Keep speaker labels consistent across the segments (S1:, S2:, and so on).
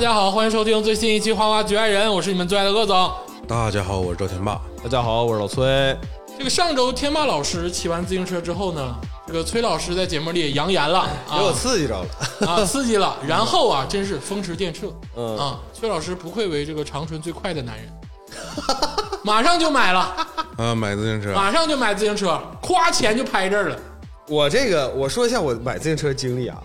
S1: 家好，欢迎收听最新一期《花花局爱人》，我是你们最爱的鄂总。
S2: 大家好，我是赵天霸。
S3: 大家好，我是老崔。
S1: 这个上周天霸老师骑完自行车之后呢，这个崔老师在节目里扬言了
S3: 给我
S1: 啊
S3: 刺激着了，
S1: 啊，刺激了。然后啊，真是风驰电掣
S3: 嗯
S1: 啊！崔老师不愧为这个长春最快的男人， 马上就买了，
S2: 啊，买自行车，
S1: 马上就买自行车，咵钱就拍这儿了。
S3: 我这个我说一下我买自行车经历啊，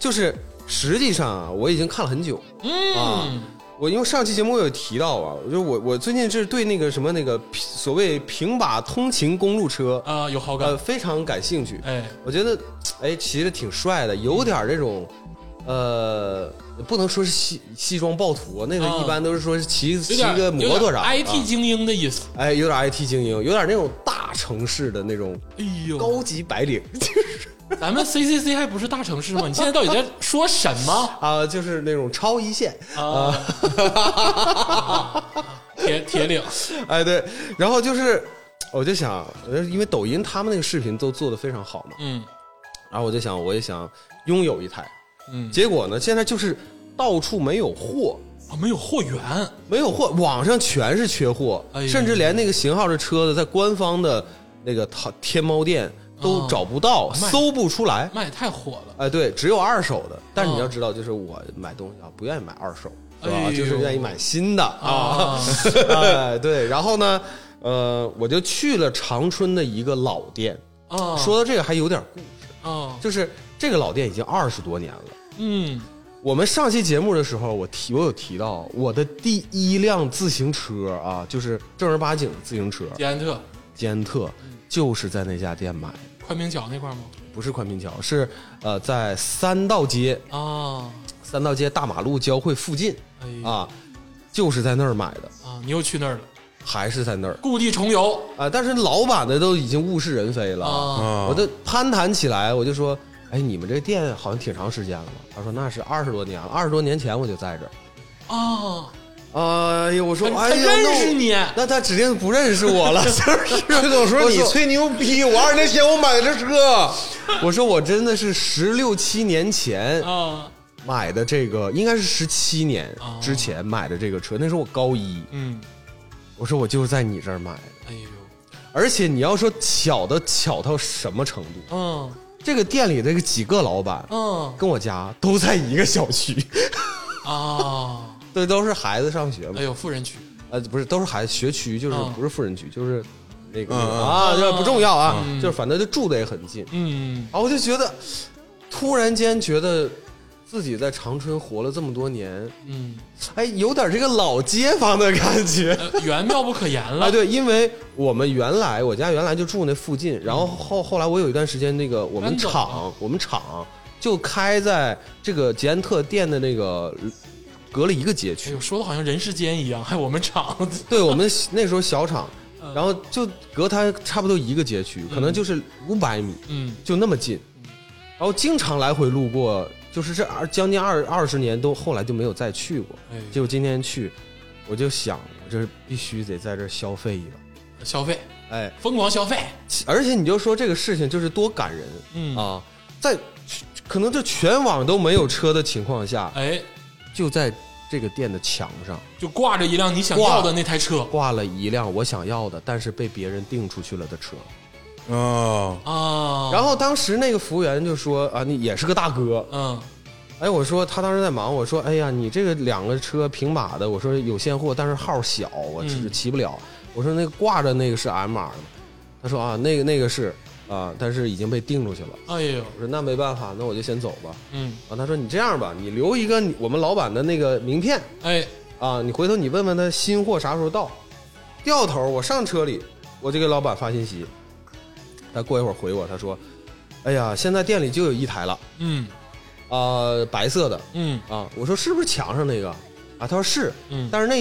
S3: 就是实际上啊，我已经看了很久。啊
S1: 嗯，
S3: 我因为上期节目我有提到啊，我就我我最近是对那个什么那个平所谓平把通勤公路车，
S1: 啊、有好感
S3: 呃，，非常感兴趣。
S1: 哎，
S3: 我觉得哎，骑着挺帅的，有点这种。呃，不能说是西西装暴徒啊，那个
S1: 啊
S3: 一般都是说是骑
S1: 有
S3: 骑
S1: 点
S3: 个摩托啥的啊
S1: 有点 IT 精英的意思。
S3: 哎，有点 IT 精英，有点那种大城市的那种
S1: 哎呦，
S3: 高级白 领
S1: 咱们 CCC 还不是大城市吗？你现在到底在说什么？
S3: 啊，就是那种超一线。
S1: 啊，铁铁岭，
S3: 哎，对，然后就是，我就想，呃因为抖音他们那个视频都做的非常好嘛，
S1: 嗯
S3: 然后我就想，我也想拥有一台。
S1: 嗯，
S3: 结果呢，现在就是到处没有货，
S1: 啊没有货源，
S3: 没有货，网上全是缺货，
S1: 哎呀
S3: 甚至连那个型号的车子在官方的那个淘天猫店都
S1: 哦
S3: 找不到，
S1: 卖
S3: 搜不出来。
S1: 卖太火了，
S3: 哎，对，只有二手的。但是你
S1: 哦
S3: 要知道，就是我买东西啊，不愿意买二手，是吧？
S1: 哎呦
S3: 就是愿意买新的
S1: 啊
S3: 啊。 哎，对，然后呢，呃，我就去了长春的一个老店。
S1: 啊，
S3: 说到这个还有点故事，
S1: 啊，
S3: 就是这个老店已经二十多年了。
S1: 嗯，
S3: 我们上期节目的时候，我提我有提到我的第一辆自行车啊，就是正儿八经的自行车，
S1: 捷安特
S3: 捷安特，就是在那家店买的，
S1: 宽平桥那块儿吗？
S3: 不是宽平桥，是呃在三道街
S1: 啊，
S3: 三道街大马路交汇附近
S1: 哎呀
S3: 啊，就是在那儿买的，
S1: 啊，你又去那儿了，
S3: 还是在那儿
S1: 故地重游
S3: 啊？但是老板的都已经物是人非了，
S1: 啊，
S2: 啊，
S3: 我就攀谈起来，我就说，哎，你们这店好像挺长时间了吧？他说那是二十多年了，二十多年前我就在这儿。
S1: 啊，
S3: 哎呦，我说，
S1: 他
S3: 哎呦，
S1: 认识你
S3: 那我那他指定不认识 我了，就是崔总
S2: 说你吹牛逼，我二十年前我买的车，
S3: 我说我真的是十六七年前
S1: 啊，
S3: 买的这个，应该是十七年之前买的这个车，那时候我高一，
S1: 嗯，
S3: 我说我就是在你这儿买的。
S1: 哎呦，
S3: 而且你要说巧的巧到什么程度，
S1: 嗯
S3: 这个店里这个几个老板
S1: 嗯
S3: 跟我家都在一个小区，
S1: 啊，
S3: 对，都是孩子上学嘛
S1: 哎，呦，富人区，
S3: 呃，不是，都是孩子学区，就是
S1: 嗯
S3: 不是富人区，就是那个
S2: 嗯嗯
S3: 啊，这不重要啊
S1: 嗯，
S3: 就是反正就住的也很近。
S1: 嗯
S3: 啊，我就觉得，突然间觉得自己在长春活了这么多年，
S1: 嗯，
S3: 哎，有点这个老街坊的感觉。
S1: 呃缘妙不可言了
S3: 啊，，对，因为我们原来我家原来就住那附近，然后后后来我有一段时间那个我
S1: 嗯
S3: 们
S1: 搬走了
S3: 厂我们厂就开在这个捷安特店的那个隔了一个街
S1: 哎
S3: 区
S1: 呦，，说的好像人世间一样，还我们 厂，
S3: 对我们那时候小厂，
S1: 嗯
S3: 然后就隔它差不多一个街区，可能就是五百米，
S1: 嗯
S3: 就那么近，然后经常来回路过，就是这二将近二二十年都后来就没有再去过
S1: 哎，
S3: 结果今天去，我就想我这必须得在这儿消费一把，
S1: 消费，
S3: 哎，
S1: 疯狂消费，
S3: 而且你就说这个事情就是多感人，
S1: 嗯
S3: 啊，在可能这全网都没有车的情况下，
S1: 哎，
S3: 就在这个店的墙上
S1: 就挂着一辆你想要的那台车
S3: 挂了一辆我想要的，但是被别人订出去了的车。
S1: 哦
S2: 啊，
S1: 啊，
S3: 然后当时那个服务员就说啊，你也是个大哥。
S1: 嗯
S3: 哎，我说他当时在忙，我说哎呀，你这个两个车平把的，我说有现货，但是号小，我只
S1: 嗯
S3: 是骑不了。我说那个挂着那个是 M R 的，他说啊，那个那个是啊，但是已经被订出去了。
S1: 哎呦，
S3: 我说那没办法，那我就先走吧。
S1: 嗯，
S3: 啊，他说你这样吧，你留一个你我们老板的那个名片
S1: 哎，
S3: 啊，你回头你问问他新货啥时候到。掉头我上车里，我就给老板发信息，他过一会儿回我，他说：“哎呀，现在店里就有一台了，
S1: 嗯
S3: 呃，白色的
S1: 嗯
S3: 啊。”我说：“是不是墙上那个？”啊，他说是，
S1: 嗯，
S3: 但是那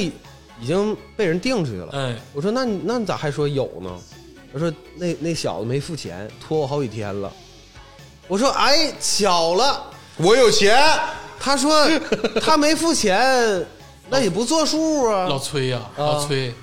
S3: 已经被人订出去了。
S1: 哎，
S3: 我说：“那你那你咋还说有呢？”他说：“那那小子没付钱，拖我好几天了。”我说：“哎，巧了。”
S2: 我有钱，
S3: 他说他没付钱，那也不作数
S1: 老
S3: 啊。
S1: 崔呀、老崔，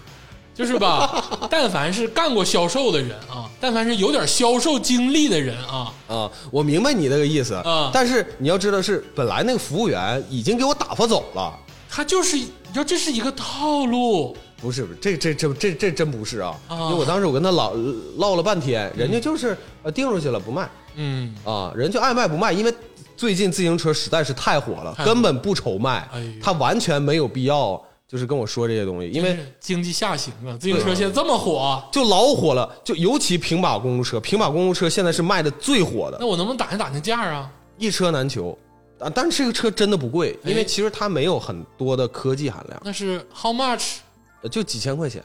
S1: 就是吧，但凡是干过销售的人啊，但凡是有点销售经历的人啊，
S3: 啊，我明白你那个意思
S1: 啊
S3: 但是你要知道是本来那个服务员已经给我打发走了，
S1: 他就是你知道这是一个套路，
S3: 不是不是，这这这这这真不是啊！
S1: 啊
S3: 因为我当时我跟他唠唠了半天，人家就是呃定出去了不卖
S1: 嗯，
S3: 啊，人就爱卖不卖，因为最近自行车实在是太火了
S1: 太，火
S3: 根本不愁卖
S1: 哎呦，
S3: 他完全没有必要就是跟我说这些东西，因为
S1: 真是经济下行啊，自行车现在这么火，啊
S3: 就老火了，就尤其平把公路车，平把公路车现在是卖的最火的，
S1: 那我能不能打听打听价啊？
S3: 一车难求啊！但是这个车真的不贵，因
S1: 哎
S3: 为其实它没有很多的科技含量，
S1: 那是 how much？
S3: 呃就几千块 钱，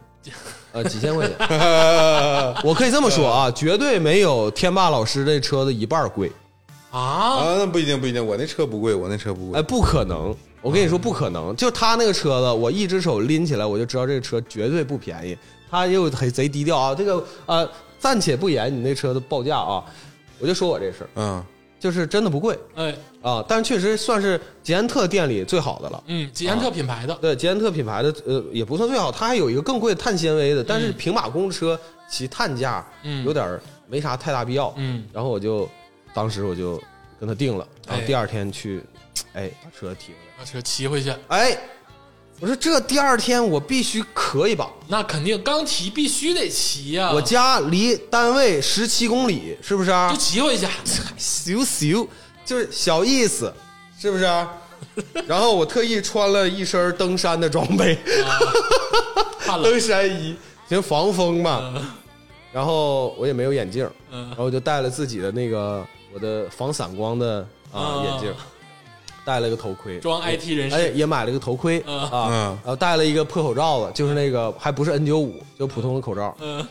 S3: 呃，几千块钱。
S2: 呃
S3: 我可以这么说啊，绝对没有天霸老师这车的一半贵，
S1: 啊，
S2: 啊，那不一定不一定，我那车不贵，我那车不贵
S3: 哎，。不可能！我跟你说不可能，就他那个车子，我一只手拎起来，我就知道这个车绝对不便宜。他又很贼低调啊，这个呃，暂且不言你那车的报价啊，我就说我这事儿，
S2: 嗯，
S3: 就是真的不贵
S1: 哎，
S3: 啊，但是确实算是捷安特店里最好的了。
S1: 嗯，捷安特品牌的，
S3: 对，捷安特品牌的呃也不算最好，它还有一个更贵的碳纤维的，但是平把公路车其碳价
S1: 嗯
S3: 有点儿没啥太大必要，
S1: 嗯，
S3: 然后我就当时我就跟他定了，然后
S1: 哎
S3: 第二天去，哎，把车停了，
S1: 把车骑回去，
S3: 哎，我说这第二天我必须磕一把，
S1: 那肯定刚骑必须得骑呀、
S3: 我家离单位十七公里，是不是啊
S1: 就？骑回去，
S3: 咻咻，就是小意思，是不 是啊？然后我特意穿了一身登山的装 备，
S1: 怕冷，
S3: 登山衣，行防风嘛。然后我也没有眼镜，
S1: 嗯
S3: 然后我就戴了自己的那个我的防散光的啊
S1: 啊
S3: 眼镜，戴了个头盔，
S1: 装 IT 人士，
S3: 哎也买了个头盔
S1: 嗯
S3: 啊，
S2: 嗯
S3: 然后戴了一个破口罩子，就是那个还不是 N 9 5就普通的口罩。哎
S1: 嗯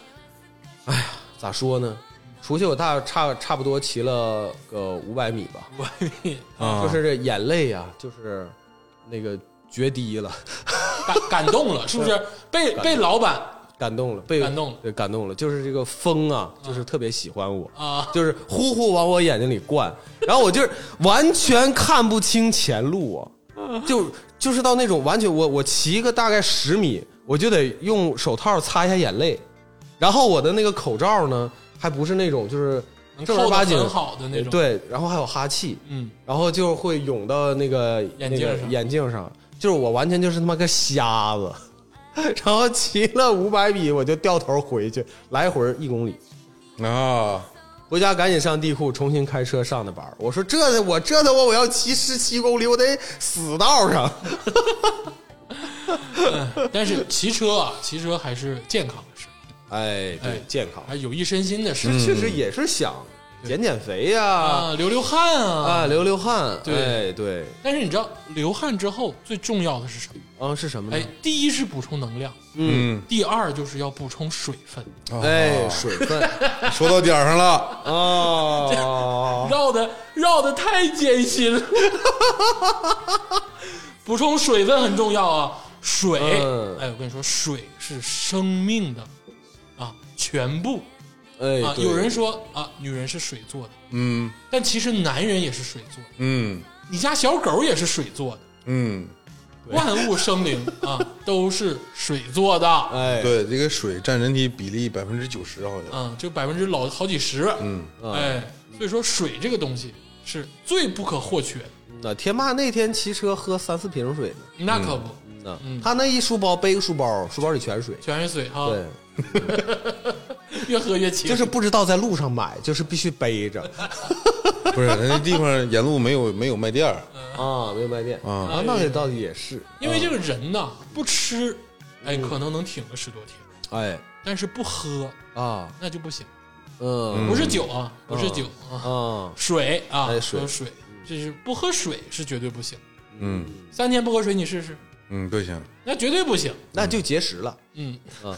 S3: 咋说呢？出去我大差差不多骑了个五百米吧，
S1: 我
S2: 啊，
S3: 就是这眼泪呀、就是那个决堤了，
S1: 感感动了，是不是？被被老板
S3: 感动了，被
S1: 感动了
S3: 对，感动了，就是这个风啊，就是特别喜欢我。
S1: 啊，
S3: 就是呼呼往我眼睛里灌，然后我就是完全看不清前路 啊，就就是到那种完全我我骑个大概十米，我就得用手套擦一下眼泪，然后我的那个口罩呢，还不是那种就是
S1: 能
S3: 正儿
S1: 扣
S3: 八
S1: 的
S3: 经
S1: 很好的那种，，
S3: 对，然后还有哈气，
S1: 嗯，
S3: 然后就会涌到那个
S1: 眼
S3: 那
S1: 镜
S3: 个
S1: 上
S3: 眼镜上，就是我完全就是他妈个瞎子， 然后骑了五百米我就掉头回去，来回一公里。
S2: 啊，
S3: 回家赶紧上地库重新开车上的班儿我说这我这他妈我要骑十七公里，我得死道上。
S1: 但是骑车啊，骑车还是健康的事，
S3: 哎，
S1: 哎
S3: 对，健康，嗯
S1: 还有益身心的事
S3: 这确实也是想减减肥呀，
S1: 啊，流流汗
S3: 啊，
S1: 啊。
S3: 流流汗。
S1: 对
S3: 哎，对，
S1: 但是你知道流汗之后最重要的是什么？
S3: 啊，是什么
S1: 哎
S3: 呢？，
S1: 第一是补充能量，
S2: 嗯，
S1: 第二就是要补充水分，哦
S3: 哎，水分
S2: 啊说到点儿上了，
S3: 啊，
S1: 绕的绕的太艰辛了。 补充水分很重要啊，水，
S3: 嗯
S1: 哎，我跟你说，水是生命的啊全部
S3: 哎
S1: 啊。，
S3: 对
S1: 有人说啊，女人是水做的，
S2: 嗯
S1: 但其实男人也是水做的，
S2: 嗯
S1: 你家小狗也是水做的，
S2: 嗯，
S1: 万物生 灵啊都是水做的，
S3: 哎，
S2: 对，这个水占人体比例百分之九十好像，
S1: 嗯，就百分之老好几十，
S2: 嗯
S3: 啊，
S1: 哎，所以说水这个东西是最不可或缺的，
S3: 那天霸那天骑车喝三四瓶水呢，
S1: 那可不，
S3: 那
S1: 嗯啊
S3: 他那一书包背个书包，书包里全是水。
S1: 全是水哈，
S3: 对，
S1: 越喝越清，
S3: 就是不知道在路上买，就是必须背着。
S2: 不是，人家地方沿路没有没有卖店儿
S3: 啊，没有卖店
S2: 啊
S3: 啊，那也倒也是，
S1: 因为这个人呐，
S3: 嗯
S1: 不吃，哎，可能能挺个十多天，
S3: 哎
S1: 但是不喝
S3: 啊，
S1: 那就不行，
S3: 嗯
S1: 不是酒啊，不是酒啊，
S3: 啊，
S1: 水啊，
S3: 哎水
S1: 喝水，就是不喝水是绝对不行，
S2: 嗯
S1: 三天不喝水你试试，
S2: 嗯，不行，
S1: 那绝对不行，
S3: 那就节食了。
S1: 嗯
S3: 啊，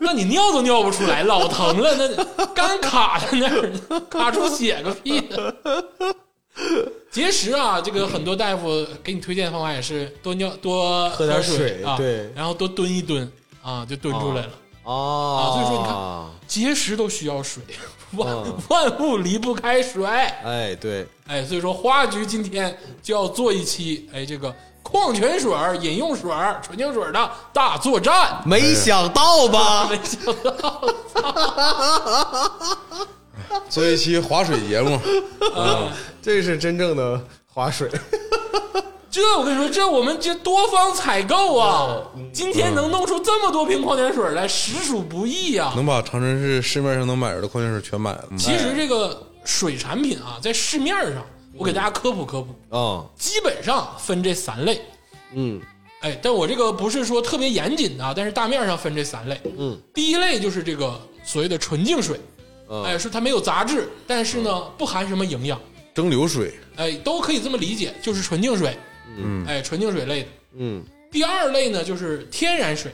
S1: 那你尿都尿不出来，老疼了，那干卡在那儿，卡出血个屁呀！节食啊，这个很多大夫给你推荐的方法也是多尿多
S3: 喝点
S1: 水
S3: 水
S1: 啊，
S3: 对
S1: 然后多蹲一蹲啊，就蹲出来了。
S3: 啊
S1: 所以说你看节食都需要水，万、
S3: 嗯
S1: 万物离不开水。
S3: 哎，对，
S1: 哎，所以说花局今天就要做一期哎这个矿泉水儿、饮用水儿、纯净水儿的大作战。
S3: 没想到吧？
S1: 没想到
S2: 做一 期划水节目，
S3: 这是真正的划水，
S1: 这我跟你说，这我们这多方采购啊，
S3: 嗯
S1: 今天能弄出这么多瓶矿泉水来，实属不易呀、
S3: 嗯
S2: 能把长春市市面上能买着的矿泉水全买了。嗯
S1: 其实这个水产品啊，在市面上，我给大家科普科普，
S3: 啊，
S1: 基本上分这三类。
S3: 嗯
S1: 哎，但我这个不是说特别严谨的啊，但是大面上分这三类。
S3: 嗯
S1: 第一类就是这个所谓的纯净水，
S3: 嗯
S1: 哎，说它没有杂质，但是呢不含什么营养，
S2: 嗯蒸馏水，
S1: 哎，都可以这么理解，就是纯净水，
S2: 嗯，
S1: 哎，纯净水类的。
S3: 嗯
S1: 第二类呢就是天然水，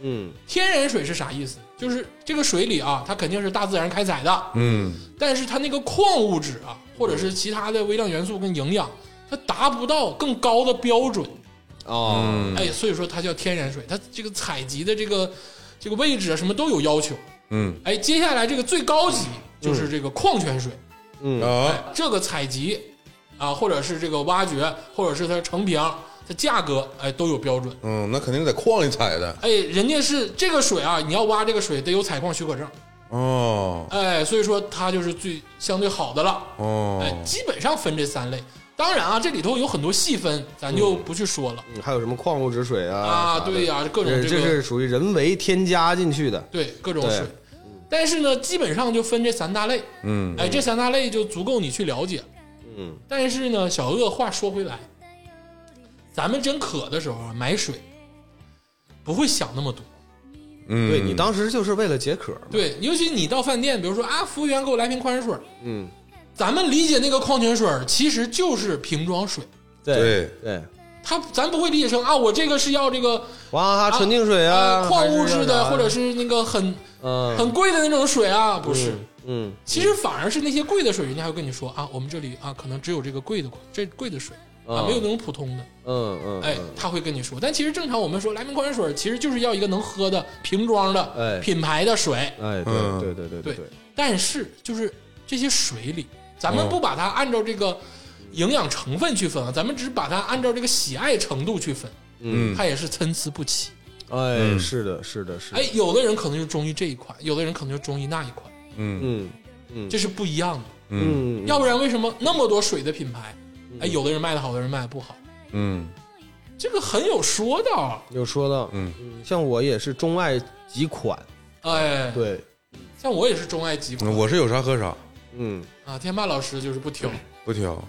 S3: 嗯
S1: 天然水是啥意思？就是这个水里啊，它肯定是大自然开采的，
S2: 嗯，
S1: 但是它那个矿物质啊，或者是其他的微量元素跟营养，它达不到更高的标准，
S3: 哦
S2: 嗯
S1: 哎，所以说它叫天然水，它这个采集的这个这个位置啊，什么都有要求。
S2: 嗯
S1: 哎，接下来这个最高级就是这个矿泉水，
S3: 嗯
S2: 啊，
S1: 哎，这个采集啊，或者是这个挖掘，或者是它成瓶，它价格哎都有标准。
S2: 嗯，那肯定在矿里采的
S1: 哎，人家是这个水啊，你要挖这个水得有采矿许可证，
S2: 哦
S1: 哎，所以说它就是最相对好的了。哎，
S2: 哦，
S1: 基本上分这三类。当然啊，这里头有很多细分，咱就不去说了、
S3: 嗯还有什么矿物质水啊？
S1: 啊。
S3: 啥的
S1: 对呀、各种
S3: 这
S1: 这个
S3: 这是属于人为添加进去的。
S1: 对各种
S3: 对
S1: 水，但是呢，基本上就分这三大类。
S2: 嗯
S1: 哎，这三大类就足够你去了解。
S3: 嗯
S1: 但是呢，小恶话说回来，咱们真渴的时候啊，买水不会想那么多。
S2: 嗯，
S3: 对你当时就是为了解渴嘛。
S1: 对，尤其你到饭店，比如说啊，服务员给我来瓶矿泉水儿，
S3: 嗯，
S1: 咱们理解那个矿泉水儿其实就是瓶装水，
S3: 对
S2: 对
S3: 对，
S1: 它咱不会理解成啊，我这个是要这个
S3: 哇哈，纯净水
S1: 呃
S3: 啊，
S1: 矿物质
S3: 还
S1: 的，
S3: 啥
S1: 或者是那个很
S3: 嗯
S1: 很贵的那种水啊，不是。
S3: 嗯
S1: 其实反而是那些贵的水，人家还会跟你说啊，我们这里啊，可能只有这个贵的这贵的水啊
S3: 啊，
S1: 没有那种普通的。
S3: 嗯嗯，
S1: 哎，他会跟你说。但其实正常我们说来瓶矿泉水，其实就是要一个能喝的瓶装的、
S3: 哎
S1: 品牌的水。
S3: 哎，
S2: 嗯
S3: 对对对对
S1: 对
S3: 对，
S1: 但是就是这些水里，咱们
S2: 嗯
S1: 不把它按照这个营养成分去分啊，咱们只把它按照这个喜爱程度去分，
S2: 嗯
S1: 它也是参差不齐。
S3: 哎，是的，是的，是的
S1: 哎，，有的人可能就中意这一款，有的人可能就中意那一款，
S2: 嗯
S3: 嗯嗯
S1: 这是不一样的。
S2: 嗯
S3: 嗯，
S1: 要不然为什么那么多水的品牌，哎，有的人卖的好，有的人卖的不好，
S2: 嗯
S1: 这个很有说道啊。
S3: 有说到，
S2: 嗯
S3: 像我也是钟爱几款，
S1: 哎，
S3: 对，
S1: 像我也是钟爱极
S2: 嗯，
S1: 款
S2: 我是有啥喝啥，
S3: 嗯
S1: 啊，天霸老师就是不 挑。
S2: 不挑，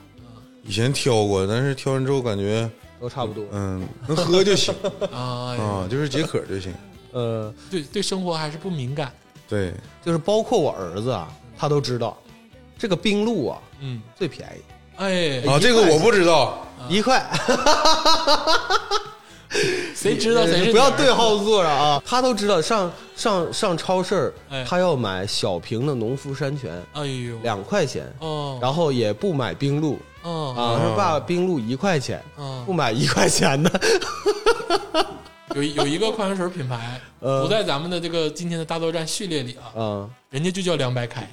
S2: 以前挑过，但是挑完之后感觉
S3: 都差不多，
S2: 嗯能喝就 行
S1: 啊、
S2: 啊，就是解渴就行。
S3: 呃，
S1: 对对，生活还是不敏感。
S2: 对，
S3: 就是包括我儿子啊，他都知道，这个冰露啊
S1: 嗯，啊
S3: 最便宜，
S1: 哎，
S2: 啊，这个我不知道，
S3: 一块，
S1: 谁知道谁是
S3: 不要
S1: 哪儿
S3: 对号入座了啊！他都知道，上上上超市
S1: 哎
S3: 儿，他要买小瓶的农夫山泉，
S1: 哎呦，
S3: 两块钱，
S1: 哦，
S3: 然后也不买冰露
S1: 哦，
S3: 啊，说爸爸冰露一块钱，
S1: 嗯
S3: 不买一块钱的，
S1: 有一有一个矿泉水品牌
S3: 呃
S1: 不在咱们的这个今天的大作战序列里啊，
S3: 啊，
S1: 人家就叫凉白开，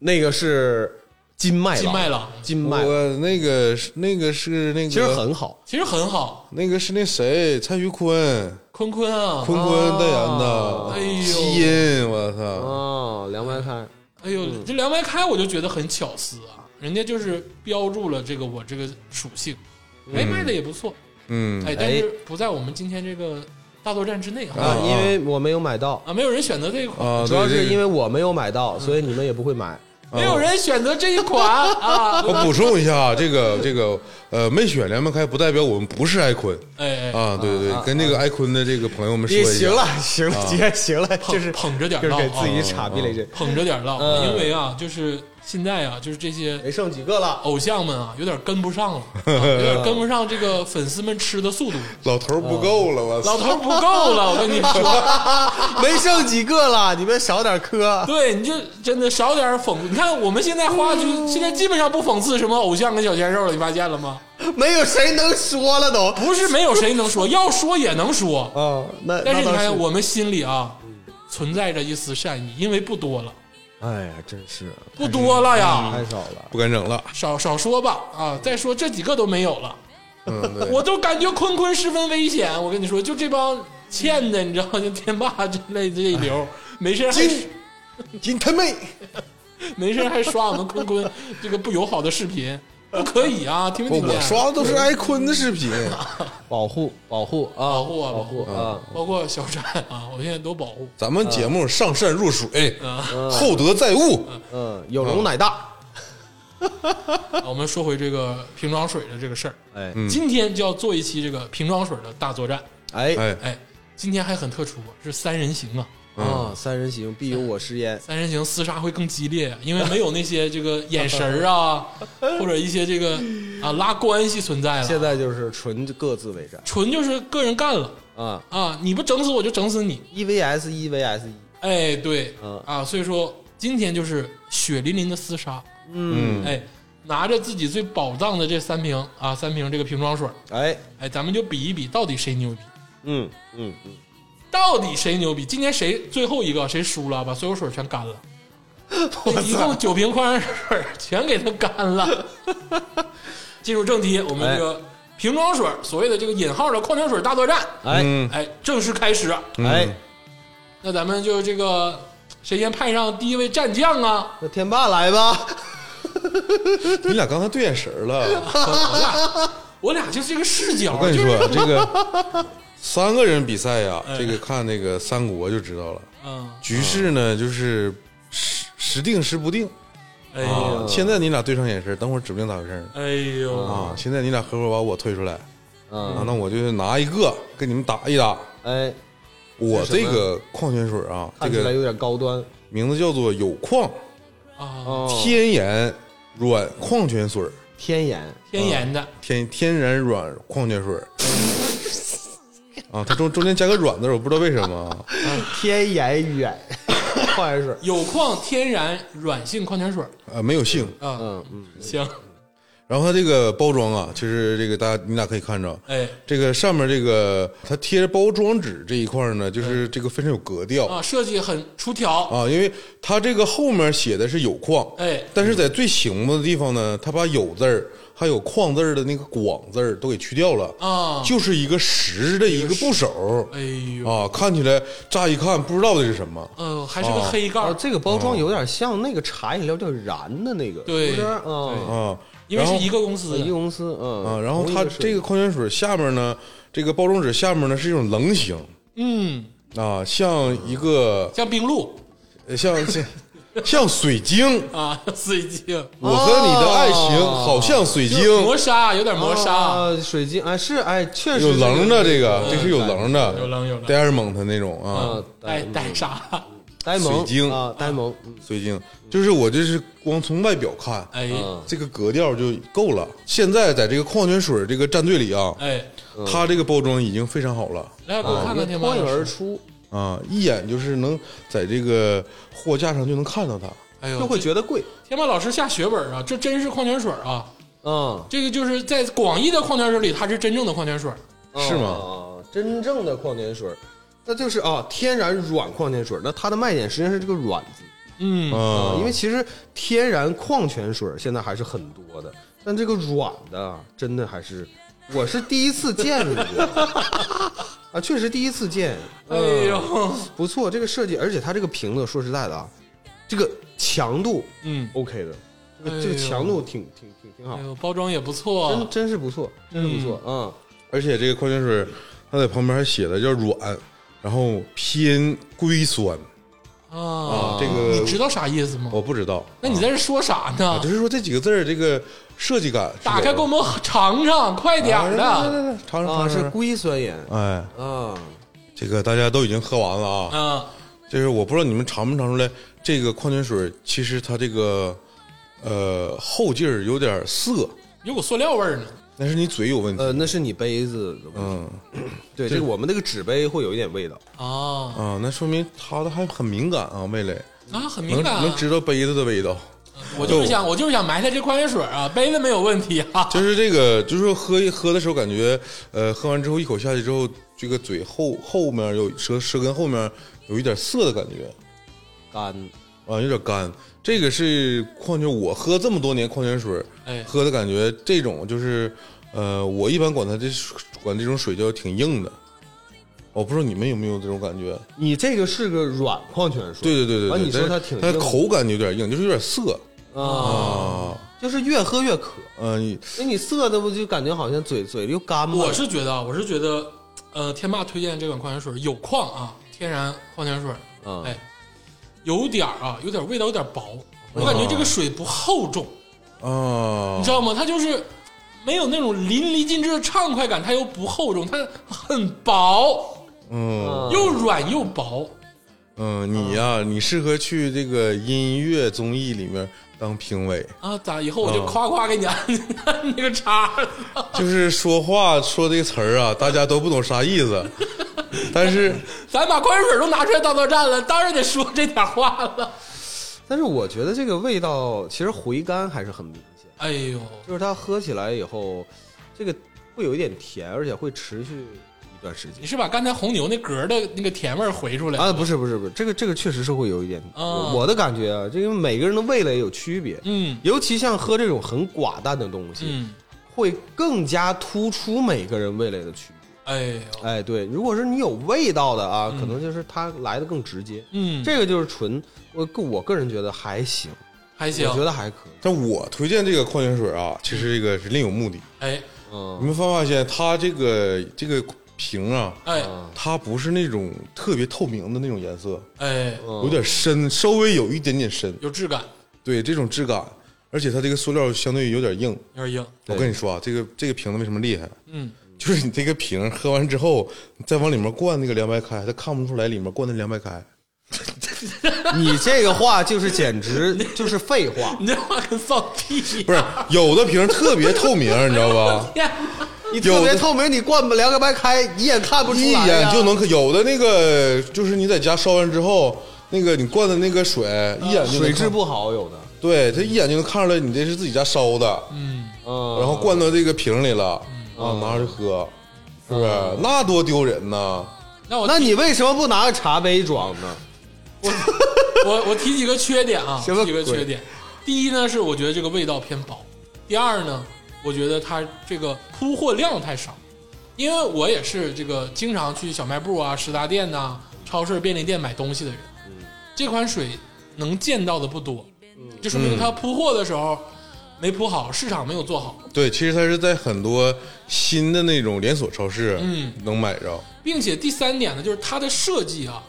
S3: 那个是金麦
S1: 金麦郎，
S3: 金麦，
S2: 我那个是那个是那个，
S3: 其实很好，
S1: 其实很好，
S2: 那个是那谁蔡徐坤，
S1: 坤坤啊，
S2: 坤坤代言的，
S3: 啊
S1: 哎呦
S2: 基因，我操，啊
S3: 哦，凉白开，
S1: 哎呦，这凉白开我就觉得很巧思啊，人家就是标注了这个我这个属性，哎，卖的也不错，
S2: 嗯，
S1: 哎，但是不在我们今天这个大作战之内
S3: 啊
S1: 啊，，
S3: 因为我没有买到，
S1: 啊，没啊有人选择这一款。
S2: 啊，
S3: 主要
S2: 对
S3: 是因。
S2: 这
S3: 为
S2: 个
S3: 我没有买到，所以你们也不会买。
S1: 没有人选择这一款 啊！
S2: 我补充一下啊，这个这个呃，没选凉白开不代表我们不是爱坤
S1: 哎，哎
S2: 啊，对对对，跟这个爱坤的这个朋友们说
S3: 你
S2: 一下，
S3: 行了，行了，姐，行了，
S1: 啊捧
S3: 就是
S1: 捧着点
S3: 就是
S1: 唠啊啊
S3: 给自己岔逼了一阵，
S1: 捧着点唠，
S3: 嗯哎
S1: 因为啊，就是现在啊，就是这些
S3: 没剩几个了。
S1: 偶像们啊，有点跟不上了，啊有点跟不上这个粉丝们吃的速度，
S2: 老头儿不够了，我操
S1: 老头儿不够了，我跟你说，
S3: 没剩几个了，你们少 点磕。
S1: 对，你就真的少点讽，你看我们现在话剧
S2: 嗯
S1: 现在基本上不讽刺什么偶像跟小鲜肉了，你发现了吗？
S3: 没有谁能说了都。
S2: 嗯
S1: 不是没有谁能说，要说也能 说，
S3: 啊，那
S1: 但是
S3: 那
S1: 你
S3: 倒
S1: 看看，我们心里啊，
S2: 嗯
S1: 存在着一丝善意，因为不多了，
S3: 哎呀，真是
S1: 不多了呀，
S2: 嗯
S3: 太少了。
S2: 不敢整了，
S1: 少少说吧啊！再说这几个都没有了，
S2: 嗯， 对，
S1: 我都感觉坤坤十分危险。我跟你说，就这帮欠的，你知道，就天霸这类这一 流，没事儿
S2: 金
S1: 还
S2: 金他妹，
S1: 没事儿还刷我们坤坤这个不友好的视频，不可以啊，听没
S2: 我
S1: 听见？
S2: 我刷的都是艾坤的视频，
S3: 保护保护啊，
S1: 保护啊
S3: 保护啊，
S1: 包括小展啊，我现在都保护。
S2: 咱们节目上善若水，
S1: 啊，
S2: 厚德载物。
S3: 嗯，有容乃大，
S1: 啊我们说回这个瓶装水的这个事儿，
S3: 哎
S1: 今天就要做一期这个瓶装水的大作战。
S3: 哎
S2: 哎，
S1: 哎，今天还很特殊，是三人行啊，
S3: 啊，三人行必有我师焉，
S1: 三人行厮杀会更激烈，啊因为没有那些这个眼神儿啊，或者一些这个啊拉关系存在
S3: 现
S1: 了，
S3: 在就是纯各自为战
S1: 纯就是个人干了
S3: 啊，
S1: 啊，你不整死我就整死你，
S3: 一 v s 一 v s 一，
S1: 哎，对
S3: 嗯
S1: 啊，所以说今天就是血淋淋的厮杀，
S2: 嗯，
S1: 哎，拿着自己最宝藏的这三瓶啊，三瓶这个瓶装水儿，
S3: 哎，
S1: 哎，咱们就比一比到底谁牛逼，
S3: 嗯嗯嗯，
S1: 到底谁牛逼？今天谁最后一个谁输了，把所有水全干 了，一共九瓶矿泉水全给它干了。进入正题，我们这
S2: 哎
S1: 个瓶装水，所谓的这个引号的矿泉水大作战，
S3: 哎
S2: 嗯
S1: 哎，正式开始。
S3: 哎，
S1: 那咱们就这个谁先派上第一位战将啊？
S3: 那天霸来吧，
S2: 你俩刚才对眼神儿了，
S1: 我俩我俩就是这个视角，
S2: 我跟你
S1: 就是
S2: 说，这个三个人比赛呀
S1: 哎，
S2: 这个看那个三国就知道了。
S1: 嗯，
S2: 局势呢，就是时时定时不定
S1: 哎
S2: 啊
S1: 呦，。
S2: 现在你俩对上眼神，等会儿指不定咋回事呢
S1: 哎呦，
S2: 啊！现在你俩合伙把我推出来啊，
S3: 嗯，
S2: 那我就拿一个跟你们打一打。
S3: 哎，
S2: 我
S3: 这是
S2: 这
S3: 什么
S2: 个矿泉水啊，这
S3: 看起来有
S2: 个
S3: 点高端
S2: 名字叫做有矿
S1: 啊，
S3: 哦，
S2: 天然软矿泉水儿，
S3: 天眼，
S1: 天眼的，
S2: 天天然软矿泉水儿。啊，它中中间加个软字儿，我不知道为什么 啊。
S3: 天眼远，矿泉水，
S1: 有矿天然软性矿泉水
S2: 呃，没有性。
S1: 啊，
S3: 嗯嗯，
S1: 行，
S2: 然后它这个包装啊，其实这个大家你俩可以看着，
S1: 哎，
S2: 这个上面这个它贴着包装纸这一块儿呢，就是这个非常有格调
S1: 啊，设计很出
S3: 哦
S1: 挑，
S2: 啊，因为它这个后面写的是有矿，
S1: 哎，
S2: 但是在最醒目的地方呢，它把有字儿还有矿字儿的那个广字儿都给去掉了，
S1: 啊，
S2: 就是一个实的一个部首
S1: 哎呦，
S2: 啊，看起来乍一看不知道这是什么，
S1: 呃，还是个黑盖
S3: 哦，
S1: 儿，
S3: 这个包装有点像那个茶饮料叫然的那个，
S1: 对
S3: 是不是？嗯，
S2: 啊，
S1: 因为
S2: 然
S1: 是
S2: 后
S1: 一个公司
S3: 一个公司，嗯
S2: 啊，然后
S3: 同一
S2: 它
S3: 设计
S2: 这个矿泉水下面呢，这个包装纸下面呢是一种棱形
S1: 嗯，
S2: 啊，像一个
S1: 像冰露
S2: 呃像像像水晶。
S1: 啊， 水晶，
S2: 我和你的爱情
S1: 哦
S2: 好像水晶，
S1: 磨砂有点磨砂，
S3: 啊，水晶，哎是哎，确实
S2: 有棱的这个，这是有棱
S1: 有
S2: 的，
S1: 棱有棱，
S2: 呆尔蒙特那种啊，
S3: 哦
S1: 嗯带带啥？
S3: 呆萌
S2: 水晶
S3: 啊，呆萌，嗯
S2: 水晶，就是我这是光从外表看，
S1: 哎
S3: 嗯
S2: 这个格调就够了。现在在这个矿泉水这个战队里啊，
S1: 哎，
S2: 它这个包装已经非常好了
S1: 来给
S3: 啊
S1: 我看看天猫
S3: 脱颖而，出，
S2: 啊，一眼就是能在这个货架上就能看到它。
S1: 哎呦，
S3: 就会觉得贵，
S1: 天猫老师下血本啊，这真是矿泉水啊！
S3: 嗯，
S1: 这个就是在广义的矿泉水里，它是真正的矿泉水。
S2: 是吗
S3: 吗？哦真正的矿泉水，那就是啊，天然软矿泉水，那它的卖点实际上是这个软字。
S1: 嗯，
S3: 哦
S2: 啊，
S3: 因为其实天然矿泉水现在还是很多的，但这个软的啊真的还是我是第一次见过 啊，确实第一次见，
S1: 哎呦，
S3: 不错，这个设计，而且它这个瓶子，说实在的啊，这个强度
S1: 嗯，
S3: OK 的，这
S1: 哎
S3: 个
S1: 呦
S3: 这个强度挺挺挺挺好
S1: 哎，呦，包装也不
S3: 真
S1: 错，
S3: 真是不错，真是不错，嗯，
S2: 而且这个矿泉水它在旁边还写的叫软，然后偏硅酸
S1: 啊
S2: 啊，，这个
S1: 你知道啥意思
S3: 哦
S1: 吗？
S2: 我不知道。
S1: 那你在这说啥
S2: 啊，
S1: 呢
S2: 就？是说这几个字儿，这个设计感是有的。
S1: 打开给我们尝尝，快点儿
S2: 啊来
S1: 的。
S2: 来来来尝尝
S3: 啊
S2: 尝
S3: 是
S2: 尝。
S3: 硅酸盐
S2: 哎，
S3: 啊，
S2: 这个大家都已经喝完了啊，
S1: 嗯，
S2: 就是我不知道你们尝没尝出来，这个矿泉水其实它这个呃后劲儿有点涩，
S1: 有股塑料味儿呢。
S2: 但是你嘴有问题。
S3: 呃，那是你杯子的问题，
S2: 嗯
S3: 对，这个我们那个纸杯会有一点味道，
S1: 啊，
S2: 啊，那说明它的还很敏感啊，味蕾
S1: 那很敏
S2: 能
S1: 感啊。
S2: 能知道杯子的味道，
S1: 我就是想，我就是想埋汰这矿泉水啊，杯子没有问题啊。
S2: 就是这个，就是说喝一喝的时候感觉，呃，喝完之后一口下去之后，这个嘴后后面有舌舌根后面有一点涩的感觉，
S3: 干，
S2: 啊，有点干。这个是矿泉，我喝这么多年矿泉水，
S1: 哎
S2: 喝的感觉这种就是，呃，我一般管它这管这种水叫挺硬的。我不知道你们有没有这种感觉？
S3: 你这个是个软矿泉水，
S2: 对对对对对，
S3: 啊完你说
S2: 但
S3: 它
S2: 是
S3: 挺
S2: 它
S3: 硬的
S2: 口感有点硬，就是有点涩
S3: 啊，
S2: 啊。
S3: 就是越喝越渴。
S2: 嗯、
S3: 那你涩的不就感觉好像嘴嘴又干巴？
S1: 我是觉得啊，我是觉得，呃，天霸推荐这款矿泉水有矿啊，天然矿泉水，
S3: 嗯
S1: 哎，有点儿啊，有点儿味道，有点儿薄，
S2: 嗯
S1: 我感觉这个水不厚重，
S2: 啊
S1: 你知，道吗？它就是没有那种淋漓尽致的畅快感，它又不厚重，它很薄，
S2: 嗯
S3: 嗯
S1: 又软又薄。
S2: 嗯，你呀、
S3: 啊
S2: 你适合去这个音乐综艺里面当评委，
S1: 啊，咋？以后
S2: 嗯
S1: 我就夸夸给你 按按那个叉，
S2: 就是说话说这个词儿啊，大家都不懂啥意思， 但是
S1: 咱把矿泉水都拿出来当作战了，当然得说这点话了。
S3: 但是我觉得这个味道其实回甘还是很明显，
S1: 哎呦，
S3: 就是它喝起来以后，这个会有一点甜，而且会持续一段时间
S1: 你。是把刚才红牛那嗝的那个甜味儿回出来？
S3: 啊，不是不是不是，这个这个确实是会有一点，
S1: 啊
S3: 我我的感觉啊，这个每个人的味蕾有区别，
S1: 嗯
S3: 尤其像喝这种很寡淡的东西，
S1: 嗯，
S3: 会更加突出每个人味蕾的区别。
S1: 哎呦，
S3: 哎，对，如果是你有味道的啊，可能就是它来的更直接。
S1: 嗯，
S3: 这个就是纯，我个我个人觉得还行，
S1: 还
S3: 我觉
S1: 行。
S3: 得还可以。
S2: 但我推荐这个矿泉水啊，其实这个是另有目的。
S1: 哎
S2: 你
S3: 嗯，
S2: 们发没发现它这个这个瓶啊，
S1: 哎
S3: 嗯
S2: 它不是那种特别透明的那种颜色，
S1: 哎，
S3: 嗯
S2: 有点深，稍微有一点点深，
S1: 有质感，
S2: 对这种质感，而且它这个塑料相对有点硬。
S1: 有点硬。
S2: 我
S3: 对
S2: 跟你说啊，这个这个瓶子为什么厉害？
S1: 嗯，
S2: 就是你这个瓶喝完之后，你再往里面灌那个凉白开，它看不出来里面灌的凉白开。
S3: 你这个话就是简 直就是废话，
S1: 你这话跟放屁一
S2: 不是
S1: 样。，
S2: 有的瓶特别透明，你知道吧？
S1: 天，
S3: 你
S2: 有
S3: 特别
S2: 的
S3: 透明，你灌不凉个白开，一眼看 不出
S2: 一
S3: 来、呀啊
S2: 眼就能看。有的那个就是你在家烧完之后，那个你灌的那个水，一眼就能
S3: 水质
S2: 看
S3: 不好有的，
S2: 对，它一眼就能看出来你这是自己家烧的，
S3: 嗯，
S2: 然后灌到这个瓶里了，啊，拿着喝，是不是？那多丢人呐！
S1: 那我
S3: 那你为什么不拿个茶杯装呢？
S1: 我我提几个缺点啊，
S3: 什
S1: 提
S3: 么
S1: 几个缺点。第一呢，是我觉得这个味道偏薄；第二呢，我觉得它这个铺货量太少，因为我也是这个经常去小卖部啊、食杂店呐、超市、便利店买东西的人。这款水能见到的不多，这说明它铺货的时候没铺好，市场没有做好。
S2: 对，其实它是在很多新的那种连锁超市，
S1: 嗯，
S2: 能买着，
S1: 并且第三点呢，就是它的设计啊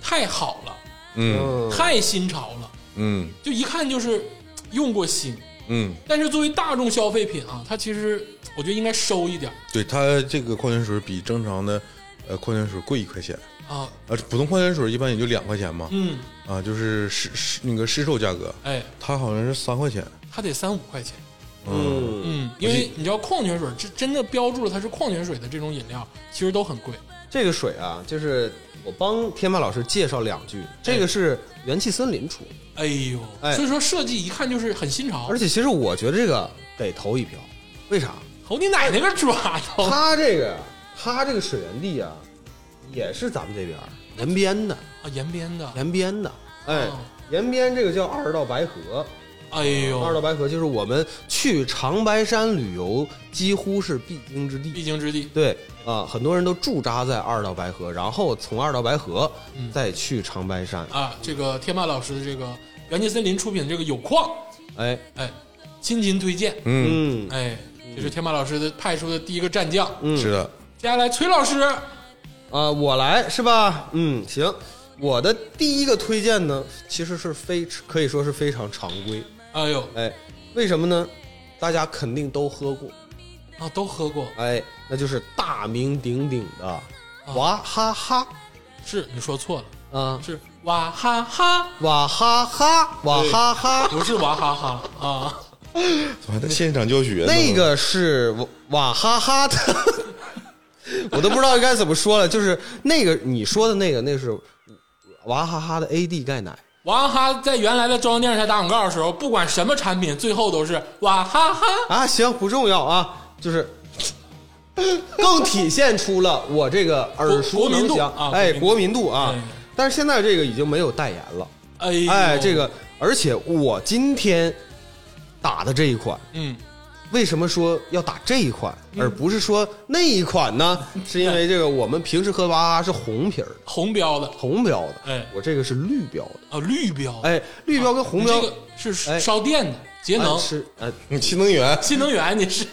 S1: 太好了，
S2: 嗯
S3: 嗯，
S1: 太新潮了，
S2: 嗯
S1: 就一看就是用过心。
S2: 嗯，
S1: 但是作为大众消费品啊，它其实我觉得应该收一点
S2: 对，它这个矿泉水比正常的呃矿泉水贵一块钱，
S1: 啊。
S2: 呃，普通矿泉水一般也就两块钱嘛，
S1: 嗯，
S2: 啊，就是市市那个市售价格，
S1: 哎，
S2: 它好像是三块钱，
S1: 它得三五块钱。
S2: 嗯
S1: 嗯，因为你知道矿泉水，这真的标注了它是矿泉水的这种饮料，其实都很贵。
S3: 这个水啊，就是我帮天霸老师介绍两句，这个是元气森林出的，
S1: 哎呦，
S3: 哎
S1: 所以说设计一看就是很新潮
S3: 而。且其实我觉得这个得投一票，为啥？
S1: 投你奶奶个爪头！啊
S3: 它这个它这个水源地啊，也是咱们这边儿延边的，，
S1: 啊延边的。
S3: 延边的，哎
S1: 哦，
S3: 延边这个叫二道白河，
S1: 哎
S3: 二
S1: 呦，
S3: 道白河就是我们去长白山旅游几乎是必经之
S1: 必
S3: 地。
S1: 经之地。
S3: 对啊、很多人都驻扎在二道白河，然后从二道白河
S1: 嗯
S3: 再去长白山。
S1: 啊，这个天霸老师的这个元气森林出品的这个有矿，
S3: 哎，
S1: 哎，亲情推荐，
S2: 嗯，
S3: 嗯，
S1: 哎，这是天霸老师的派出的第一个战将。
S3: 嗯
S2: 是的，
S1: 接下来崔老师，
S3: 啊、我来是吧？嗯，行。我的第一个推荐呢，其实是非可以说是非常常规。
S1: 哎呦
S3: 哎，为什么呢？大家肯定都喝过，
S1: 啊，都喝过，
S3: 哎，那就是大名鼎鼎的娃哈哈
S1: 是你说错了，
S3: 啊，
S1: 是娃哈哈，
S3: 娃哈哈，娃哈哈，
S1: 不是娃哈哈啊，
S2: 还在现场教学呢
S3: 那个是瓦瓦哈哈的， 我都不知道该怎么说了。就是那个你说的那个，那是娃哈哈的 AD 钙奶。
S1: 娃哈哈在原来的中央电视台打广告的时候，不管什么产品，最后都是娃哈哈。
S3: 啊，行，不重要啊，就是更体现出了我这个耳
S1: 国
S3: 熟
S1: 国民
S3: 能
S1: 度
S3: 详
S1: 啊，
S3: 哎，
S1: 国
S3: 国民度啊
S1: 哎。
S3: 但是现在这个已经没有代言了，
S1: 哎呦
S3: 哎，这个，而且我今天打的这一款，
S1: 嗯，
S3: 为什么说要打这一款，而不是说那一款呢？ 是因为这个我们平时喝娃哈哈是红瓶儿的，
S1: 红标的
S3: 红标的，
S1: 哎
S3: 我这个是绿标的，
S1: 啊，绿标，
S3: 哎，绿标跟红
S1: 你
S3: 标
S1: 这个是
S3: 哎
S1: 烧电的，节能、
S3: 是呃，
S2: 你嗯新能源
S1: 新能源，你是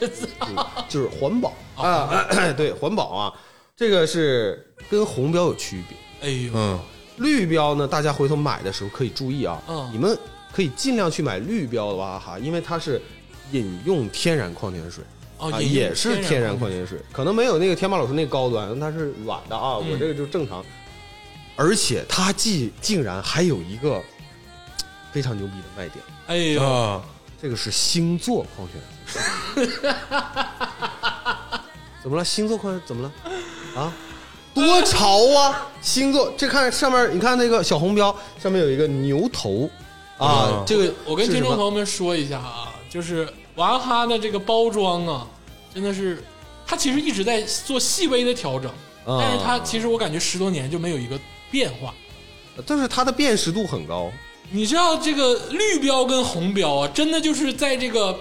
S3: 就是环保啊， 对环保啊，这个是跟红标有区别。
S1: 哎呦，
S2: 嗯，
S3: 绿标呢，大家回头买的时候可以注意啊，
S1: 嗯
S3: 你们可以尽量去买绿标的娃哈哈，因为它是饮用天然矿泉水。
S1: 哦，
S3: 啊，
S1: 饮用
S3: 也是天然
S1: 矿
S3: 矿泉水，可能没有那个天马老师那高端，它是软的啊，我这个就正常。而且它既竟然还有一个非常牛逼的卖点，
S1: 哎呦，
S2: 啊，
S3: 这个是星座矿泉水。 怎么了？星座矿泉水怎么了？啊，多潮啊！星座，这看上面，你看那个小红标上面有一个牛头啊
S2: 啊，
S3: 这个
S1: 我跟
S3: 是
S1: 听
S3: 什
S1: 众
S3: 么
S1: 朋友们说一下啊，就是娃哈哈的这个包装啊，真的是，它其实一直在做细微的调整，
S3: 啊
S1: 但是它其实我感觉十多年就没有一个变化。
S3: 就是它的辨识度很高。
S1: 你知道这个绿标跟红标啊，真的就是在这个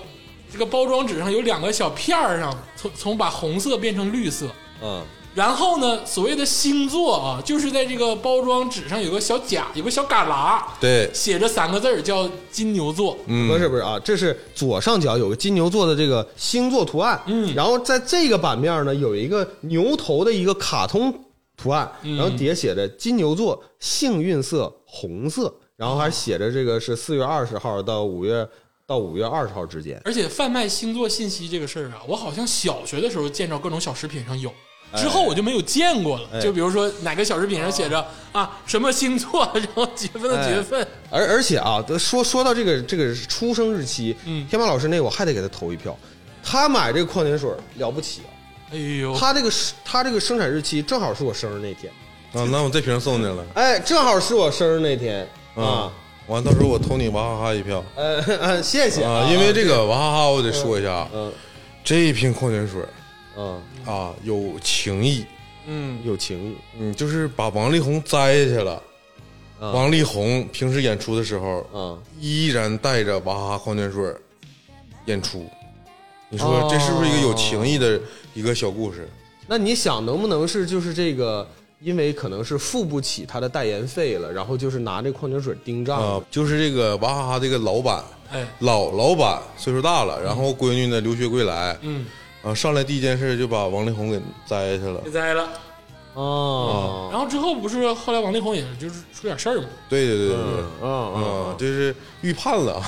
S1: 这个包装纸上有两个小片儿上，从从把红色变成绿色。
S3: 嗯，
S1: 然后呢，所谓的星座啊，就是在这个包装纸上有个小甲，有个小旮旯，
S2: 对，
S1: 写着三个字儿叫金牛座。
S2: 嗯，
S3: 不是不是啊，这是左上角有个金牛座的这个星座图案，
S1: 嗯
S3: 然后在这个版面呢有一个牛头的一个卡通图案，
S1: 嗯
S3: 然后底下写着金牛座幸运色红色，然后还写着这个是四月二十号到五月到五月二十号之间，
S1: 而且贩卖星座信息这个事儿啊，我好像小学的时候见着各种小食品上有，之后我就没有见过了。
S3: 哎
S1: 就比如说哪个小食品上写着啊什么星座，然后几月份
S3: 哎
S1: 的几月份，
S3: 而而且啊，说说到这个这个出生日期，
S1: 嗯
S3: 天马老师那个我还得给他投一票，他买这个矿泉水了不起啊，
S1: 哎呦，
S3: 他这个他这个生产日期正好是我生日那天，
S2: 啊，那我这瓶送你了
S3: 哎，正好是我生日那天啊
S1: 嗯
S2: 啊。，完到时候我投你娃哈哈一票
S3: 呃，呃谢谢
S2: 啊，因为这个娃哈哈我得说一下，啊
S3: 嗯
S2: 这一瓶矿泉水
S3: 嗯，
S2: 啊有情义，
S1: 嗯，
S3: 有情义，
S2: 嗯，就是把王力宏摘下去了。
S3: 啊
S2: 王力宏平时演出的时候，
S3: 嗯，
S2: 依然带着娃哈哈矿泉水演出，你说
S3: 哦
S2: 这是不是一个有情义的一个小故事？
S3: 那你想能不能是就是这个，因为可能是付不起他的代言费了，然后就是拿这矿泉水盯
S2: 啊、
S3: 账，
S2: 就是这个娃哈哈这个老板，
S1: 哎，
S2: 老老板岁数大了，然后闺女呢留学归来，
S1: 嗯，
S2: 啊，上来第一件事就把王力宏给摘下去了
S1: 被。栽了。
S3: 哦，
S2: 啊
S1: 然后之后不是后来王力宏也就是出点事儿嘛，
S2: 对对对对对，
S3: 嗯嗯
S2: 啊，就是预判 了啊，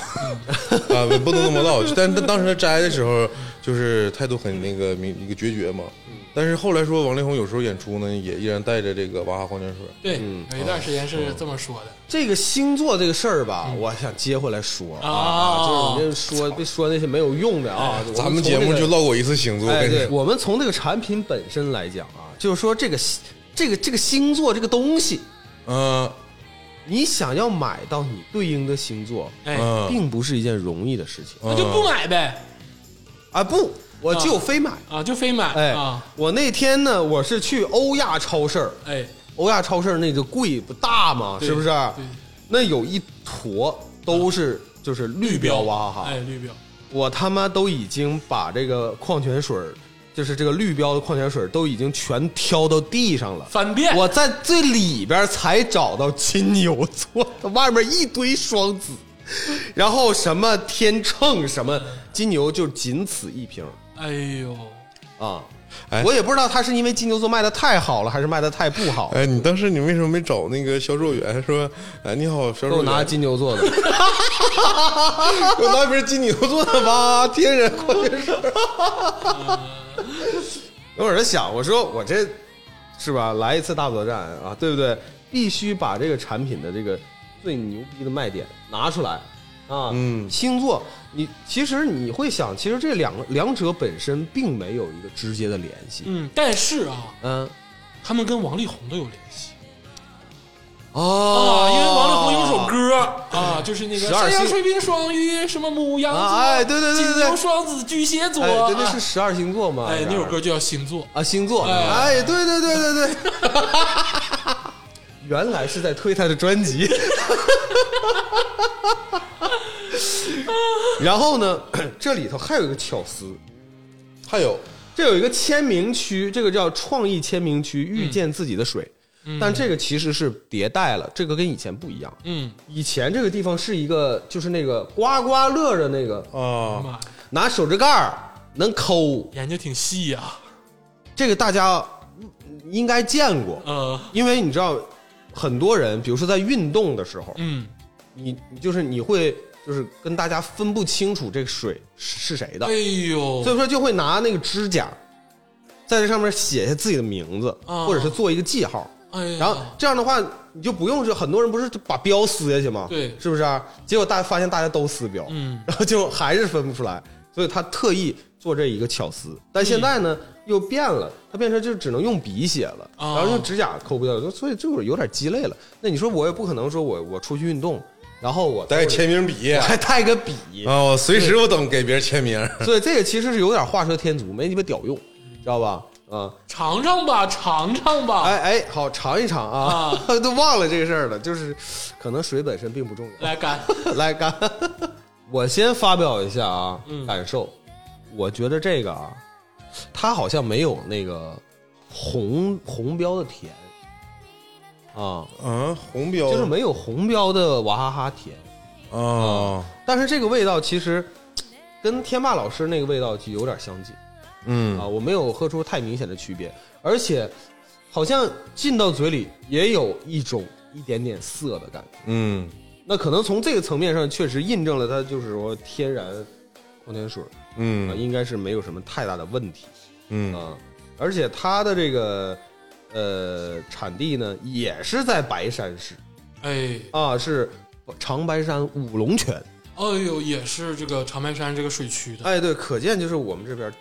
S2: 不能那么唠。但但当时他摘的时候，就是态度很那个明一个决绝嘛。
S3: 嗯
S2: 但是后来说，王力宏有时候演出呢，也依然带着这个娃哈哈矿泉水。
S1: 对，
S3: 嗯
S1: 有
S3: 哦
S1: 一段时间是这么说的。
S3: 这个星座这个事儿
S2: 嗯
S3: 吧，我想接回来说啊，
S1: 啊
S3: 就是你这说别说那些没有用的啊，
S2: 咱们节目就
S3: 漏。
S2: 唠过一次星座，
S3: 哎，
S2: 跟你
S3: 对，
S2: 说，
S3: 我们从这个产品本身来讲啊，就是说这个这个这个星座这个东西，
S2: 嗯
S3: 你想要买到你对应的星座，
S1: 哎，
S2: 嗯，
S3: 并不是一件容易的事情
S1: 那就不买呗，
S3: 啊！不，我就非买。
S1: 啊，就非买
S3: 哎
S1: 啊，，
S3: 我那天呢，我是去欧亚超市儿，
S1: 哎，
S3: 欧亚超市儿那个柜不大嘛，
S1: 对
S3: 是不是？
S1: 对，
S3: 那有一坨都是就是绿标娃哈哈
S1: 哎，，绿标，
S3: 我他妈都已经把这个矿泉水儿，就是这个绿标的矿泉水儿都已经全挑到地上了。
S1: 翻遍，
S3: 我在最里边才找到金牛座，外面一堆双子，然后什么天秤什么金牛就仅此一瓶
S1: 哎呦，
S3: 啊。
S2: 哎
S3: 我也不知道他是因为金牛座卖的太好了，还是卖的太不好，
S2: 哎，你当时你为什么没找那个销售员说，哎，你好，销
S3: 给我
S2: 售员，
S3: 拿金牛座的。
S2: 给我拿一瓶金牛座的吧，天然矿泉水。
S3: 我 有时想，我说我这是吧，来一次大作战啊，对不对？必须把这个产品的这个最牛逼的卖点拿出来啊。
S2: 嗯
S3: 星座，你其实你会想，其实这两个两者本身并没有一个直接的联系。
S1: 嗯，但是啊，
S3: 嗯，
S1: 他们跟王力宏都有联系
S3: 哦
S1: 啊，因为王力宏有首歌啊，就是那个
S3: 嗯十
S1: 山
S3: 二星
S1: 羊、水瓶、双鱼，什么母羊座，
S3: 啊哎对对对对对
S1: 金牛、双子、巨蟹座，
S3: 哎，对，那
S1: 啊
S3: 是十二星座嘛？
S1: 哎，
S3: 是吧
S1: 那首歌就叫星座，
S3: 啊，星座，
S1: 哎
S3: 哎，对对对对对， 原来是在推他的专辑。 然后呢， 这里头还有一个巧思，
S2: 还有，
S1: 嗯
S3: 这有一个签名区，这个叫创意签名区，遇见自己的水。但这个其实是迭代了，这个跟以前不一样。
S1: 嗯，
S3: 以前这个地方是一个，就是那个刮刮乐的那个，
S2: 啊，
S1: 妈呀，
S3: 拿手指盖儿能抠，
S1: 研究挺细呀、
S3: 这个大家嗯应该见过，
S1: 呃，
S3: 因为你知道，很多人，比如说在运动的时候，
S1: 嗯，
S3: 你你就是你会就是跟大家分不清楚这个水是是谁的
S1: 哎，呦
S3: 所，以说就会拿那个指甲在这上面写下自己的名字，
S1: 啊
S3: 或者是做一个记号。
S1: 哎呀，
S3: 然后这样的话，你就不用是很多人不是就把标撕下去吗？
S1: 对
S3: 是不是、啊？结果大家发现大家都撕标，
S1: 嗯
S3: 然后就还是分不出来，所以他特意做这一个巧思。但现在呢，又变了，他变成就只能用笔写了，
S1: 嗯哦
S3: 然后用指甲抠不掉，所以就是有点鸡肋了。那你说我也不可能说我我出去运动，然后我
S2: 带个签名笔啊，
S3: 还 带个笔，
S2: 我随时我等给别人签名。
S3: 所以这个其实是有点画蛇添足，没鸡巴屌用，
S1: 嗯
S3: 知道吧？啊、
S1: 尝尝吧，尝尝吧，
S3: 哎哎，好尝一尝啊， 都忘了这个事儿了，就是可能水本身并不重要。
S1: 来干，
S3: 来干， 我先发表一下啊、感受，我觉得这个啊，它好像没有那个红红标的甜啊，
S2: 啊，红标
S3: 就是没有红标的娃哈哈甜，
S2: 啊，
S3: 但是这个味道其实跟天霸老师那个味道就有点相近啊，
S2: 嗯，
S3: 我没有喝出太明显的区别，而且好像进到嘴里也有一种一点点涩的感觉。
S2: 嗯，
S3: 那可能从这个层面上，确实印证了它就是说天然矿泉水儿啊、
S2: 嗯，
S3: 应该是没有什么太大的问题啊、
S2: 嗯，
S3: 而且它的这个呃产地呢，也是在白山市
S1: 哎，
S3: 啊，是长白山五龙泉。
S1: 哎呦，也是这个长白山这个水区的
S3: 哎，对，可见就是我们这边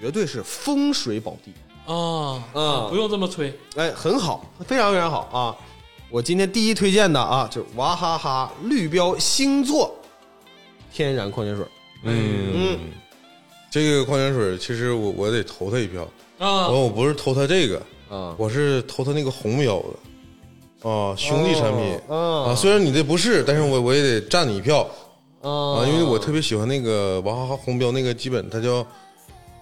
S3: 绝对是风水宝地。
S1: 啊，
S3: 嗯
S1: 不用这么催，
S3: 哎，很好，非常非常好啊！我今天第一推荐的啊，就是娃哈哈绿标星座天然矿泉水。
S2: 嗯，这个矿泉水其实我我得投他一票，
S1: 啊
S2: 完，
S3: 哦
S2: 我不是投他这个，
S3: 啊，
S2: 我是投他那个红标的啊，兄弟产品
S3: 哦
S2: 啊，虽然你这不是，但是我我也得站你一票
S3: 啊
S2: 啊，因为我特别喜欢那个娃哈哈红标那个，基本它叫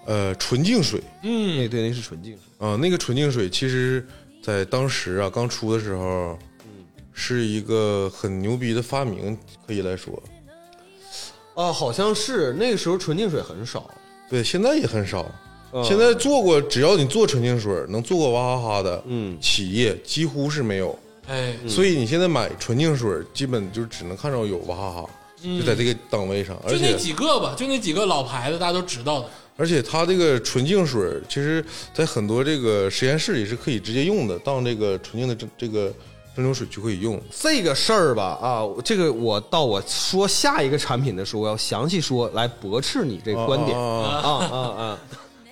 S2: 呃纯净水
S1: 嗯，
S3: 那对那是纯净水
S2: 啊，那个纯净水其实在当时啊刚出的时候，
S3: 嗯
S2: 是一个很牛逼的发明，可以来说，
S3: 啊，好像是那个时候纯净水很少，
S2: 对，现在也很少。
S3: 嗯
S2: 现在做过，只要你做纯净水，能做过娃哈哈的，
S3: 嗯
S2: 企业几乎是没有。
S1: 哎，
S2: 所以你现在买纯净水，基本就只能看着有娃哈哈，
S3: 嗯
S2: 就在这个档位上。而
S1: 就那
S2: 且
S1: 几个吧，就那几个老牌子，大家都知道的，
S2: 而且它这个纯净水，其实在很多这个实验室里是可以直接用的，当这个纯净的蒸这个蒸馏水就可以用。
S3: 这个事儿吧啊，这个我到我说下一个产品的时候，我要详细说来驳斥你这个观点啊
S2: 啊，
S3: 啊啊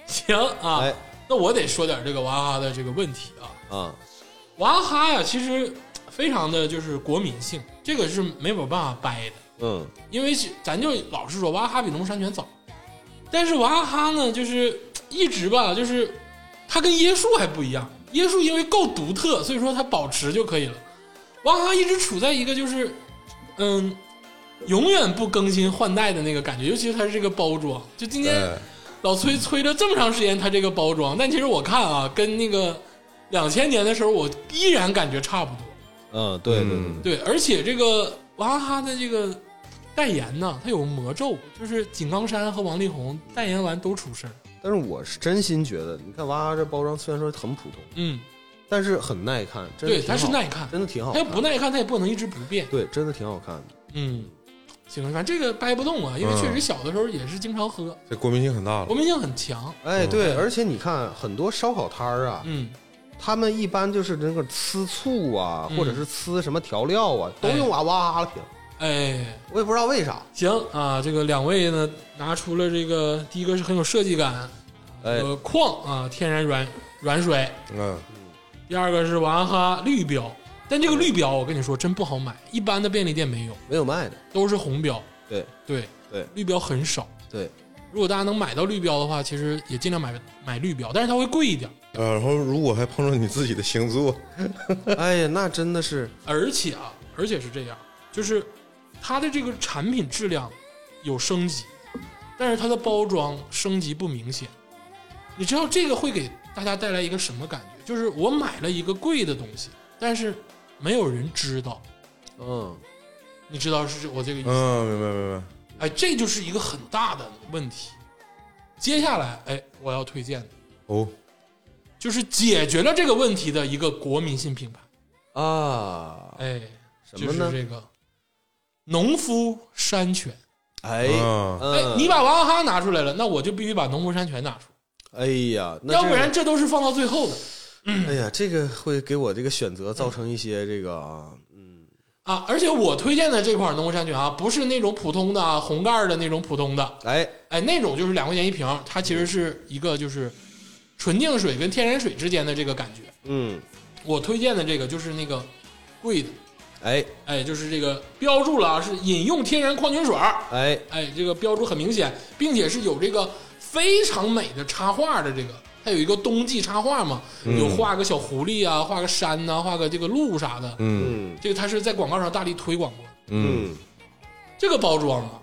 S1: 行啊，
S3: 哎
S1: 那我得说点这个娃哈哈的这个问题啊，
S3: 啊
S1: 娃哈哈呀，其实非常的就是国民性，这个是没有办法掰的，
S3: 嗯
S1: 因为是咱就老实说，娃哈哈比农夫山泉早，但是娃哈哈呢，就是一直吧，就是它跟椰树还不一样，椰树因为够独特，所以说它保持就可以了。娃哈哈一直处在一个就是，嗯，永远不更新换代的那个感觉，尤其是它这个包装，就今天
S2: 哎，
S1: 老崔催了这么长时间，它这个包装，但其实我看啊，跟那个两千年的时候，我依然感觉差不多。
S3: 嗯，对对对
S2: 嗯
S1: 对，而且这个娃哈哈的这个代言呢，它有魔咒，就是井冈山和王力宏代言完都出事儿。
S3: 但是我是真心觉得，你看娃娃这包装虽然说很普通，
S1: 嗯，
S3: 但是很耐看，真的
S1: 对，
S3: 挺
S1: 它是
S3: 好
S1: 耐看，
S3: 真的挺好
S1: 它要
S3: 看，
S1: 不耐看，它也不能一直不变。
S3: 对，真的挺好看的。
S1: 嗯，行，反正这个掰不动啊，因为确实小的时候也是经常喝，
S2: 这国民性很大了
S1: 国。民性很强。
S3: 哎，对，
S1: 嗯
S3: 而且你看很多烧烤摊儿啊，
S1: 嗯，
S3: 他们一般就是那个呲醋啊，
S1: 嗯
S3: 或者是呲什么调料啊，都
S1: 哎
S3: 用娃娃哈了瓶，
S1: 哎，
S3: 我也不知道为啥。
S1: 行啊，这个两位呢拿出了这个第一个是很有设计感，
S3: 哎
S1: 呃，矿啊天然软软水，
S2: 嗯，
S1: 第二个是娃哈哈绿标，但这个绿标我跟你说真不好买，一般的便利店没有，
S3: 没有卖的。
S1: 都是红标。
S3: 对
S1: 对
S3: 对，
S1: 绿标很少。
S3: 对，
S1: 如果大家能买到绿标的话，其实也尽量买买绿标，但是它会贵一点。
S2: 呃，然后如果还碰上你自己的星座，
S3: 哎呀，那真的是，
S1: 而且啊，而且是这样，就是它的这个产品质量有升级，但是它的包装升级不明显。你知道这个会给大家带来一个什么感觉？就是我买了一个贵的东西，但是没有人知道，
S3: 嗯，
S1: 你知道是我这个意思？
S2: 嗯，明白明白。
S1: 哎，这就是一个很大的问题。接下来，哎，我要推荐的
S2: 哦，
S1: 就是解决了这个问题的一个国民性品牌，
S3: 啊，
S1: 哎，
S3: 什么
S1: 就
S3: 呢
S1: 是这个农夫山泉。
S3: 哎，
S2: 啊，
S1: 哎，
S3: 嗯
S1: 你把娃哈哈拿出来了，那我就必须把农夫山泉拿出
S3: 哎呀，那
S1: 来，要
S3: 这
S1: 不然这都是放到最后的
S3: 哎呀，这个会给我这个选择造成一些这个啊，嗯，
S1: 啊。而且我推荐的这款农夫山泉啊，不是那种普通的啊，红盖儿的那种普通的，
S3: 哎，
S1: 哎，那种就是两块钱一瓶，它其实是一个就是纯净水跟天然水之间的这个感觉。
S3: 嗯，
S1: 我推荐的这个就是那个贵的，
S3: 哎，
S1: 哎，就是这个标注了啊，是饮用天然矿泉水儿，
S3: 哎，
S1: 哎，这个标注很明显，并且是有这个非常美的插画的这个，它有一个冬季插画嘛，
S3: 嗯
S1: 有画个小狐狸啊，画个山呐、画个这个鹿啥的，
S2: 嗯
S3: 嗯
S1: 这个它是在广告上大力推广过的，
S2: 嗯
S3: 嗯，
S1: 这个包装啊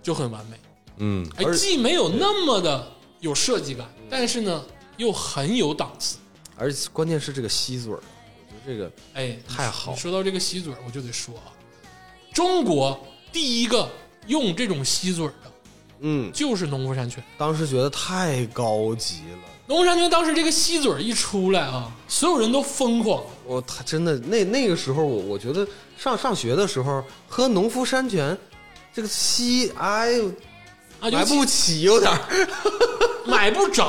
S1: 就很完美，
S2: 嗯
S1: 哎，
S3: 而嗯
S1: 既没有那么的有设计感，但是呢又很有档次，
S3: 而且关键是这个吸嘴儿，我觉得这个
S1: 哎，
S3: 太好
S1: 你说到这个吸嘴儿，我就得说啊，中国第一个用这种吸嘴儿的
S3: 嗯，
S1: 就是农夫山泉。
S3: 当时觉得太高级了，
S1: 农夫山泉当时这个吸嘴儿一出来啊，所有人都疯狂。
S3: 我他真的那那个时候我我觉得上上学的时候喝农夫山泉，这个吸哎呦
S1: 啊，
S3: 买不
S1: 起
S3: 起有点儿，
S1: 买不 着，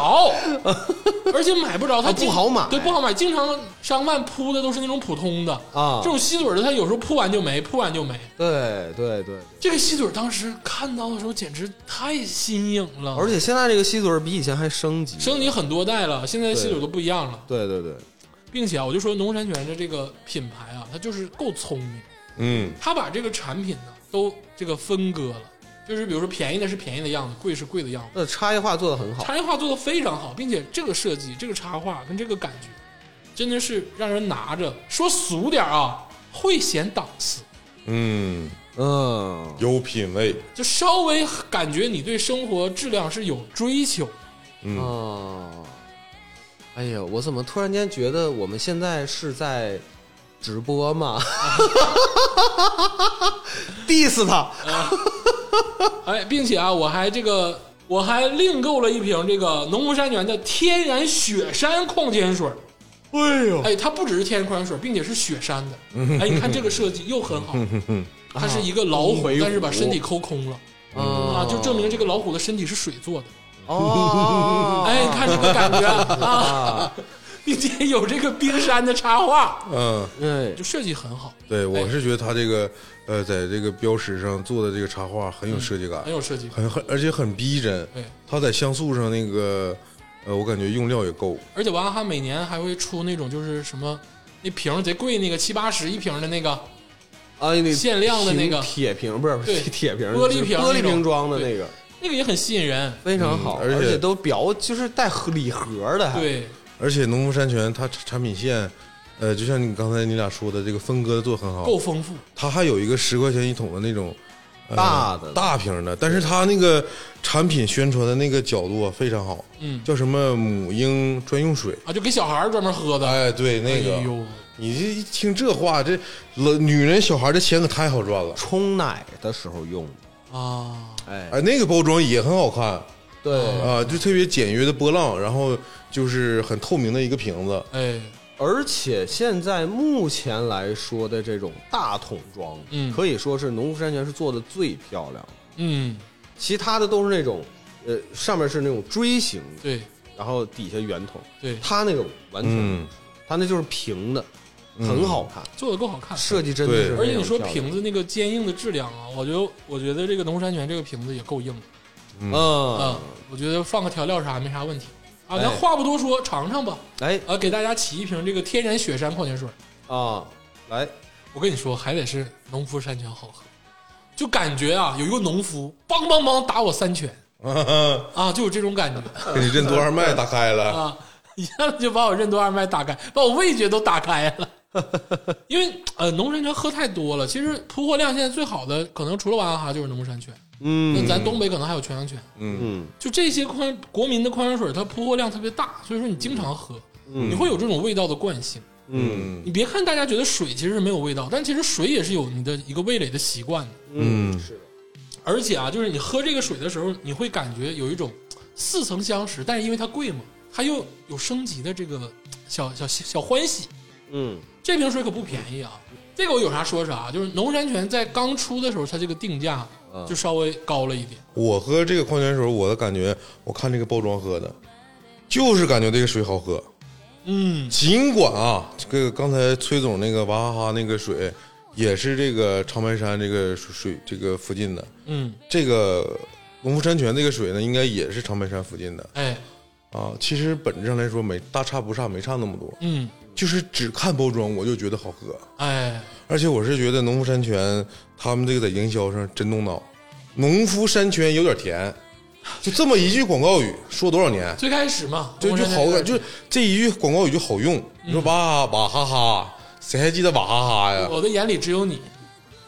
S1: 而且买不着，它
S3: 啊
S1: 经
S3: 不好买
S1: 对，不好买。经常商贩铺的都是那种普通的
S3: 啊
S1: 这种吸嘴儿的，它有时候铺完就没，铺完就没。
S3: 对对对，对
S1: 这个吸嘴儿当时看到的时候，简直太新颖了，
S3: 而且现在这个吸嘴儿比以前还升级，
S1: 升级很多代了，现在的吸嘴儿都不一样了。
S3: 对对对，
S1: 并且啊，我就说农夫山泉的这个品牌啊，它就是够聪明，
S2: 嗯
S1: 它把这个产品呢都这个分割了，就是比如说便宜的是便宜的样子，贵是贵的样子，
S3: 那差异化做的很好，
S1: 差异化做的非常好，并且这个设计、这个插画跟这个感觉，真的是让人拿着说俗点儿啊，会显档次，
S2: 嗯，
S3: 嗯，
S2: 有品位，
S1: 就稍微感觉你对生活质量是有追求。
S2: 嗯
S3: 哦，哎呀，我怎么突然间觉得我们现在是在直播吗 ？diss 他，
S1: 哎，并且啊，我还这个我还另购了一瓶这个农夫山泉的天然雪山矿泉水儿。
S3: 哎呦，
S1: 哎，它不只是天然矿泉水，并且是雪山的。哎，你看这个设计又很好，它是一个老虎，但是把身体抠空了啊，
S3: 啊
S1: 就证明这个老虎的身体是水做的。
S3: 哦，
S1: 哎，你看这个感觉 啊，并且有这个冰山的插画，
S2: 嗯，
S3: 哎
S1: 就，设计很好，
S2: 对，我是觉得他这个呃，在这个标识上做的这个插画很有设计感
S1: 很，有设计感。
S2: 很很而且很逼真。
S1: 对，
S2: 他在像素上那个呃，我感觉用料也够。
S1: 而且娃哈哈每年还会出那种就是什么那瓶儿贼贵那个七八十一瓶的那个，
S3: 啊，那
S1: 限量的那个
S3: 瓶铁瓶不是不是
S1: 对
S3: 铁瓶，
S1: 玻璃瓶
S3: 玻璃
S1: 那
S3: 瓶
S1: 种
S3: 装的那个
S1: 那个也很吸引人。
S3: 非常好，
S2: 嗯而且
S3: 且都表就是带盒礼盒的，还，
S1: 对，
S2: 而且农夫山泉它产产品线，呃，就像你刚才你俩说的，这个分割做得很好。
S1: 够丰富。
S2: 它还有一个十块钱一桶的那种、呃
S3: 大的
S2: 大瓶的，但是它那个产品宣传的那个角度啊非常好，
S1: 嗯
S2: 叫什么母婴专用水。
S1: 啊，就给小孩儿专门喝的。
S2: 哎，对，那个，
S1: 哎呦，
S2: 你这一听这话，这老女人小孩的钱可太好赚了。
S3: 冲奶的时候用的，
S1: 啊，
S3: 哎，
S2: 哎，那个包装也很好看
S3: 对，
S2: 啊，就特别简约的波浪，然后就是很透明的一个瓶子。
S1: 哎，
S3: 而且现在目前来说的这种大桶装，
S1: 嗯
S3: 可以说是农夫山泉是做的最漂亮的，
S1: 嗯，
S3: 其他的都是那种，呃，上面是那种锥形的，
S1: 对
S3: 然后底下圆筒，
S1: 对，
S3: 它那个完全，
S2: 嗯
S3: 它那就是平的，很好看，
S1: 做的够好看。
S3: 设计真的是
S2: 对
S1: 而且你
S3: 非常
S1: 说
S3: 漂亮
S1: 瓶子那个坚硬的质量啊，我就我觉得这个农夫山泉这个瓶子也够硬的。
S3: 嗯
S1: 嗯，，我觉得放个调料啥没啥问题啊。
S3: 哎
S1: 咱话不多说，尝尝吧。
S3: 哎
S1: 呃，给大家起一瓶这个天然雪山矿泉水，
S3: 啊，来，
S1: 我跟你说，还得是农夫山泉好喝，就感觉啊，有一个农夫梆梆梆打我三拳
S2: 嗯，
S1: 啊，就有这种感觉
S2: 给你 任督二脉打开了。
S1: 啊，一下子就把我任督二脉打开，把我味觉都打开了。因为呃，农夫山泉喝太多了。其实铺货量现在最好的，可能除了娃哈哈就是农夫山泉。
S3: 嗯
S1: 那咱东北可能还有泉阳泉。
S2: 嗯，
S3: 嗯
S1: 就这些矿国民的矿泉水，它铺货量特别大，所以说你经常喝，你会有这种味道的惯性。
S3: 嗯
S1: 你别看大家觉得水其实是没有味道，但其实水也是有你的一个味蕾的习惯的。
S2: 嗯
S3: 是的，
S1: 而且啊，就是你喝这个水的时候，你会感觉有一种似曾相识，但是因为它贵嘛，它又有升级的这个小小小欢喜。
S3: 嗯
S1: 这瓶水可不便宜啊！这个我有啥说啥，就是农夫山泉在刚出的时候，它这个定价就稍微高了一点。
S2: 我喝这个矿泉水，我的感觉，我看这个包装喝的，就是感觉这个水好喝。
S1: 嗯，
S2: 尽管啊，这个刚才崔总那个娃哈哈那个水，也是这个长白山这个水水这个附近的，
S1: 嗯，
S2: 这个农夫山泉这个水呢，应该也是长白山附近的
S1: 哎，
S2: 啊。其实本质上来说，没大差不差，没差那么多，
S1: 嗯，
S2: 就是只看包装我就觉得好喝。
S1: 哎，
S2: 而且我是觉得农夫山泉他们这个在营销上真动脑，农夫山泉有点甜，就这么一句广告语说多少年，
S1: 最开始嘛，
S2: 就就好感，就是这一句广告语就好用。
S3: 嗯
S2: 你说哇哇哈哈，谁还记得哇哈哈呀？
S1: 我的眼里只有你。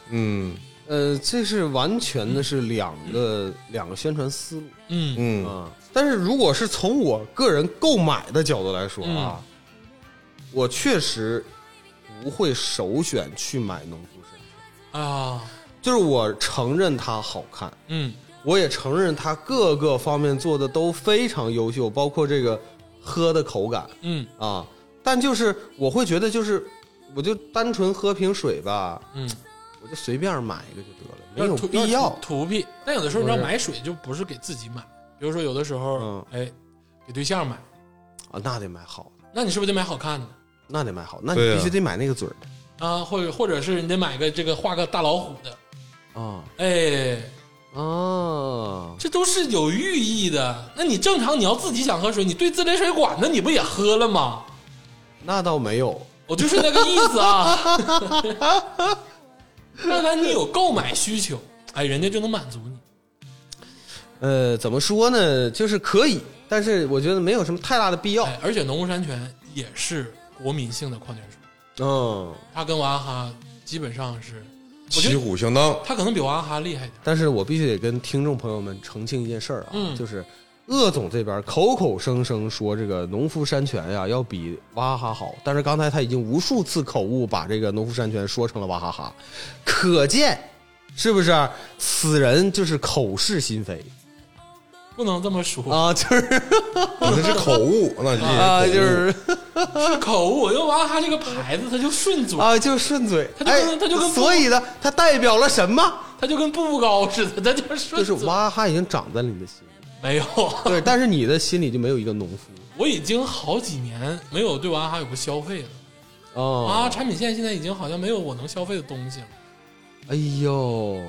S2: 嗯
S3: 呃，这是完全的是两个两个宣传思路。
S1: 嗯
S2: 嗯
S3: 啊，但是如果是从我个人购买的角度来说
S1: 嗯
S3: 啊，我确实不会首选去买农夫山泉，
S1: 啊，
S3: 就是我承认它好看，
S1: 嗯
S3: 我也承认它各个方面做的都非常优秀，包括这个喝的口感
S1: 嗯
S3: 啊，但就是我会觉得就是我就单纯喝瓶水吧，
S1: 嗯，
S3: 我就随便买一个就得了，没
S1: 点
S3: 有
S1: 土
S3: 必要
S1: 点。土土屁。但有的时候你
S3: 不
S1: 要
S3: 是
S1: 买水，就不是给自己买，比如说有的时候
S3: 嗯，
S1: 哎，给对象买，
S3: 啊，那得买好的，
S1: 那你是不是得买好看的
S3: 那得买好，那
S2: 对
S3: 你
S2: 啊
S3: 必须得买那个嘴儿的
S1: 啊？或者或者是你得买个这个画个大老虎的，
S3: 啊
S1: 哎，
S3: 啊，
S1: 这都是有寓意的。那你正常你要自己想喝水，你兑自来水管子你不也喝了吗？
S3: 那倒没有，
S1: 我就是那个意思啊。 但凡你有购买需求，哎，人家就能满足你。
S3: 呃，怎么说呢，就是可以，但是我觉得没有什么太大的必要。
S1: 哎，而且农夫山泉也是国民性的矿泉水，
S3: 嗯，
S1: 它跟娃哈哈基本上是，我觉
S2: 旗
S1: 得
S2: 鼓相当。
S1: 它可能比娃哈哈厉害一点。
S3: 但是我必须得跟听众朋友们澄清一件事儿啊，
S1: 嗯
S3: 就是鄂总这边口口声声说这个农夫山泉呀、要比娃哈哈好，但是刚才他已经无数次口误把这个农夫山泉说成了娃哈哈，可见是不是？此人就是口是心非
S1: 不能这么说，
S3: 啊，就是
S2: 你那是口 误，那你这
S3: 啊，就是
S1: 是口误。因为娃哈哈这个牌子，它就顺嘴，
S3: 啊，就是顺嘴，
S1: 他就
S3: 哎
S1: 跟，他就跟
S3: 所以呢，它代表了什么？
S1: 它就跟步步高似的，它就是
S3: 就
S1: 顺
S3: 是
S1: 嘴。
S3: 娃哈哈已经长在了你的心里。
S1: 没有，
S3: 对，但是你的心里就没有一个农夫
S1: 我已经好几年没有对娃哈哈有过消费了。啊，
S3: 哦
S1: 产品线现在已经好像没有我能消费的东西了。
S3: 哎呦，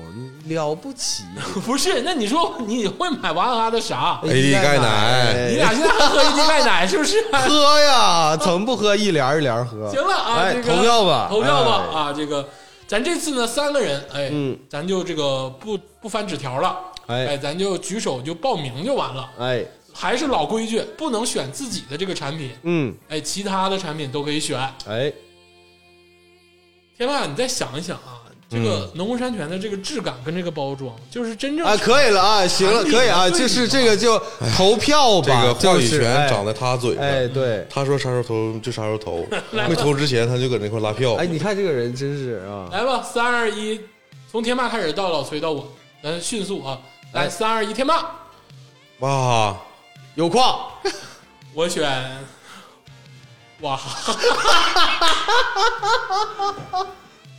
S3: 你了不起啊
S1: 不是，那你说你会买娃哈哈的啥？
S3: 哎
S2: AD 钙奶
S1: 你俩现在还喝一滴钙奶是不是？
S3: 哎喝呀，怎么不喝一帘儿一帘儿喝？
S1: 行了啊，
S3: 哎
S1: 这个
S3: 投票吧
S1: 投票吧
S3: 哎
S1: 啊！这个咱这次呢三个人，哎，
S3: 嗯
S1: 咱就这个不不翻纸条了，
S3: 哎
S1: 哎，咱就举手就报名就完了。
S3: 哎，
S1: 还是老规矩，不能选自己的这个产品，
S3: 嗯，
S1: 哎，其他的产品都可以选。
S3: 哎，
S1: 天霸，你再想一想啊，这个农夫山泉的这个质感跟这个包装，就是真正
S3: 啊，嗯可以了啊，行了，
S1: 产品
S3: 可以啊，
S1: 对比
S3: 就是
S1: 嘛
S3: 这个就投票
S2: 这
S3: 吧，
S2: 个话
S3: 就
S2: 语
S3: 是
S2: 权
S3: 哎
S2: 长在他嘴
S3: 哎，
S2: 上。
S3: 对，
S2: 他说啥时候投就啥时候 投，没投之前他就搁那块拉票。
S3: 哎，你看这个人真是啊，
S1: 来吧，三二一，从天霸开始到老崔到我，咱迅速啊！
S3: 哎
S1: 来，三二一，天霸，
S2: 哇，
S3: 有矿，
S1: 我选，哇，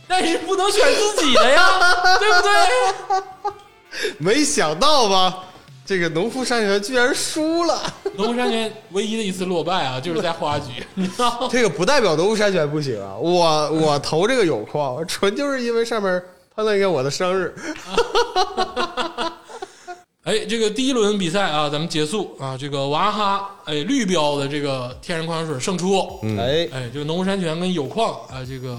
S1: 但是不能选自己的呀，对不对？
S3: 没想到吧？这个农夫山泉居然输了，
S1: 农夫山泉唯一的一次落败啊，就是在花局，你知道吗？
S3: 这个不代表农夫山泉不行啊！我我投这个有矿，纯就是因为上面喷了一个我的生日，
S1: 哎，这个第一轮比赛啊，咱们结束啊，这个娃哈哈，哎，绿标的这个天然矿泉水胜出，
S2: 嗯
S3: 哎，
S1: 哎，这个农夫山泉跟有矿啊，这个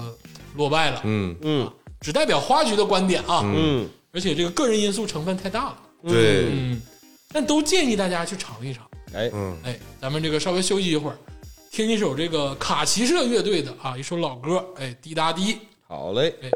S1: 落败了，
S2: 嗯，
S3: 嗯
S1: 只代表花局的观点啊，
S3: 嗯，
S1: 而且这个个人因素成分太大了。
S2: 对，
S1: 嗯，但都建议大家去尝一尝。
S3: 哎，
S2: 嗯，
S1: 哎，咱们这个稍微休息一会儿，听一首这个卡奇社乐队的啊一首老歌，哎，滴答滴，
S3: 好嘞，
S1: 哎，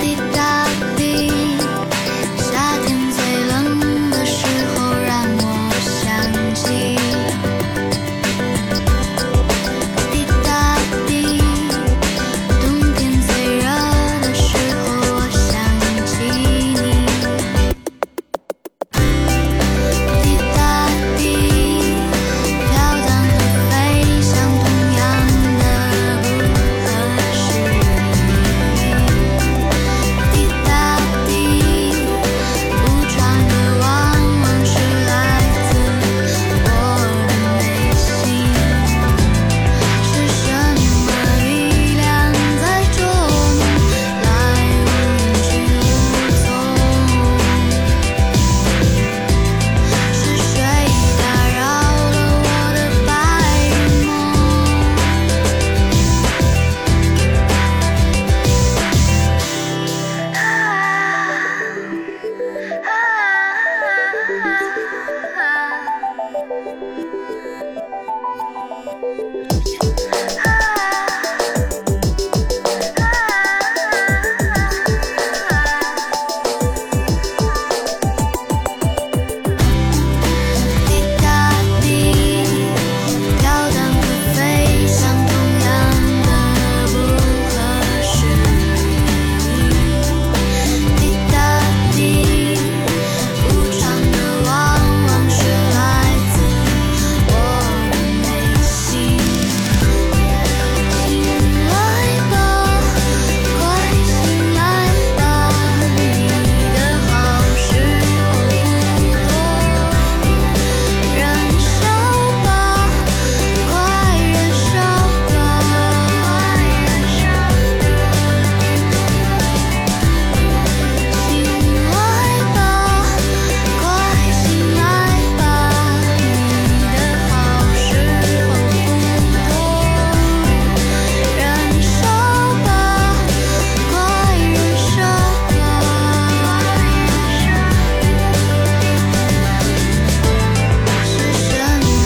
S4: 滴答滴，夏天最冷的时候让我想起。滴答滴，冬天最热的时候我想起你。滴答滴，飘荡和飞翔同样的不合时宜。滴答滴，无常的往往是来自我的内心。是什么力量在捉弄，来无去无从？是谁打扰了我的白日梦？滴答滴，飘荡和飞翔同样的不合时宜。滴答滴，无常的往往是来自我的内心。醒来吧，快醒来吧，你的好时候不多。燃烧吧，快燃烧吧！醒来吧，快醒来吧！你的好时候不多。燃烧吧，快燃烧吧！是什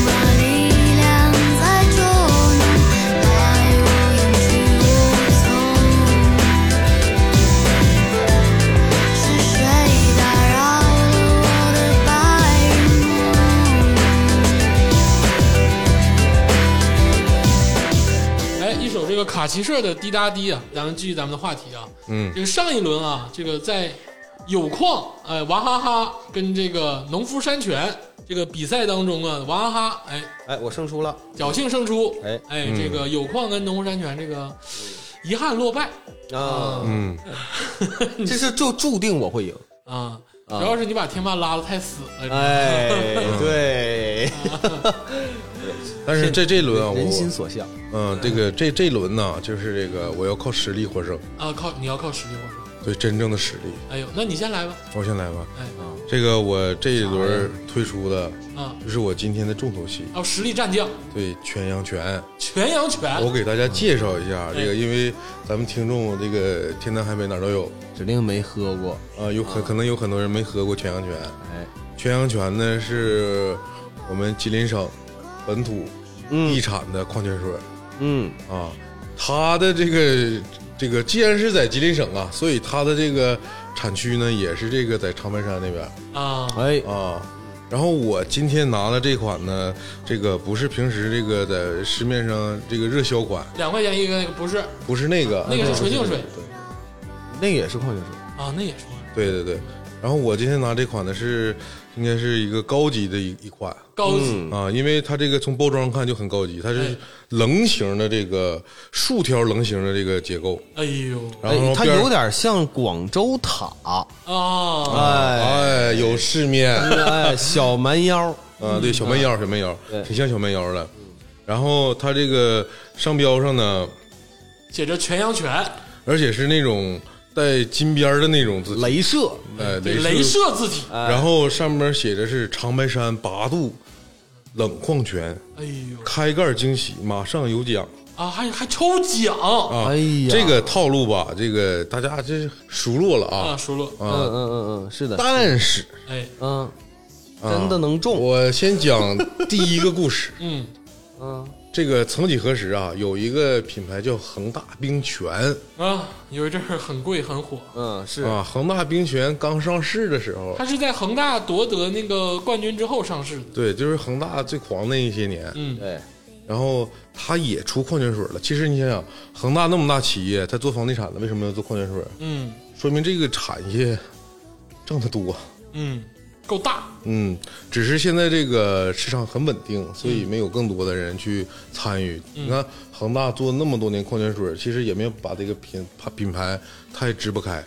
S4: 么力量在捉弄，来无影去无踪？是谁打扰了我的白日梦？
S1: 哎，一首这个卡奇社的滴答滴啊，咱们继续咱们的话题啊，
S2: 嗯
S1: 这个上一轮啊，这个在有矿呃娃哈哈跟这个农夫山泉这个比赛当中啊，娃哈哈哎
S3: 哎，我胜出了，
S1: 侥幸胜出，
S3: 哎
S1: 哎，
S2: 嗯
S1: 这个有矿跟农夫山泉这个遗憾落败
S3: 啊，
S2: 嗯，
S3: 这是就注定我会赢。
S1: 啊，主
S3: 啊
S1: 要是你把天霸拉的太死
S2: 嗯
S1: 了，
S3: 哎，对，
S2: 但是这这一轮啊，
S3: 人心
S2: 我
S3: 所向。
S2: 嗯，这个这这一轮呢，就是这个我要靠实力获胜，
S1: 啊，靠你要靠实力获胜。
S2: 对真正的实力。
S1: 哎呦，那你先来吧，
S2: 我先来吧，
S1: 哎
S3: 啊
S2: 这个我这一轮推出的
S1: 啊，
S2: 就是我今天的重头戏，
S1: 哦，实力战将
S2: 对全阳拳。
S1: 全阳
S2: 我
S1: 拳，
S2: 给大家介绍一下这
S1: 哎
S2: 个，因为咱们听众这个天南海北哪儿都有
S3: 指定没喝过。
S2: 啊，有可可能有很多人没喝过全阳泉。
S3: 哎，
S2: 全阳泉呢是我们吉林省本土地产的矿泉水
S3: 嗯，
S2: 啊，它的这个这个既然是在吉林省啊，所以它的这个产区呢也是这个在长白山那边。
S1: 啊，
S3: 哎，
S2: 啊。然后我今天拿的这款呢，这个不是平时这个在市面上这个热销款，
S1: 两块钱一个那个不是
S2: 不是那个，啊
S1: 那个是纯净水
S3: 那个也是矿泉水。
S1: 啊，那也是
S2: 对对对。然后我今天拿这款呢是应该是一个高级的一一款
S1: 高级，
S2: 啊，因为它这个从包装看就很高级，它
S1: 哎
S2: 是棱形的这个竖条棱形的这个结构，
S1: 哎呦
S2: 然后
S3: 哎它
S2: 边儿
S3: 有点像广州塔，
S1: 啊，
S3: 哎
S2: 哎有饰面，
S3: 哎，小蛮腰，
S2: 啊，对，小蛮腰，小蛮腰
S3: 对，
S2: 挺像小蛮腰的。然后它这个商标上呢，
S1: 写着全羊泉，
S2: 而且是那种带金边儿的那种字体，
S3: 镭射，
S2: 哎，
S1: 这
S2: 雷
S1: 镭。射字体，
S2: 然后上面写着是长白山八度冷矿泉，
S1: 哎呦
S2: 开盖惊喜，马上有奖
S1: 啊，还还抽奖
S2: 啊！
S3: 哎呀
S2: 这个套路吧，这个大家这熟络了
S1: 啊，
S2: 啊
S1: 熟了，
S3: 嗯
S2: 啊！
S3: 嗯嗯嗯，是的，
S2: 但是
S1: 哎，
S3: 嗯，
S2: 啊
S3: 真的能中，
S2: 我先讲第一个故事，
S1: 嗯，
S3: 嗯，
S2: 这个曾几何时啊，有一个品牌叫恒大冰泉。
S1: 啊，有一阵儿很贵很火，
S3: 嗯，是
S2: 啊，恒大冰泉刚上市的时候，
S1: 它是在恒大夺得那个冠军之后上市的，
S2: 对，就是恒大最狂那一些年，
S1: 嗯，
S3: 对，
S2: 然后它也出矿泉水了。其实你想想，恒大那么大企业，它做房地产的，为什么要做矿泉水？
S1: 嗯
S2: 说明这个产业挣得多。
S1: 嗯，够大，
S2: 嗯，只是现在这个市场很稳定，所以没有更多的人去参与。你看恒大做那么多年矿泉水，其实也没有把这个品把品牌太支不开。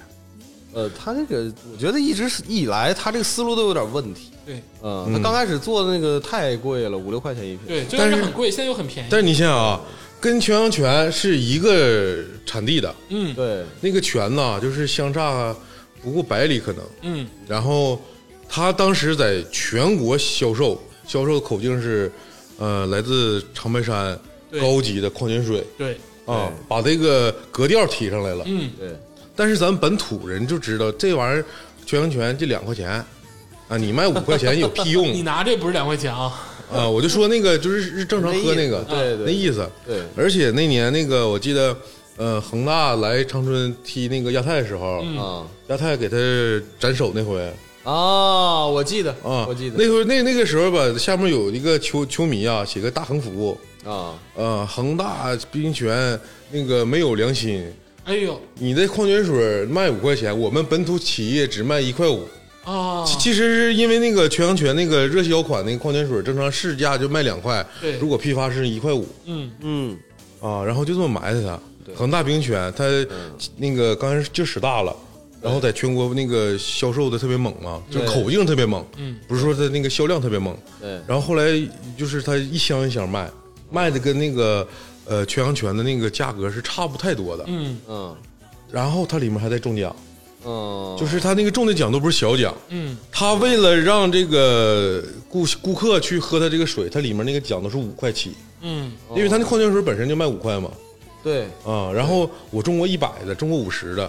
S3: 呃，他这个我觉得一直是以来他这个思路都有点问题，
S1: 对
S3: 嗯，他刚开始做的那个太贵了，五六块钱一瓶，
S1: 对，最开
S2: 但
S1: 始
S2: 是
S1: 很贵，现在又很便宜，
S2: 但是你想想啊，跟泉阳泉是一个产地的，
S1: 嗯
S3: 对，
S2: 那个泉呐，就是相差不过百里可能。
S1: 嗯
S2: 然后他当时在全国销售，销售口径是，呃，来自长白山
S1: 对
S2: 高级的矿泉水
S1: 对，
S2: 啊，把这个格调提上来了。
S1: 嗯
S3: 对，
S2: 但是咱本土人就知道这玩意儿全阳泉这两块钱。啊，你卖五块钱有屁
S1: 你
S2: 用
S1: 拿这不是两块钱啊？
S2: 啊！我就说那个就是是正常喝那个，
S3: 那意思对对
S2: 那意思。
S3: 对
S2: 而且那年那个我记得，呃，恒大来长春踢那个亚泰的时候，
S1: 嗯
S3: 啊
S2: 亚泰给他斩首那回
S3: 啊，我记得
S2: 啊，
S3: 我记得
S2: 那回那那个时候吧，下面有一个球球迷啊，写个大横幅，
S3: 啊，
S2: 呃，恒大冰泉那个没有良心，
S1: 哎呦
S2: 你的矿泉水卖五块钱，我们本土企业只卖一块五。
S1: 啊，
S2: 其其实是因为那个泉阳泉那个热销款那个矿泉水，正常市价就卖两块
S1: 对，
S2: 如果批发是一块五
S1: 嗯
S3: 嗯，
S2: 啊，然后就这么埋汰它。恒大冰泉，它
S3: 嗯
S2: 那个刚开始就使大了。然后在全国那个销售的特别猛嘛，就是
S3: 对
S2: 口径特别猛，
S1: 嗯，
S2: 不是说它那个销量特别猛，
S3: 对，
S2: 然后后来就是他一箱一箱卖，卖的跟那个呃全羊泉的那个价格是差不太多的。
S1: 嗯
S3: 嗯
S2: 然后它里面还在中奖，
S3: 嗯，
S2: 就是他那个中的奖都不是小奖。
S1: 嗯，
S2: 他为了让这个顾顾客去喝他这个水，它里面那个奖都是五块起，
S1: 嗯
S3: 哦
S2: 因为他那矿泉水本身就卖五块嘛。
S3: 对，
S2: 啊，然后我中国一百的，中国五十的，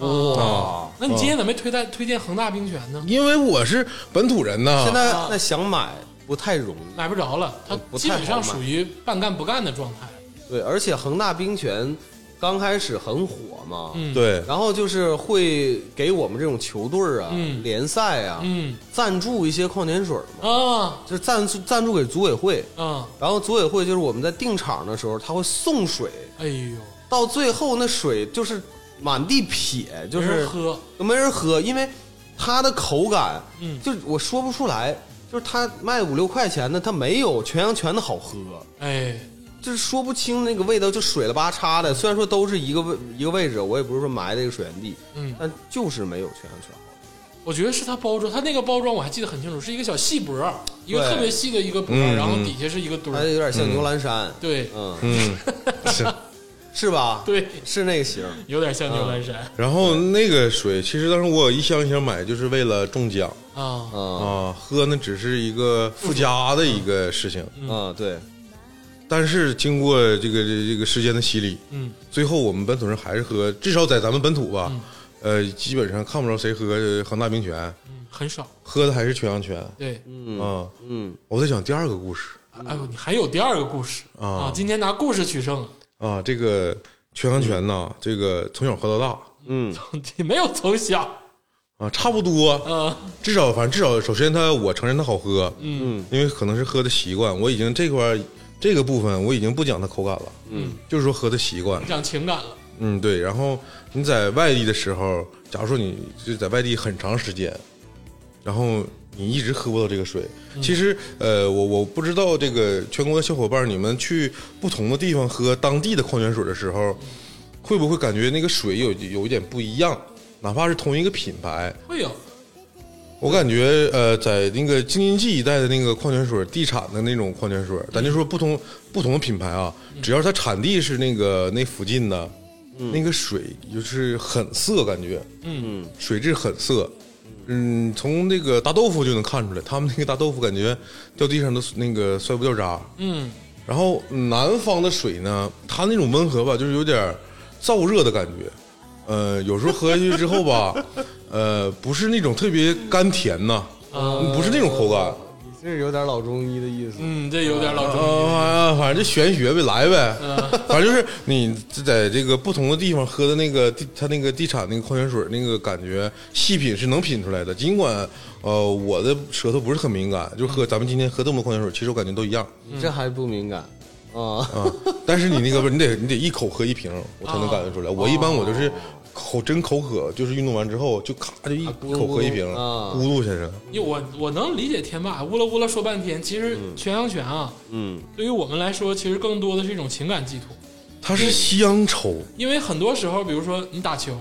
S3: 哇，
S1: 那你今天怎么没推荐推荐恒大冰泉呢？
S2: 因为我是本土人呐。
S3: 现在那想买不太容易。
S1: 买不着了，它
S3: 不
S1: 基
S3: 太好
S1: 本上
S3: 买
S1: 属于半干不干的状态。
S3: 对，而且恒大冰泉刚开始很火嘛，
S1: 嗯，，
S2: 对，
S3: 然后就是会给我们这种球队儿啊、
S1: 嗯
S3: 联赛啊、
S1: 嗯
S3: 赞助一些矿泉水嘛，
S1: 啊
S3: 就是赞助赞助给组委会，
S1: 啊，
S3: 然后组委会就是我们在定场的时候，他会送水，
S1: 哎呦，
S3: 到最后那水就是满地撇，就
S1: 没人
S3: 是
S1: 喝，
S3: 都没人喝，因为它的口感，
S1: 嗯
S3: 就是我说不出来，就是它卖五六块钱的，它没有全羊泉的好喝。
S1: 哎，
S3: 就是说不清那个味道，就水了吧叉的。虽然说都是一个位一个位置，我也不是说埋这个水源地，
S1: 嗯
S3: 但就是没有全羊泉好。
S1: 我觉得是它包装，它那个包装我还记得很清楚，是一个小细脖儿，一个
S3: 对哎
S1: 特别细的一个脖儿，
S2: 嗯
S1: 然后底下是一个墩
S3: 它
S1: 儿，
S3: 有点像牛栏山，
S1: 对
S3: 嗯，
S2: 嗯，是。
S3: 是吧？，
S1: 对，
S3: 是那个型儿。
S1: 有点像牛栏山
S2: 然后那个水，其实当时我一箱一箱买，就是为了中奖。
S1: 啊，
S3: 嗯
S2: 啊，喝那只是一个附加的一个事情，
S3: 嗯，对，
S2: 但是经过这个这这个时间的洗礼，
S1: 嗯，
S2: 最后我们本土人还是喝，至少在咱们本土吧，呃，基本上看不着谁喝呃恒大冰泉，
S1: 嗯很少，
S2: 喝的还是泉阳泉
S1: 对，
S2: 啊。
S3: 嗯，
S2: 我在讲第二个故事
S1: 哎呦，你还有第二个故事
S3: 嗯
S2: 啊
S1: 啊，今天拿故事取胜，
S2: 啊，这个泉阳泉呐，这个从小喝到大
S1: 没有从小，
S2: 啊，差不多，
S1: 呃，
S2: 至少反正至少，首先它我承认它好喝，嗯，因为可能是喝的习惯，我已经这块儿这个部分我已经不讲它口感了，嗯，就是说喝的习惯。
S1: 长情感了，
S2: 嗯，对。然后你在外地的时候，假如说你就在外地很长时间，然后你一直喝不到这个水。其实，呃，我我不知道这个全国的小伙伴，你们去不同的地方喝当地的矿泉水的时候，会不会感觉那个水有有一点不一样？哪怕是同一个品牌，
S1: 会有
S2: 我感觉呃，在那个京津冀一带的那个矿泉水，地产的那种矿泉水，咱就说不同不同的品牌啊，只要它产地是那个那附近的，那个水就是很涩，感觉，嗯，水质很涩，嗯，从那个大豆腐就能看出来，他们那个大豆腐感觉掉地上都那个摔不掉渣，
S1: 嗯，
S2: 然后南方的水呢，它那种温和吧，就是有点儿燥热的感觉。呃，有时候喝下去之后吧，呃，不是那种特别甘甜呐，不是那种口感。
S3: 你这有点老中医的意思。
S1: 嗯，这有点老中医。
S2: 啊，反正就玄学呗，来呗
S1: 嗯，
S2: 反正就是你在这个不同的地方喝的那个地，它那个地产那个矿泉水那个感觉，细品是能品出来的。尽管呃我的舌头不是很敏感，就喝咱们今天喝这么多矿泉水，其实我感觉都一样
S1: 嗯
S3: 你这还不敏感啊？
S2: 啊。但是你那个味儿，你得你得一口喝一瓶，我才能感觉出来。我一般我
S3: 哦
S2: 就是口真口渴，就是运动完之后就咔就一
S3: 咕噜咕噜
S2: 口喝一瓶，
S3: 啊
S2: 咕噜先生。
S1: 因为我我能理解天霸乌拉乌拉说半天，其实全羊泉啊，
S3: 嗯，
S1: 对于我们来说，其实更多的是一种情感寄托。
S2: 它
S3: 嗯
S2: 是乡愁，
S1: 因为很多时候，比如说你打球，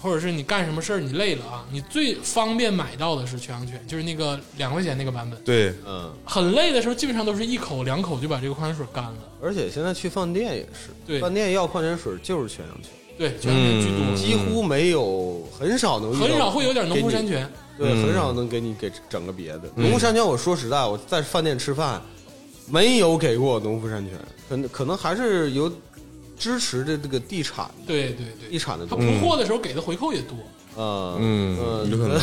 S1: 或者是你干什么事儿，你累了啊，你最方便买到的是全羊泉，就是那个两块钱那个版本。
S2: 对，
S3: 嗯，
S1: 很累的时候，基本上都是一口两口就把这个矿泉水干了。
S3: 而且现在去饭店也是，
S1: 对
S3: 饭店要矿泉水就是全羊泉，
S1: 对，全羊泉居
S2: 嗯
S1: 多，
S3: 几乎没有，很少能遇到
S1: 很少会有
S3: 嗯
S1: 点农夫山泉。
S3: 对，
S2: 嗯
S3: 很少能给你给整个别的。农夫山泉，我说实在，我在饭店吃饭没有给过农夫山泉，可能可能还是有支持的这个地产
S1: 对对
S3: 地
S1: 对，
S3: 产的
S1: 他
S3: 东西，嗯
S1: 铺货的时候给的回扣也多。
S3: 呃
S2: 嗯，有可能。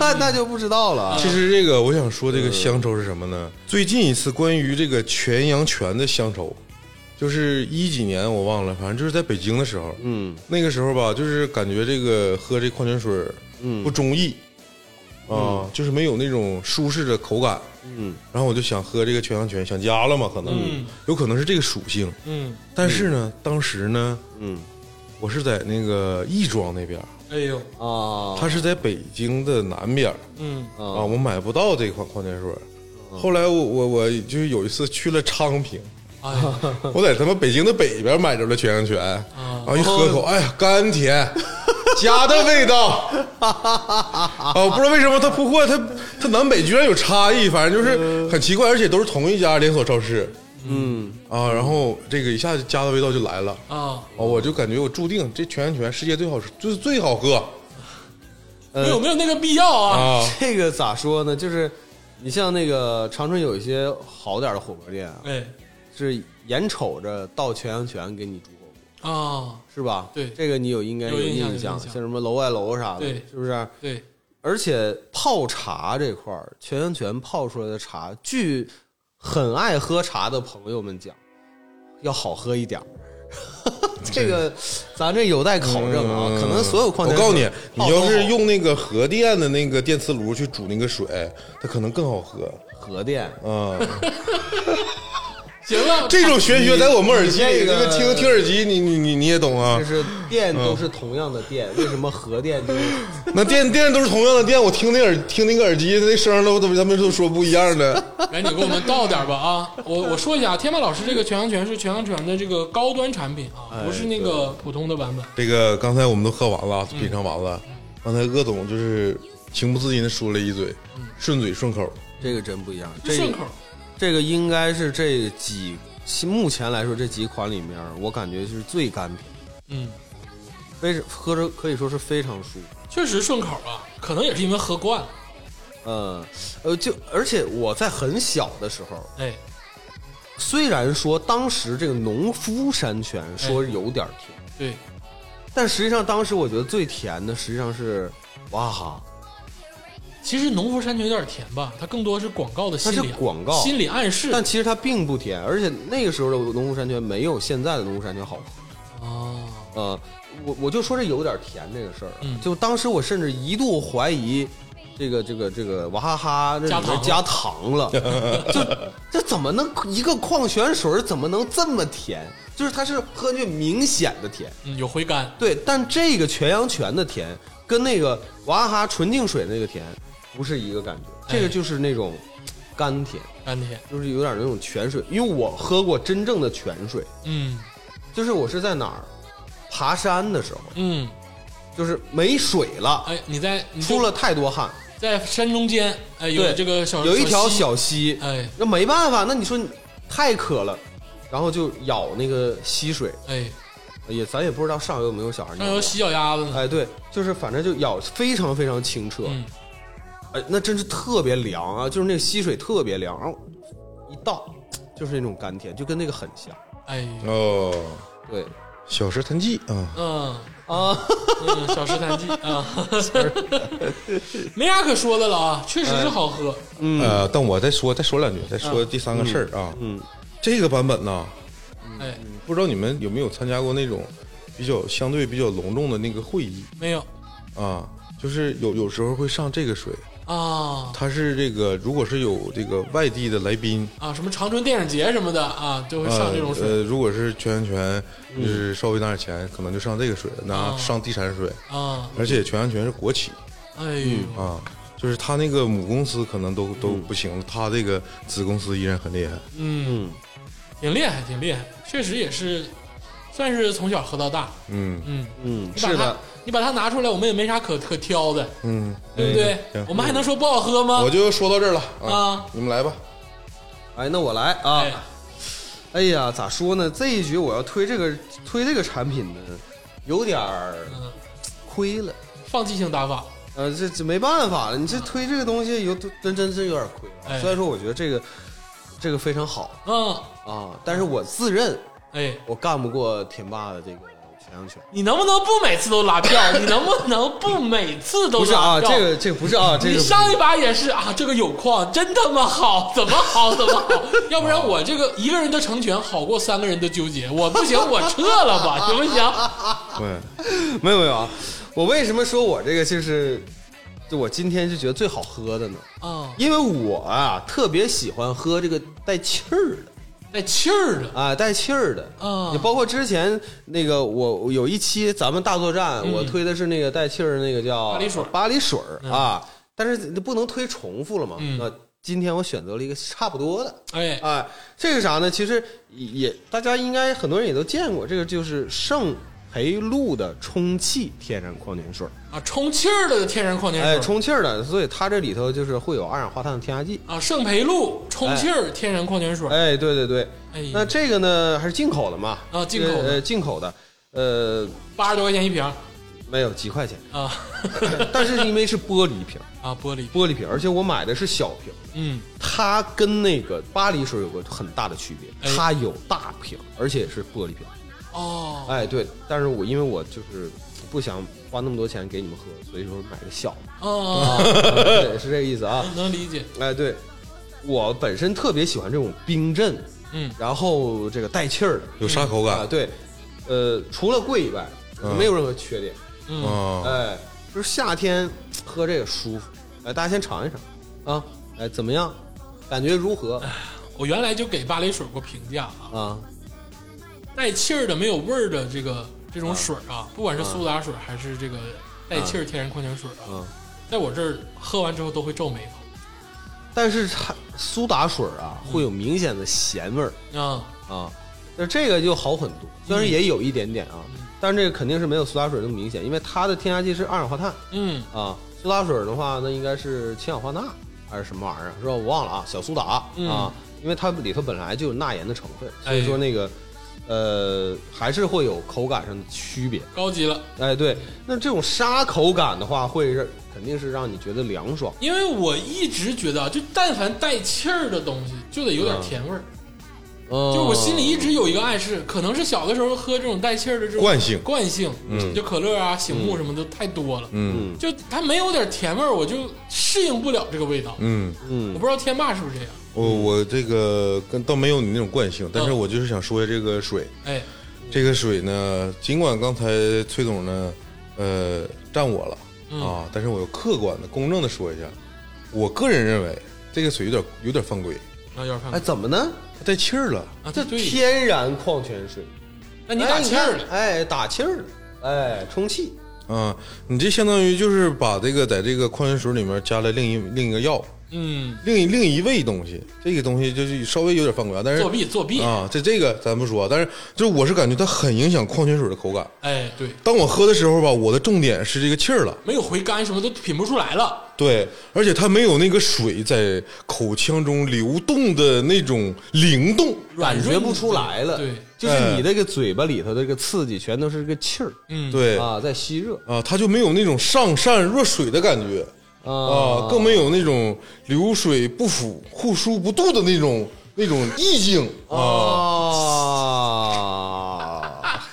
S3: 那 那就不知道了。啊
S2: 其实这个我想说，这
S3: 嗯
S2: 个乡愁是什么呢？最近一次关于这个全羊泉的乡愁，就是一几年我忘了，反正就是在北京的时候，
S3: 嗯
S2: 那个时候吧，就是感觉这个喝这矿泉水儿
S3: 嗯
S2: 不中意啊，就是没有那种舒适的口感。
S3: 嗯
S2: 然后我就想喝这个全羊泉，想家了嘛，可能、
S1: 嗯
S2: 有可能是这个属性。
S1: 嗯，
S2: 但是呢，当时呢，
S3: 嗯
S2: 我是在那个亦庄那边儿，
S1: 哎呦，
S3: 啊，
S2: 它是在北京的南边儿。
S1: 嗯
S2: 啊，
S3: 啊
S2: 我买不到这款矿泉水儿。后来我我我就是有一次去了昌平，
S1: 哎呀
S2: 我在他妈北京的北边买着了全羊泉，啊，一喝口，哎呀，甘甜，家的味道。啊，我不知道为什么它铺货，它它南北居然有差异，反正就是很奇怪，而且都是同一家连锁超市
S3: 嗯
S2: 啊。然后这个一下子家的味道就来了，
S1: 啊！
S2: 啊，我就感觉我注定这全羊泉世界最好吃，就是最好喝
S1: 没有没有那个必要啊。
S2: 啊。
S3: 这个咋说呢？就是你像那个长春有一些好点儿的火锅店啊，
S1: 哎
S3: 是眼瞅着到全羊泉给你煮火锅。
S1: 啊，
S3: 是吧？
S1: 对
S3: 这个你有应该
S1: 有印象有
S3: 印
S1: 印
S3: 象，
S1: 象
S3: 像什么楼外楼啥的，
S1: 对
S3: 是不是？
S1: 对，
S3: 而且泡茶这块儿，全羊泉泡出来的茶，据很爱喝茶的朋友们讲，要好喝一点儿。 这个咱这有待考证啊，
S2: 嗯
S3: 可能所有矿
S2: 我
S3: 泉水
S2: 告诉你，
S3: 泡
S2: 你要
S3: 都
S2: 是
S3: 好
S2: 用那个核电的那个电磁炉去煮那个水，它可能更好喝。
S3: 核电，
S2: 啊、
S1: 行了，
S2: 这种玄学在我们耳机
S3: 你
S2: 里，这
S3: 这个
S2: 个听听耳机，你你你你也懂啊
S3: 就？是电都是同样的电，
S2: 嗯
S3: 为什么核电就是
S2: 那电电都是同样的电，我听那耳听那个耳机，那声儿都都他们都说不一样的。
S1: 赶紧给我们倒点吧啊！我我说一下，天霸老师这个全羊泉是全羊泉的这个高端产品
S3: 哎
S1: 啊，不是那个普通的版本。
S2: 这个刚才我们都喝完了，品尝完了，刚才鄂总就是情不自禁的说了一嘴，顺嘴顺口。
S3: 这个真不一样？这
S1: 顺
S3: 个
S1: 口，
S3: 这个应该是这几目前来说这几款里面，我感觉是最甘甜。
S1: 嗯，
S3: 非喝着可以说是非常舒服。
S1: 确实顺口啊，可能也是因为喝惯了。
S3: 嗯，呃，就而且我在很小的时候，
S1: 哎，
S3: 虽然说当时这个农夫山泉说有点甜，
S1: 对，
S3: 但实际上当时我觉得最甜的实际上是娃哈哈，
S1: 其实农夫山泉有点甜吧，它更多是广告的心
S3: 它
S1: 理
S3: 是广告
S1: 心理暗示。
S3: 但其实它并不甜，而且那个时候的农夫山泉没有现在的农夫山泉好喝。
S1: 哦，
S3: 呃，我我就说这有点甜这个事儿啊，
S1: 嗯
S3: 就当时我甚至一度怀疑。这个这个这个娃哈哈这里面加
S1: 加
S3: 糖了， 就这怎么能一个矿泉水儿怎么能这么甜？就是它是喝进去明显的甜，
S1: 嗯，有回甘，
S3: 对，但这个全羊泉的甜跟那个娃哈哈纯净水那个甜不是一个感觉。这个就是那种甘甜，
S1: 甘甜，
S3: 就是有点那种泉水。因为我喝过真正的泉水，
S1: 嗯
S3: 就是我是在哪儿爬山的时候，
S1: 嗯，
S3: 就是没水了，
S1: 哎，你在你就
S3: 出了太多汗，
S1: 在山中间，哎，有
S3: 对
S1: 这个小
S3: 有一条
S1: 溪
S3: 小溪，
S1: 哎
S3: 那没办法，那你说你太渴了，然后就咬那个溪水，
S1: 哎，
S3: 也咱也不知道上游有没有小孩尿
S1: 上
S3: 过
S1: 有洗脚丫子呢，
S3: 哎，对，就是反正就咬非常非常清澈，
S1: 嗯
S3: 哎，那真是特别凉啊，就是那个溪水特别凉，然后一倒就是那种甘甜，就跟那个很像。
S1: 哎，
S2: 哦，
S3: 对，
S2: 小石潭记啊，
S1: 嗯。
S3: 啊，
S1: 嗯，小石潭记啊，没啥可说的了啊，确实是好喝。
S2: 呃，但我再说再说两句，再说第三个事儿啊，嗯，这个版本呢，
S1: 哎，
S2: 不知道你们有没有参加过那种比较相对比较隆重的那个会议
S1: 没有
S2: 啊？就是有有时候会上这个水，
S1: 啊
S2: 它是这个如果是有这个外地的来宾，
S1: 啊，什么长春电影节什么的啊，就会上这种
S2: 呃
S1: 水
S2: 呃，如果是全安全，就是稍微拿点钱，可能就上这个水，拿
S1: 啊
S2: 上地产水，
S3: 呃
S1: 啊。
S2: 而且全安全是国企
S1: 哎呦，
S3: 嗯
S2: 啊，就是他那个母公司可能都都不行，他这个子公司依然很厉害。
S1: 嗯，挺厉害，挺厉害，确实也是，算是从小喝到大。
S2: 嗯
S1: 嗯，
S3: 嗯，
S1: 你把
S3: 是
S1: 它
S3: 的，
S1: 你把它拿出来，我们也没啥可可挑的，
S2: 嗯，
S1: 对不对
S2: 行？
S1: 我们还能说不好喝吗
S2: 我？就说到这儿了
S1: 啊
S2: 啊，你们来吧。
S3: 哎，那我来啊。
S1: 哎
S3: 哎呀，咋说呢？这一局我要推这个推这个产品呢，有点儿
S1: 嗯，
S3: 亏了。
S1: 放弃性打法，
S3: 呃，这这没办法了，你这推这个东西有真真是有点亏了
S1: 嗯哎
S3: 啊。虽然说我觉得这个这个非常好
S1: 嗯，
S3: 啊，但是我自认
S1: 哎，
S3: 我干不过田爸的这个全羊拳。
S1: 你能不能不每次都拉票？你能不能不每次都
S3: 不是啊，
S1: 拉票？
S3: 这个这个不 是啊，这
S1: 你
S3: 个
S1: 上一把也是啊，这个有矿真他妈好，怎么好怎么 好，要不然我这个一个人的成全好过三个人的纠结，我不行，我撤了 吧，行不行？
S2: 对，
S3: 没有没有啊，我为什么说我这个就是，就我今天就觉得最好喝的呢？
S1: 啊，
S3: 因为我啊特别喜欢喝这个带气儿的
S1: 带气儿的，
S3: 啊，带气儿的
S1: 啊
S3: 也包括之前那个我我有一期咱们大作战，我推的是那个带气儿的那个
S1: 嗯巴
S3: 叫
S1: 黎水儿
S3: 巴黎水儿啊，但是你不能推重复了嘛。
S1: 嗯
S3: 那今天我选择了一个差不多的，
S1: 哎，
S3: 哎，这个啥呢？其实也大家应该很多人也都见过，这个就是圣培露的充气天然矿泉水儿，
S1: 啊，充气儿的天然矿泉水，
S3: 哎，充气儿的，所以它这里头就是会有二氧化碳的添加剂。
S1: 啊，圣培露充气儿天然矿泉水，
S3: 哎，对对对，
S1: 哎
S3: 那这个呢还是进口的嘛？
S1: 啊进口的
S3: 呃，进口的，呃，
S1: 八十多块钱一瓶
S3: 没有几块钱，
S1: 啊
S3: 但是因为是玻璃瓶，
S1: 啊，玻璃，
S3: 玻璃瓶，而且我买的是小瓶，
S1: 嗯，
S3: 它跟那个巴黎水有个很大的区别，
S1: 哎
S3: 它有大瓶，而且是玻璃瓶。
S1: 哦，
S3: 哎，对，但是我因为我就是不想花那么多钱给你们喝，所以说买 个小的，
S1: 哦，
S3: 对，是这个意思啊。
S1: 能能理解，
S3: 哎，对，我本身特别喜欢这种冰镇，
S1: 嗯，
S3: 然后这个带气儿
S2: 有啥口
S3: 的啊，
S2: 感？
S3: 对，呃，除了贵以外，
S2: 嗯
S3: 没有任何缺点。
S1: 嗯，
S2: 啊，
S3: 哎，就是夏天喝这个舒服。哎，大家先尝一尝啊，哎，怎么样？感觉如何
S1: 我原来就给巴黎水过评价啊。
S3: 啊？
S1: 带气儿的没有味儿的这个这种水儿啊，不管是苏打水还是这个带气儿天然矿泉水啊，
S3: 嗯，
S1: 在我这儿喝完之后都会皱眉头
S3: 但是它苏打水啊，会有明显的咸味儿。
S1: 啊。
S3: 啊，那这个就好很多，虽然也有一点点啊，但是这个肯定是没有苏打水那么明显，因为它的添加剂是二氧化碳
S1: 嗯，
S3: 啊，苏打水的话那应该是氢氧化钠还是什么玩意儿，是吧？我忘了啊，小苏打啊，
S1: 嗯
S3: 因为它里头本来就有钠盐的成分，
S1: 哎
S3: 所以说那个。呃，还是会有口感上的区别。
S1: 高级了，
S3: 哎，对，那这种沙口感的话，会是肯定是让你觉得凉爽。
S1: 因为我一直觉得啊，就但凡带气儿的东西就得有点甜味儿，
S3: 嗯，
S1: 就是我心里一直有一个暗示，可能是小的时候喝这种带气儿的这种
S2: 惯性
S1: 惯性，
S2: 嗯
S1: 就可乐啊、醒目什么的太多了，
S2: 嗯
S1: 就它没有点甜味儿，我就适应不了这个味道。
S2: 嗯，
S3: 嗯
S1: 我不知道天霸是不是这样，
S2: 我我这个跟倒没有你那种惯性，但
S1: 嗯
S2: 是我就是想说这个水，
S1: 哎，
S2: 这个水呢，尽管刚才崔总呢，呃，站我了、
S1: 嗯
S2: 啊，但是我客观的、公正的说一下，我个人认为这个水有点有点犯规，
S1: 那要是看
S3: 哎，
S1: 看
S3: 怎么呢？
S2: 它带气儿了。
S1: 啊，
S3: 这
S1: 哦对，
S3: 天然矿泉水，
S1: 那你打气儿了。
S3: 哎，你看哎，打气儿了，哎，充气，
S2: 啊，你这相当于就是把这个在这个矿泉水里面加了另一另一个药，
S1: 嗯，
S2: 另一另一味东西，这个东西就是稍微有点犯规啊，
S3: 哎
S2: 但是
S1: 作弊作弊，
S2: 啊，这这个咱不说，但是就是我是感觉它很影响矿泉水的口感。
S1: 哎，对，
S2: 当我喝的时候吧，我的重点是这个气儿了，
S1: 没有回甘什么都品不出来了，
S2: 对，而且它没有那个水在口腔中流动的那种灵动，
S1: 软
S3: 感
S1: 润
S3: 觉不出来了，
S1: 对，哎
S3: 就是你这个嘴巴里头的这个刺激，全都是这个气儿，
S1: 嗯，，
S2: 对
S3: 啊，在吸热
S2: 啊，它就没有那种上善若水的感觉
S3: 哦
S2: 啊，更没有那种流水不腐、互疏不度的那种那种意境啊。
S3: 哦啊，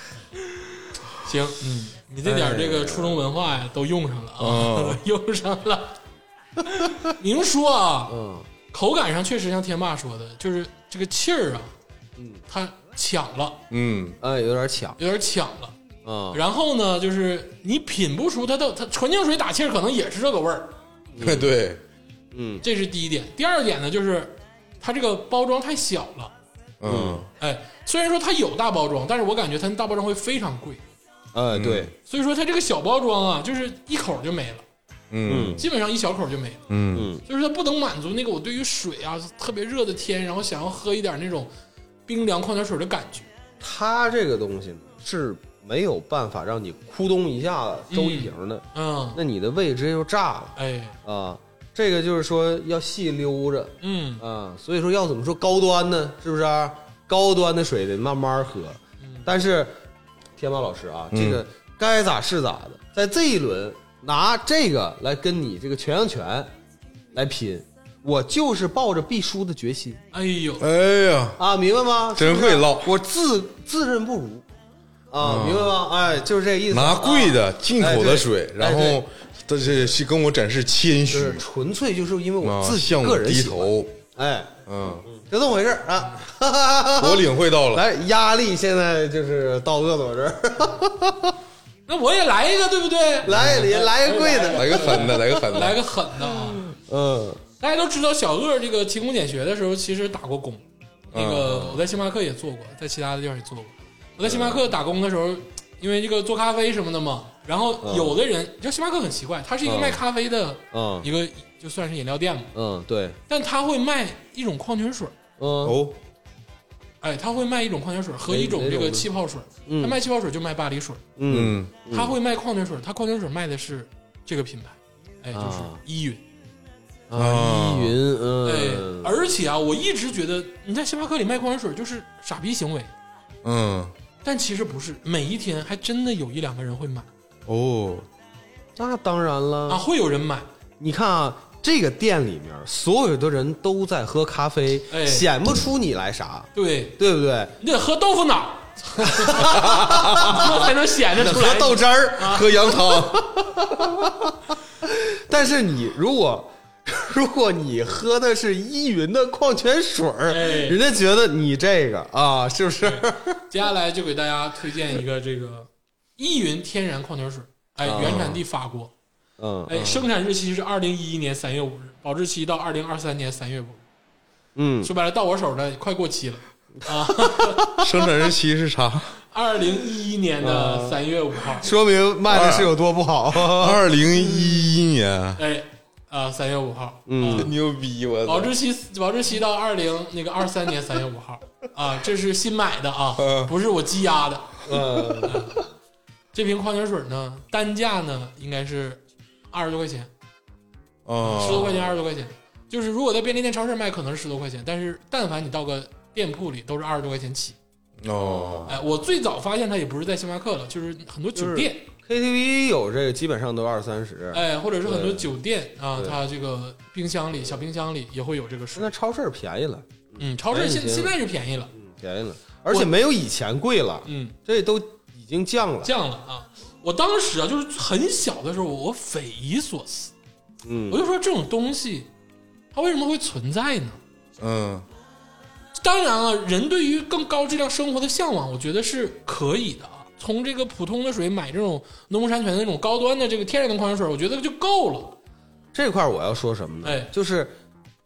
S1: 行，嗯，你这点儿
S3: 哎
S1: 这个初中文化呀，都用上了啊
S2: 哦，
S1: 用上了。明说啊，
S3: 嗯
S1: 口感上确实像天霸说的，就是这个气儿啊，嗯，它抢了，
S2: 嗯，
S3: 哎，有点抢
S1: 有点抢了。
S3: 啊，
S1: 然后呢，就是你品不出它的，它纯净水打气儿可能也是这个味儿，
S2: 对，
S3: 嗯
S1: 这是第一点。第二点呢，就是它这个包装太小了。
S2: 嗯
S1: 哎，虽然说它有大包装，但是我感觉它那大包装会非常贵，
S3: 哎，对，
S1: 所以说它这个小包装啊，就是一口就没了，
S2: 嗯
S1: 基本上一小口就没了。
S2: 嗯
S1: 就是它不能满足那个我对于水啊特别热的天，然后想要喝一点那种冰凉矿泉水的感觉。
S3: 它这个东西呢是没有办法让你咕咚一下子都赢的，
S1: 嗯，
S3: 那你的胃直接就炸了
S1: 哎，
S3: 啊。这个就是说要细溜着
S1: 嗯，
S3: 啊，所以说要怎么说高端呢？是不是、高端的水得慢慢喝，但是天霸老师啊，
S2: 嗯
S3: 这个该咋是咋的，在这一轮拿这个来跟你这个全阳泉来拼，我就是抱着必输的决心
S1: 哎
S3: 嗯
S1: 呦，
S2: 哎呀，
S3: 啊，明白吗？
S2: 真
S3: 是不是
S2: 会唠
S3: 我自自认不如啊，明白吗？哎，就是这意思，
S2: 拿贵
S3: 啊
S2: 的进口的水，
S3: 哎对哎
S2: 然后这是是跟我展示谦
S3: 就
S2: 虚
S3: 是纯粹就是因为我
S2: 啊，
S3: 自己
S2: 向
S3: 个
S2: 我
S3: 人
S2: 低
S3: 喜欢，
S2: 头，
S3: 哎，
S2: 嗯，
S3: 就这么回事儿啊。
S2: 我领会到了。
S3: 来，压力现在就是到鄂总这儿，
S1: 那我也来一个，对不对？
S3: 来 也来个贵的，
S2: 来个狠的，来个狠
S1: 来
S2: 的，
S1: 个狠的啊！
S3: 嗯
S1: 大家都知道小鄂这个勤工俭学的时候，其实打过工。那
S3: 嗯
S1: 个我在星巴克也做过，在其他的地方也做过。我在星巴克打工的时候，因为这个做咖啡什么的嘛，然后有的人，你知道星巴克很奇怪，它是一个卖咖啡的
S3: 嗯
S1: 一个就算是饮料店嘛，
S3: 嗯，对，
S1: 但它会卖一种矿泉水，
S3: 嗯
S2: 哦，
S1: 哎，它会卖一种矿泉水和一种这个气泡水。
S3: 嗯
S1: 它卖气泡水就卖巴黎水，
S3: 嗯
S2: 嗯
S1: 它会卖矿泉水，它矿泉水卖的是这个品牌，哎，就是
S3: 啊
S1: 依云。
S2: 嗯哎
S3: 啊，依云，
S1: 对，
S3: 嗯，
S1: 而且啊，我一直觉得你在星巴克里卖矿泉水就是傻逼行为，
S2: 嗯，
S1: 但其实不是，每一天还真的有一两个人会买
S2: 哦，
S3: 那当然
S1: 啊，
S3: 了，
S1: 会有人买，
S3: 你看啊，这个店里面所有的人都在喝咖啡，
S1: 哎
S3: 显不出你来啥，
S1: 对
S3: 对不对？
S1: 你得喝豆腐脑， 那才能显得出来啊
S3: 喝。豆汁儿，
S2: 喝羊汤，
S3: 但是你如果 如果你喝的是依云的矿泉水儿，
S1: 哎
S3: 人家觉得你这个啊，是不是？
S1: 接下来就给大家推荐一个这个依云天然矿泉水，哎，
S3: 啊
S1: 原产地法国，
S3: 嗯
S1: 哎，生产日期是二零一一年三月五日，保质期到二零二三年三月五日。
S3: 嗯
S1: 说白了，到我手上快过期了啊，
S2: 生产日期是啥？
S1: 二零一一年
S3: 嗯
S1: 的三月五号，
S3: 说明卖
S1: 啊
S3: 的是有多 不好。
S2: 二零一一年，
S1: 哎，啊，三月五号，
S3: 嗯
S1: 啊
S2: 牛逼我
S1: 保
S2: 操！
S1: 质期保质期到二零那个二三年三月五号啊，这是新买的啊，不是我积压的。
S3: 嗯
S1: 这瓶矿泉水呢，单价呢应该是二十多块钱，
S3: 哦
S1: 十多
S2: 啊，
S1: 块钱，二十多块钱。就是如果在便利店、超市卖，可能是十多块钱，但是但凡你到个店铺里，都是二十多块钱起。
S2: 哦，
S1: 哎，我最早发现它也不是在星巴克了，就是很多酒店，
S3: ，KTV 有这个，基本上都二三十。
S1: 哎，或者是很多
S3: 对
S1: 酒店啊，
S3: 对
S1: 它这个冰箱里、小冰箱里也会有这个水
S3: 那。超市便宜了，
S1: 嗯，超市
S3: 哎
S1: 现
S3: 行
S1: 现在是便宜了，
S3: 便宜了，而且没有以前贵了，
S1: 嗯，
S3: 这都已经降了。
S1: 降了啊。我当时啊，就是很小的时候，我匪夷所思，我
S3: 嗯
S1: 就说这种东西，它为什么会存在呢？
S2: 嗯
S1: 当然啊，人对于更高质量生活的向往，我觉得是可以的啊。从这个普通的水买这种农夫山泉的那种高端的这个天然的矿泉水，我觉得就够了。
S3: 这块儿我要说什么呢？
S1: 哎
S3: 就是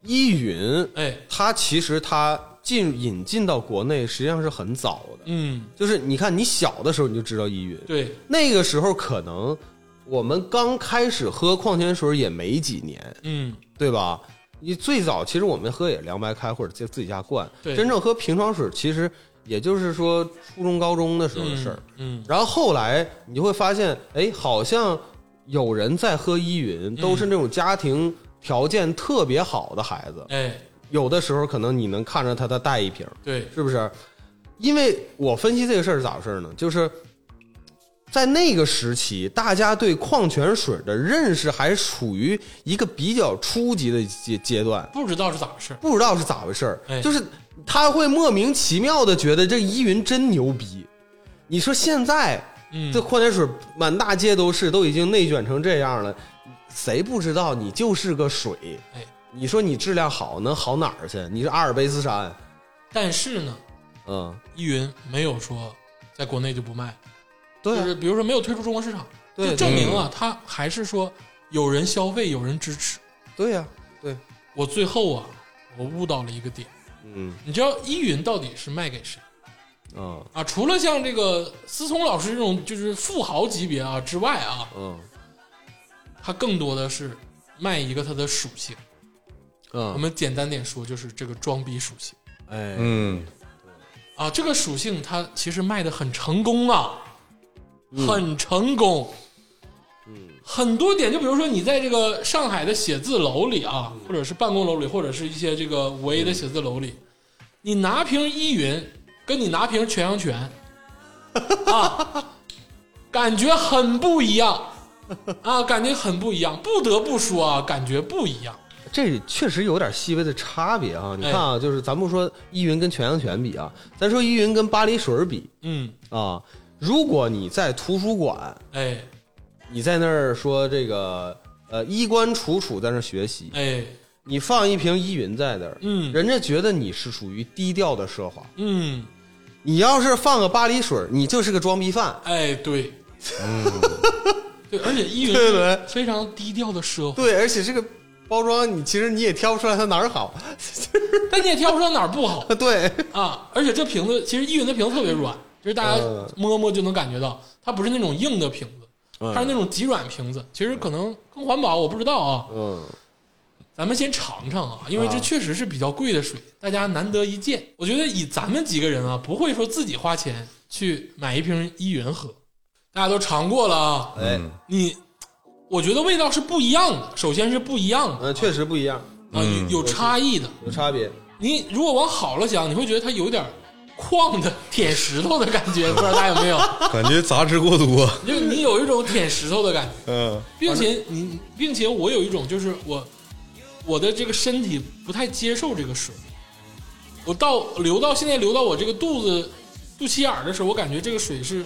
S3: 依云，
S1: 哎，
S3: 它其实它进引进到国内实际上是很早的，
S1: 嗯，
S3: 就是你看你小的时候你就知道依云，
S1: 对，
S3: 那个时候可能我们刚开始喝矿泉水也没几年，
S1: 嗯，
S3: 对吧？你最早其实我们喝也凉白开或者自自己家灌，
S1: 对
S3: 真正喝瓶装水其实也就是说初中高中的时候的事儿。
S1: 嗯，
S3: 然后后来你就会发现，哎，好像有人在喝依云，都是那种家庭条件特别好的孩子
S1: 嗯，。哎，
S3: 有的时候可能你能看着他，他带一瓶，
S1: 对，
S3: 是不是？因为我分析这个事儿是咋回事呢？就是在那个时期，大家对矿泉水的认识还处于一个比较初级的阶阶段，
S1: 不知道是咋回事儿，
S3: 不知道是咋回事儿
S1: 哎，
S3: 就是他会莫名其妙的觉得这依云真牛逼。你说现在
S1: 嗯，
S3: 这矿泉水满大街都是，都已经内卷成这样了，谁不知道你就是个水？
S1: 哎，
S3: 你说你质量好能好哪儿去？你是阿尔卑斯山，
S1: 但是呢，
S3: 嗯，
S1: 依云没有说在国内就不卖，
S3: 对啊
S1: 就是比如说没有退出中国市场，
S3: 对
S1: 就证明啊，他还是说有人消费，有人支持。
S3: 对呀、对，
S1: 我最后啊，我悟到了一个点，
S3: 嗯
S1: 你知道依云到底是卖给谁
S3: 啊
S1: 啊？除了像这个思聪老师这种就是富豪级别啊之外啊，
S3: 嗯
S1: 它更多的是卖一个它的属性。我
S3: 嗯，
S1: 们简单点说，就是这个装逼属性
S3: 哎，
S2: 嗯，
S1: 啊，这个属性它其实卖的很成功啊，很成功。嗯，很多点，就比如说你在这个上海的写字楼里啊，或者是办公楼里，或者是一些这个五 A 的写字楼里，你拿瓶依云，跟你拿瓶全羊泉，啊，感觉很不一样啊，感觉很不一样，不得不说啊，感觉不一样。
S3: 这确实有点细微的差别啊。你
S1: 哎
S3: 看啊，就是咱不说依云跟全羊泉比啊，咱说依云跟巴黎水儿比
S1: 嗯，
S3: 啊。如果你在图书馆，
S1: 哎
S3: 你在那儿说这个呃衣冠楚楚在那儿学习，
S1: 哎，
S3: 你放一瓶依云在那儿，
S1: 嗯
S3: 人家觉得你是属于低调的奢华。
S1: 嗯，
S3: 你要是放个巴黎水儿，你就是个装逼犯。
S1: 哎，对， 对，而且依云
S3: 对了
S1: 是非常低调的奢华，
S3: 对，而且这个包装你其实你也挑不出来它哪儿好。
S1: 但你也挑不出来哪儿不好
S3: 对，
S1: 啊。而且这瓶子其实依云的瓶子特别软，就是大家
S3: 嗯
S1: 摸摸就能感觉到，它不是那种硬的瓶子，它是那种极软瓶子，其实可能更环保，我不知道啊。
S3: 嗯，
S1: 咱们先尝尝啊，因为这确实是比较贵的水，大家难得一见。我觉得以咱们几个人啊，不会说自己花钱去买一瓶依云喝，大家都尝过了啊。
S3: 哎，
S1: 你，我觉得味道是不一样的，首先是不一样的
S3: 嗯，确实不一样，
S1: 啊，有有差异的。
S3: 有差别。
S1: 你如果往好了想，你会觉得它有点矿的舔石头的感觉，不知道大家有没有？
S2: 感觉杂质过多，
S1: 就你有一种舔石头的感觉。
S2: 嗯
S1: 并且你，并且我有一种就是我我的这个身体不太接受这个水，我到流到现在流到我这个肚子肚脐眼儿的时候，我感觉这个水是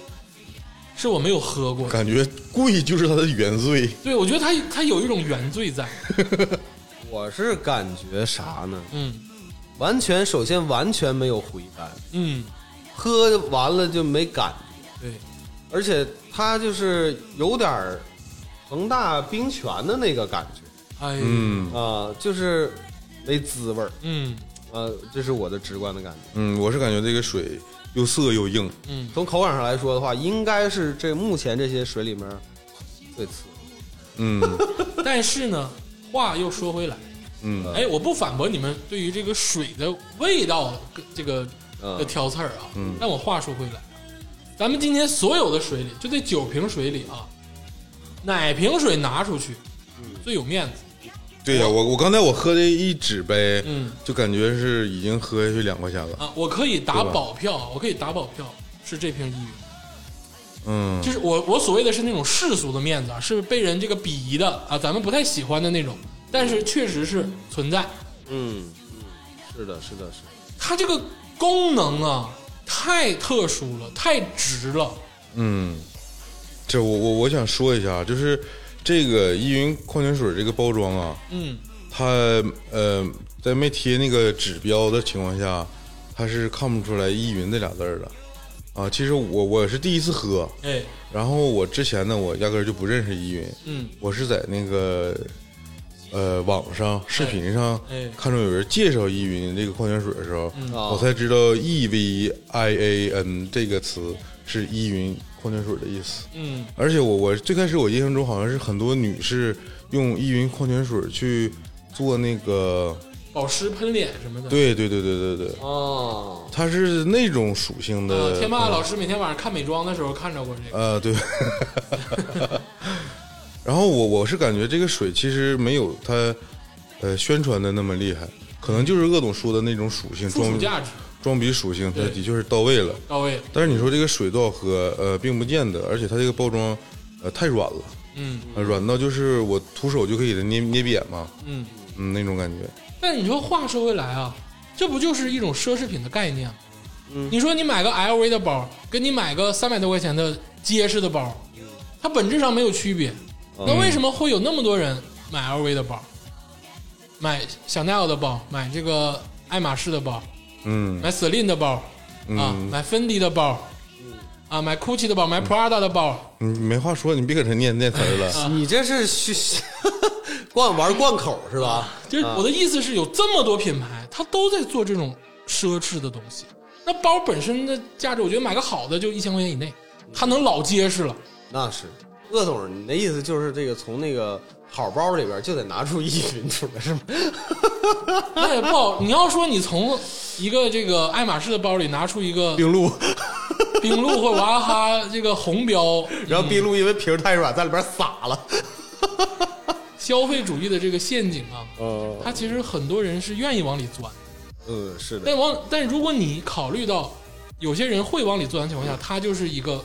S1: 是我没有喝过的，
S2: 感觉贵就是它的原罪。
S1: 对我觉得它它有一种原罪在，
S3: 我是感觉啥呢？
S1: 嗯
S3: 完全，首先完全没有回甘，
S1: 嗯，
S3: 喝完了就没感觉，
S1: 对，
S3: 而且它就是有点儿恒大冰泉的那个感觉
S1: 哎，
S2: 嗯
S3: 啊、就是没滋味儿，
S1: 嗯
S3: 呃，这是我的直观的感觉。
S2: 嗯，我是感觉这个水又涩又硬，
S1: 嗯，
S3: 从口感上来说的话，应该是这目前这些水里面最次。
S2: 嗯
S1: 但是呢，话又说回来，
S2: 嗯
S1: 哎，我不反驳你们对于这个水的味道跟这个
S3: 嗯
S1: 的挑刺儿啊。但我话说回来，咱们今天所有的水里，就这九瓶水里啊，哪瓶水拿出去
S2: 嗯
S1: 最有面子？
S2: 对呀、我我刚才我喝的一纸杯，
S1: 嗯
S2: 就感觉是已经喝下去两块钱了，
S1: 啊，我可以打
S2: 对吧
S1: 保票啊，我可以打保票是这瓶依云，
S2: 嗯
S1: 就是我我所谓的是那种世俗的面子啊，是被人这个鄙夷的啊，咱们不太喜欢的那种，但是确实是存在。
S3: 嗯嗯，是的，是的，是的。
S1: 它这个功能啊，太特殊了，太值了。
S2: 嗯，这我我我想说一下，啊就是这个依云矿泉水这个包装啊，
S1: 嗯，
S2: 它呃在没贴那个指标的情况下，它是看不出来依云这俩字儿的啊。其实我我是第一次喝，
S1: 哎，
S2: 然后我之前呢，我压根儿就不认识依云，
S1: 嗯，
S2: 我是在那个呃网上视频上、
S1: 哎嗯
S2: 看着有人介绍依云这个矿泉水的时候，
S3: 啊
S2: 我才知道 E V I A N 这个词是依云矿泉水的意思。
S1: 嗯
S2: 而且我我最开始我印象中好像是很多女士用依云矿泉水去做那个，
S1: 保湿喷脸什么的。啊
S2: 对对对对对对，
S3: 哦，
S2: 它是那种属性
S1: 呃，
S2: 的。
S1: 天霸老师每天晚上看美妆的时候看着过这个。
S2: 呃，对。 然后我我是感觉这个水其实没有它，呃，宣传的那么厉害，可能就是鄂总说的那种属性，
S1: 附属
S2: 装
S1: 价值
S2: 装逼属性，它
S1: 对
S2: 的确是到位了。
S1: 到位了，
S2: 但是你说这个水多少喝，呃，并不见得，而且它这个包装，呃，太软了，
S1: 嗯
S2: 呃软到就是我徒手就可以给它捏捏扁嘛，
S1: 嗯。
S2: 嗯，那种感觉。
S1: 但你说话说回来啊，这不就是一种奢侈品的概念吗？你说你买个 LV 的包，跟你买个三百多块钱的结实的包，它本质上没有区别。那为什么会有那么多人买 LV 的包，买香奈儿的包，买这个爱马仕的包，
S2: 嗯
S1: 买 Celine 的包啊，
S2: 嗯，
S1: 买芬迪的包啊，买 GUCCI 的包，买 Prada 的包，
S2: 你没话说，你别搁这念念词儿
S1: 嗯
S2: 了。
S3: 你这是去 惯玩惯口是吧？
S1: 就是我的意思是有这么多品牌，它都在做这种奢侈的东西。那包本身的价值，我觉得买个好的就一千块钱以内，它能老结实了。
S3: 那是，鄂总，你的意思就是这个从那个好包里边就得拿出一云出来 是吗？
S1: 那也不好，你要说你从一个这个爱马仕的包里拿出一个
S3: 冰露，
S1: 冰露或者娃哈哈这个红标，
S3: 然后冰露因为皮儿太软，在里边撒了。
S1: 消费主义的这个陷阱啊，
S3: 哦，
S1: 它其实很多人是愿意往里钻，
S3: 嗯，是的，
S1: 但往但如果你考虑到有些人会往里钻的情况下，它就是一个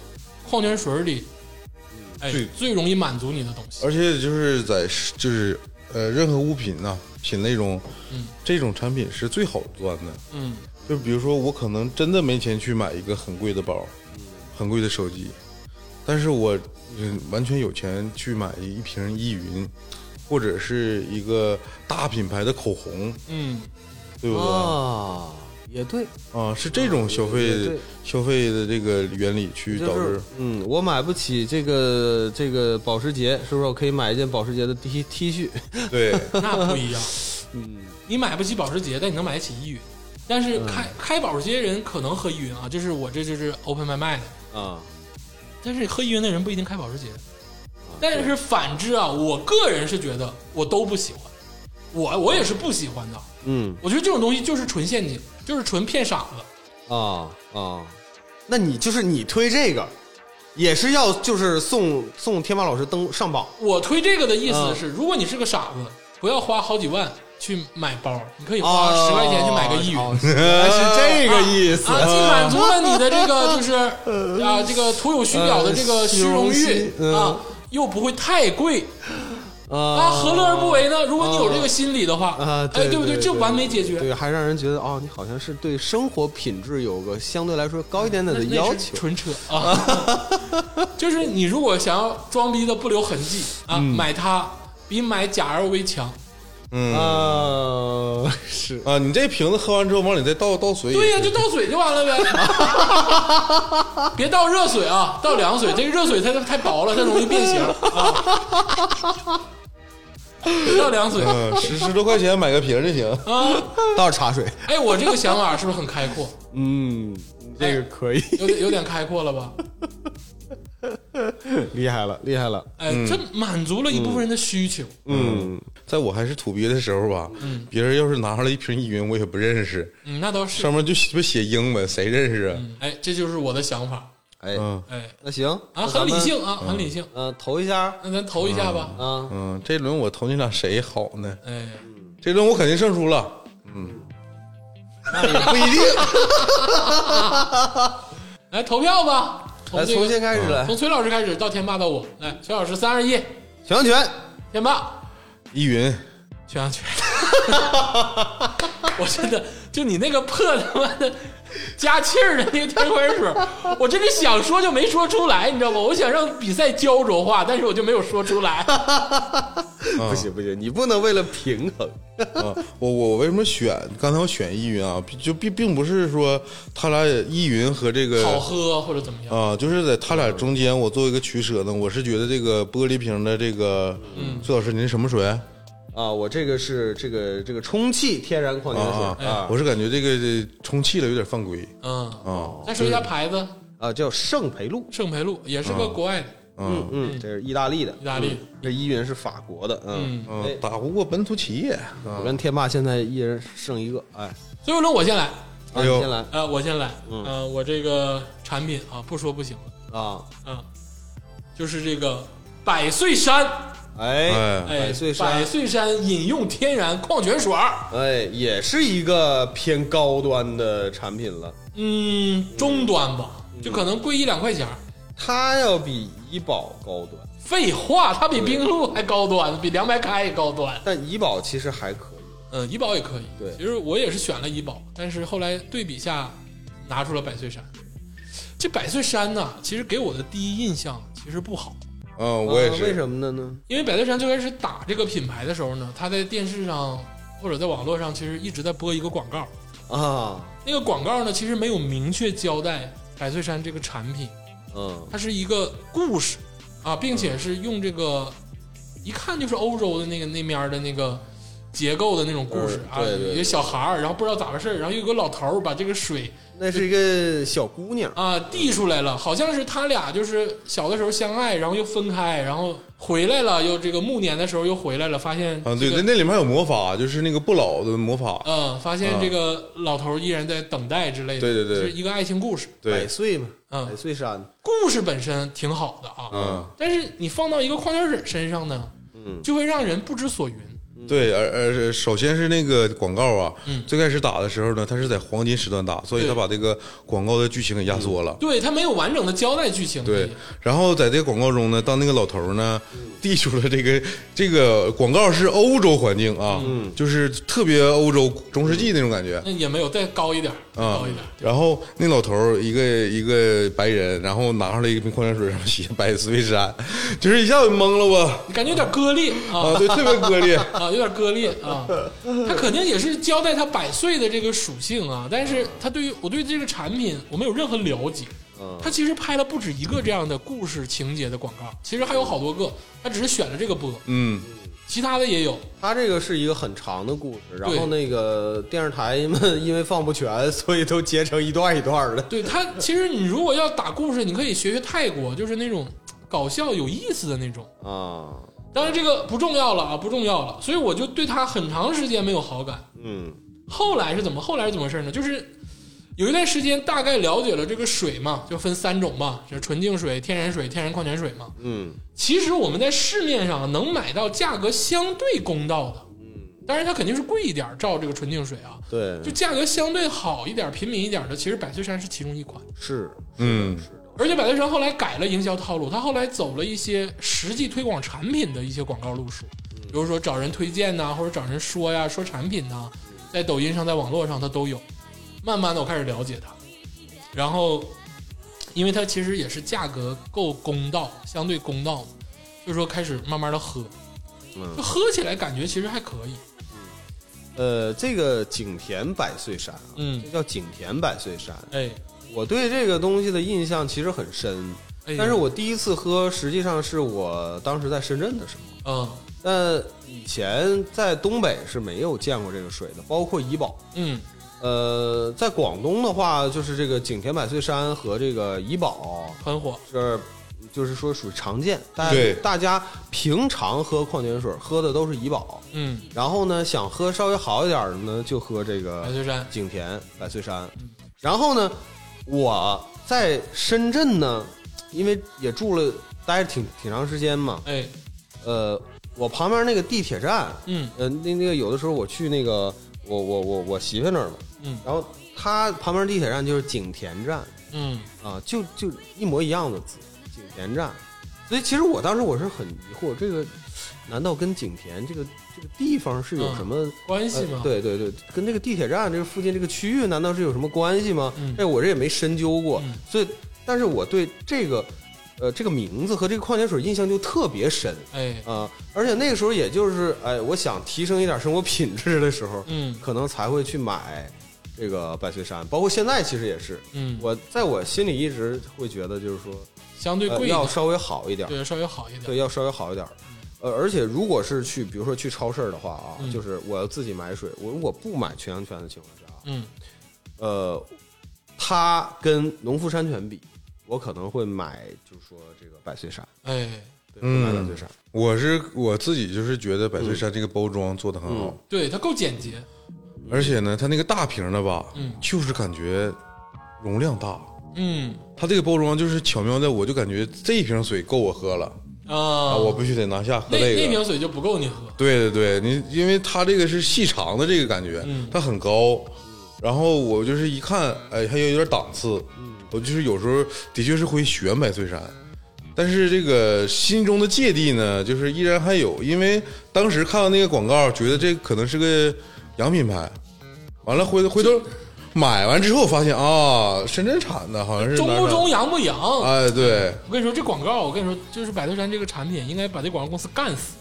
S1: 矿泉水里，哎
S2: 最
S1: 最容易满足你的东西。
S2: 而且就是在就是呃，任何物品呐、品类中，
S1: 嗯
S2: 这种产品是最好赚的。
S1: 嗯，
S2: 就比如说，我可能真的没钱去买一个很贵的包，很贵的手机，但是我嗯完全有钱去买一瓶依云，或者是一个大品牌的口红，
S1: 嗯，
S2: 对不对？
S3: 啊，也对，
S2: 啊，是这种消
S3: 对
S2: 费
S3: 对
S2: 消费的这个原理去导
S3: 就是
S2: 致，
S3: 嗯，我买不起这个这个保时捷，是不是我可以买一件保时捷的 T T 恤？
S2: 对，
S1: 那不一样。
S3: 嗯，
S1: 你买不起保时捷，但你能买得起依云。但是开、开保时捷的人可能喝依云啊，这是我这就是 open my mind 的。
S3: 啊，
S1: 但是喝依云的人不一定开保时捷。但是反之啊，我个人是觉得我都不喜欢，我我也是不喜欢的。
S3: 嗯
S1: 我觉得这种东西就是纯陷阱，就是纯骗傻子。
S3: 啊啊，那你就是你推这个，也是要就是送送天马老师登上榜
S1: 我推这个的意思
S3: 嗯
S1: 是，如果你是个傻子，不要花好几万去买包，你可以花
S3: 啊，
S1: 十块钱去买个依云。
S3: 哦原来是这个意思嗯
S1: 啊，既满足了你的这个就是啊，这个徒有虚表的这个虚荣欲
S3: 嗯
S1: 啊，又不会太贵啊，何乐而不为呢？如果你有这个心理的话，
S3: 啊？
S1: 哎，
S3: 对
S1: 不对？这完美解决，
S3: 对，啊还让人觉得哦，你好像是对生活品质有个相对来说高一点点
S1: 那
S3: 的
S1: 那
S3: 要
S1: 是
S3: 求。
S1: 纯扯啊。就是你如果想要装逼的不留痕迹啊，
S3: 嗯
S1: 买它比买假 LV 强。
S2: 嗯
S3: 啊，是
S2: 啊，你这瓶子喝完之后往里再倒倒水也是，
S1: 对呀、就倒水就完 了呗，别倒热水啊，倒凉水。这个热水它太薄了，它容易变形啊。别倒凉水
S2: 嗯，十十多块钱买个瓶儿就行。
S1: 啊！
S3: 倒是茶水，
S1: 哎，我这个想法是不是很开阔？
S3: 嗯，这个可以，
S1: 有点有点开阔了吧？
S3: 厉害了，厉害了，
S1: 哎，这满足了一部分人的需求。
S2: 嗯，在我还是土鳖的时候吧，别人要是拿出来一瓶依云，我也不认识，
S1: 嗯，那倒是
S2: 上。面就写写英文，谁认识啊？
S1: 嗯哎，这就是我的想法。
S3: 哎，
S2: 嗯
S1: 哎，
S3: 那行
S1: 啊，很理，性啊，很理性。
S3: 嗯、呃，投一下
S1: 那咱投一下吧。
S3: 啊，
S2: 嗯，这轮我投你俩谁好呢？
S1: 哎，
S3: 嗯
S2: 这轮我肯定胜出了。
S3: 那也不一定，
S1: 来投票吧。从
S3: 来
S1: 这个嗯
S3: 重新开始来，
S1: 从崔老师开始到天霸到我，来，崔老师三二一，
S3: 全阳泉，
S1: 天霸。
S2: 依云，
S1: 全羊全， 我真的就你那个破他妈的加气儿的那个天花水，我真是想说就没说出来，你知道吗？我想让比赛焦灼化，但是我就没有说出来。
S3: 不行不行，你不能为了平衡，
S2: 啊，我我为什么选？刚才我选依云啊，就并并不是说他俩依云和这个
S1: 好喝或者怎么样？
S2: 啊，就是在他俩中间，我做一个取舍呢。我是觉得这个玻璃瓶的这个，
S3: 嗯
S2: 崔老师您什么水？
S3: 啊，我这个是这个这个充气天然矿泉
S2: 啊
S3: 水啊
S2: 我是感觉这个这充气了有点犯规
S1: 嗯，
S2: 啊。
S3: 哦
S1: 再说一下牌子，
S3: 啊，叫圣培露，
S1: 圣培路也是个国外的，
S3: 嗯
S2: 嗯
S3: 嗯，这是意大利的，
S1: 意大利
S3: 嗯这依云是法国的，嗯，哎
S2: 嗯，打不过本土企业啊
S3: 我，跟天霸现在一人剩一个，哎，
S1: 最后轮我先来，
S3: 啊
S2: 哎呦
S3: 你先来
S1: 呃，我先来，嗯、我这个产品啊，不说不行了，
S3: 啊，
S1: 嗯、就是这个百岁山，
S3: 哎
S2: 哎，
S1: 哎，
S3: 百岁山
S1: 百岁山饮用天然矿泉水儿，
S3: 哎，也是一个偏高端的产品了，
S1: 嗯，中端吧，
S3: 嗯
S1: 就可能贵一两块钱儿。
S3: 它要比怡宝高端，
S1: 废话，它比冰露还高端，比凉白开也高端。
S3: 但怡宝其实还可以，
S1: 嗯，怡宝也可以。
S3: 对
S1: 其实我也是选了怡宝，但是后来对比下，拿出了百岁山。这百岁山呢、其实给我的第一印象其实不好，
S2: 嗯，我也
S3: 啊为
S2: 是，
S3: 什么的呢？
S1: 因为百岁山最开始打这个品牌的时候呢，它在电视上或者在网络上其实一直在播一个广告，
S3: 啊，
S1: 那个广告呢其实没有明确交代百岁山这个产品，
S3: 嗯
S1: 它是一个故事啊，并且是用这个一看就是欧洲的那个那面儿的那个结构的那种故事啊，
S3: 嗯对对对
S1: 有一个小孩儿，然后不知道咋回事儿，然后又有个老头儿把这个水
S3: 那是一个小姑娘，
S1: 啊递出来了，好像是他俩就是小的时候相爱，然后又分开，然后回来了，又这个暮年的时候又回来了，发现
S2: 啊，
S1: 这
S2: 对，
S1: 个
S2: 那那里面还有魔法，就是那个不老的魔法，
S3: 啊
S1: 嗯，发现这个老头儿依然在等待之类的，
S2: 对对对
S1: 是一个爱情故事。
S3: 百
S2: 对，
S3: 岁嘛，
S1: 嗯
S3: 百岁山，
S1: 故事本身挺好的啊，
S2: 嗯，
S1: 但是你放到一个矿泉水身上呢，
S3: 嗯
S1: 就会让人不知所云。
S2: 对，而而首先是那个广告啊
S1: 嗯，
S2: 最开始打的时候呢，它是在黄金时段打，所以
S1: 对
S2: 它把这个广告的剧情给压缩了。
S1: 对他没有完整的交代剧情。
S2: 对，然后在这个广告中呢，当那个老头儿呢递出了这个这个广告是欧洲环境啊，就是特别欧洲中世纪那种感觉
S1: 那也没有再高一点儿，再
S2: 啊
S1: 高一点儿。。
S2: 然后那老头儿一个一个白人，然后拿出来一瓶矿泉水，上面写“百岁山”，就是一下子懵了我
S1: 你感觉有点割裂啊
S2: 啊，对，特别割裂。
S1: 啊，有点割裂啊。他肯定也是交代他百岁的这个属性啊，但是他对于我对这个产品我没有任何了解。
S2: 嗯
S1: 他其实拍了不止一个这样的故事情节的广告，其实还有好多个，他只是选了这个播，
S2: 嗯，
S1: 其他的也有。
S3: 它这个是一个很长的故事，然后那个电视台们因为放不全，所以都截成一段一段的。
S1: 对 他，其实你如果要打故事，你可以学学泰国，就是那种搞笑有意思的那种。
S3: 啊，
S1: 当然这个不重要了啊，不重要了，所以我就对他很长时间没有好感。
S3: 嗯
S1: 后来是怎么？后来是怎么回事呢？就是有一段时间大概了解了这个水嘛，就分三种嘛，就是纯净水、天然水、天然矿泉水嘛。
S3: 嗯
S1: 其实我们在市面上能买到价格相对公道的，
S3: 嗯，
S1: 当然它肯定是贵一点儿，照这个纯净水啊，
S3: 对
S1: 就，价格相对好一点儿、平民一点儿的，其实百岁山是其中一款。
S3: 是
S2: 嗯
S3: 是的，
S1: 而且百岁山后来改了营销套路，他后来走了一些实际推广产品的一些广告路数，
S3: 嗯
S1: 比如说找人推荐呐、或者找人说呀、说产品呐、在抖音上、在网络上他都有。慢慢的，我开始了解他，然后，因为它其实也是价格够公道，相对公道，就说开始慢慢的喝，
S3: 嗯
S1: 就喝起来感觉其实还可以，
S3: 呃，这个景田百岁山啊，
S1: 嗯
S3: 这叫景田百岁山。
S1: 哎，
S3: 我对这个东西的印象其实很深，
S1: 哎
S3: 但是我第一次喝，实际上是我当时在深圳的时候。
S1: 嗯
S3: 但以前在东北是没有见过这个水的，包括怡宝。
S1: 嗯
S3: 呃，在广东的话，就是这个景田百岁山和这个怡宝
S1: 很火，
S3: 是，就是说属于常见。大
S2: 对
S3: 大家平常喝矿泉水喝的都是怡宝，
S1: 嗯，
S3: 然后呢，想喝稍微好一点的呢，就喝这个
S1: 百岁山
S3: 景田百岁山。然后呢，我在深圳呢，因为也住了待着挺挺长时间嘛，
S1: 哎
S3: 呃，我旁边那个地铁站，
S1: 嗯
S3: 呃，那那个有的时候我去那个我我我我媳妇那儿嘛，
S1: 嗯
S3: 然后她旁边地铁站就是景田站
S1: 嗯
S3: 啊，就就一模一样的字，景田站。所以其实我当时我是很疑惑，这个难道跟景田这个这个地方是有
S1: 嗯
S3: 什么、
S1: 关系
S3: 呃
S1: 嘛，
S3: 对对对，跟这个地铁站这个附近这个区域难道是有什么关系吗？
S1: 嗯
S3: 哎，我这也没深究过，
S1: 嗯
S3: 所以但是我对这个呃这个名字和这个矿泉水印象就特别深
S1: 哎
S3: 啊、而且那个时候也就是哎，我想提升一点生活品质的时候，
S1: 嗯
S3: 可能才会去买这个百岁山，包括现在其实也是，
S1: 嗯，
S3: 我在我心里一直会觉得就是说、
S1: 相对
S3: 呃
S1: 贵一
S3: 要
S1: 点，
S3: 稍微好一点，
S1: 对，稍微好一点。
S3: 对，要稍微好一点儿。呃，而且如果是去，比如说去超市的话啊，
S1: 嗯
S3: 就是我要自己买水，我如果不买全啊羊泉的情况下，
S1: 嗯
S3: 呃，它跟农夫山泉比，我可能会买，就是说这个百岁衫，
S1: 哎，
S3: 对，会买百岁衫。
S2: 我是我自己就是觉得百岁山这个包装做的很好，
S1: 对，它够简洁，
S2: 而且呢，它那个大瓶的吧，
S1: 嗯
S2: 就是感觉容量大。
S1: 嗯
S2: 它这个包装就是巧妙的，我就感觉这一瓶水够我喝了
S1: 啊
S2: 啊，我必须得拿下喝
S1: 那
S2: 这
S1: 那瓶
S2: 个。
S1: 水就不够你喝，
S2: 对对对，你因为它这个是细长的这个感觉，
S1: 嗯
S2: 它很高，然后我就是一看，哎，还有有点档次。
S1: 嗯
S2: 我就是有时候的确是会选百岁山，但是这个心中的芥蒂呢，就是依然还有，因为当时看到那个广告，觉得这可能是个洋品牌，完了回头回头买完之后发现啊，深圳产的，好像是
S1: 中
S2: 哪儿
S1: 不
S2: 产
S1: 中洋不洋？
S2: 哎，对，
S1: 我跟你说，这广告，我跟你说，就是百岁山这个产品，应该把这广告公司干死，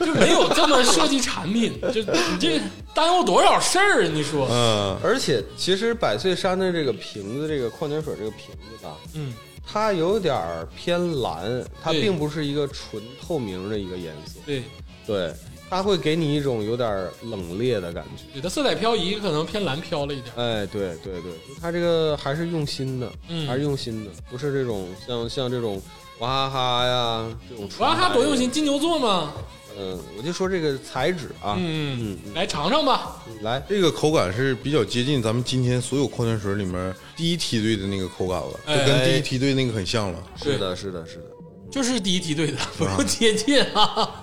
S1: 就没有这么设计产品，就你这耽误多少事儿？啊你说，
S2: 嗯
S3: 而且其实百岁山的这个瓶子，这个矿泉水这个瓶子吧，
S1: 嗯，
S3: 它有点儿偏蓝，它
S1: 对
S3: 并不是一个纯透明的一个颜色，
S1: 对，
S3: 对，它会给你一种有点儿冷冽的感觉。
S1: 对，它色彩漂移可能偏蓝飘了一点，
S3: 哎，对对对，就它这个还是用心的，
S1: 嗯
S3: 还是用心的，不是这种像像这种娃哈哈呀这种。
S1: 娃哈哈多用心，。金牛座嘛，
S3: 嗯，我就说这个材质啊，
S1: 嗯，来尝尝吧，
S3: 来，
S2: 这个口感是比较接近咱们今天所有矿泉水里面第一梯队的那个口感了，就
S1: 哎
S2: 跟第一梯队那个很像了。
S1: 对
S3: 是的，是的，是的，
S1: 就是第一梯队的，不用接近啊，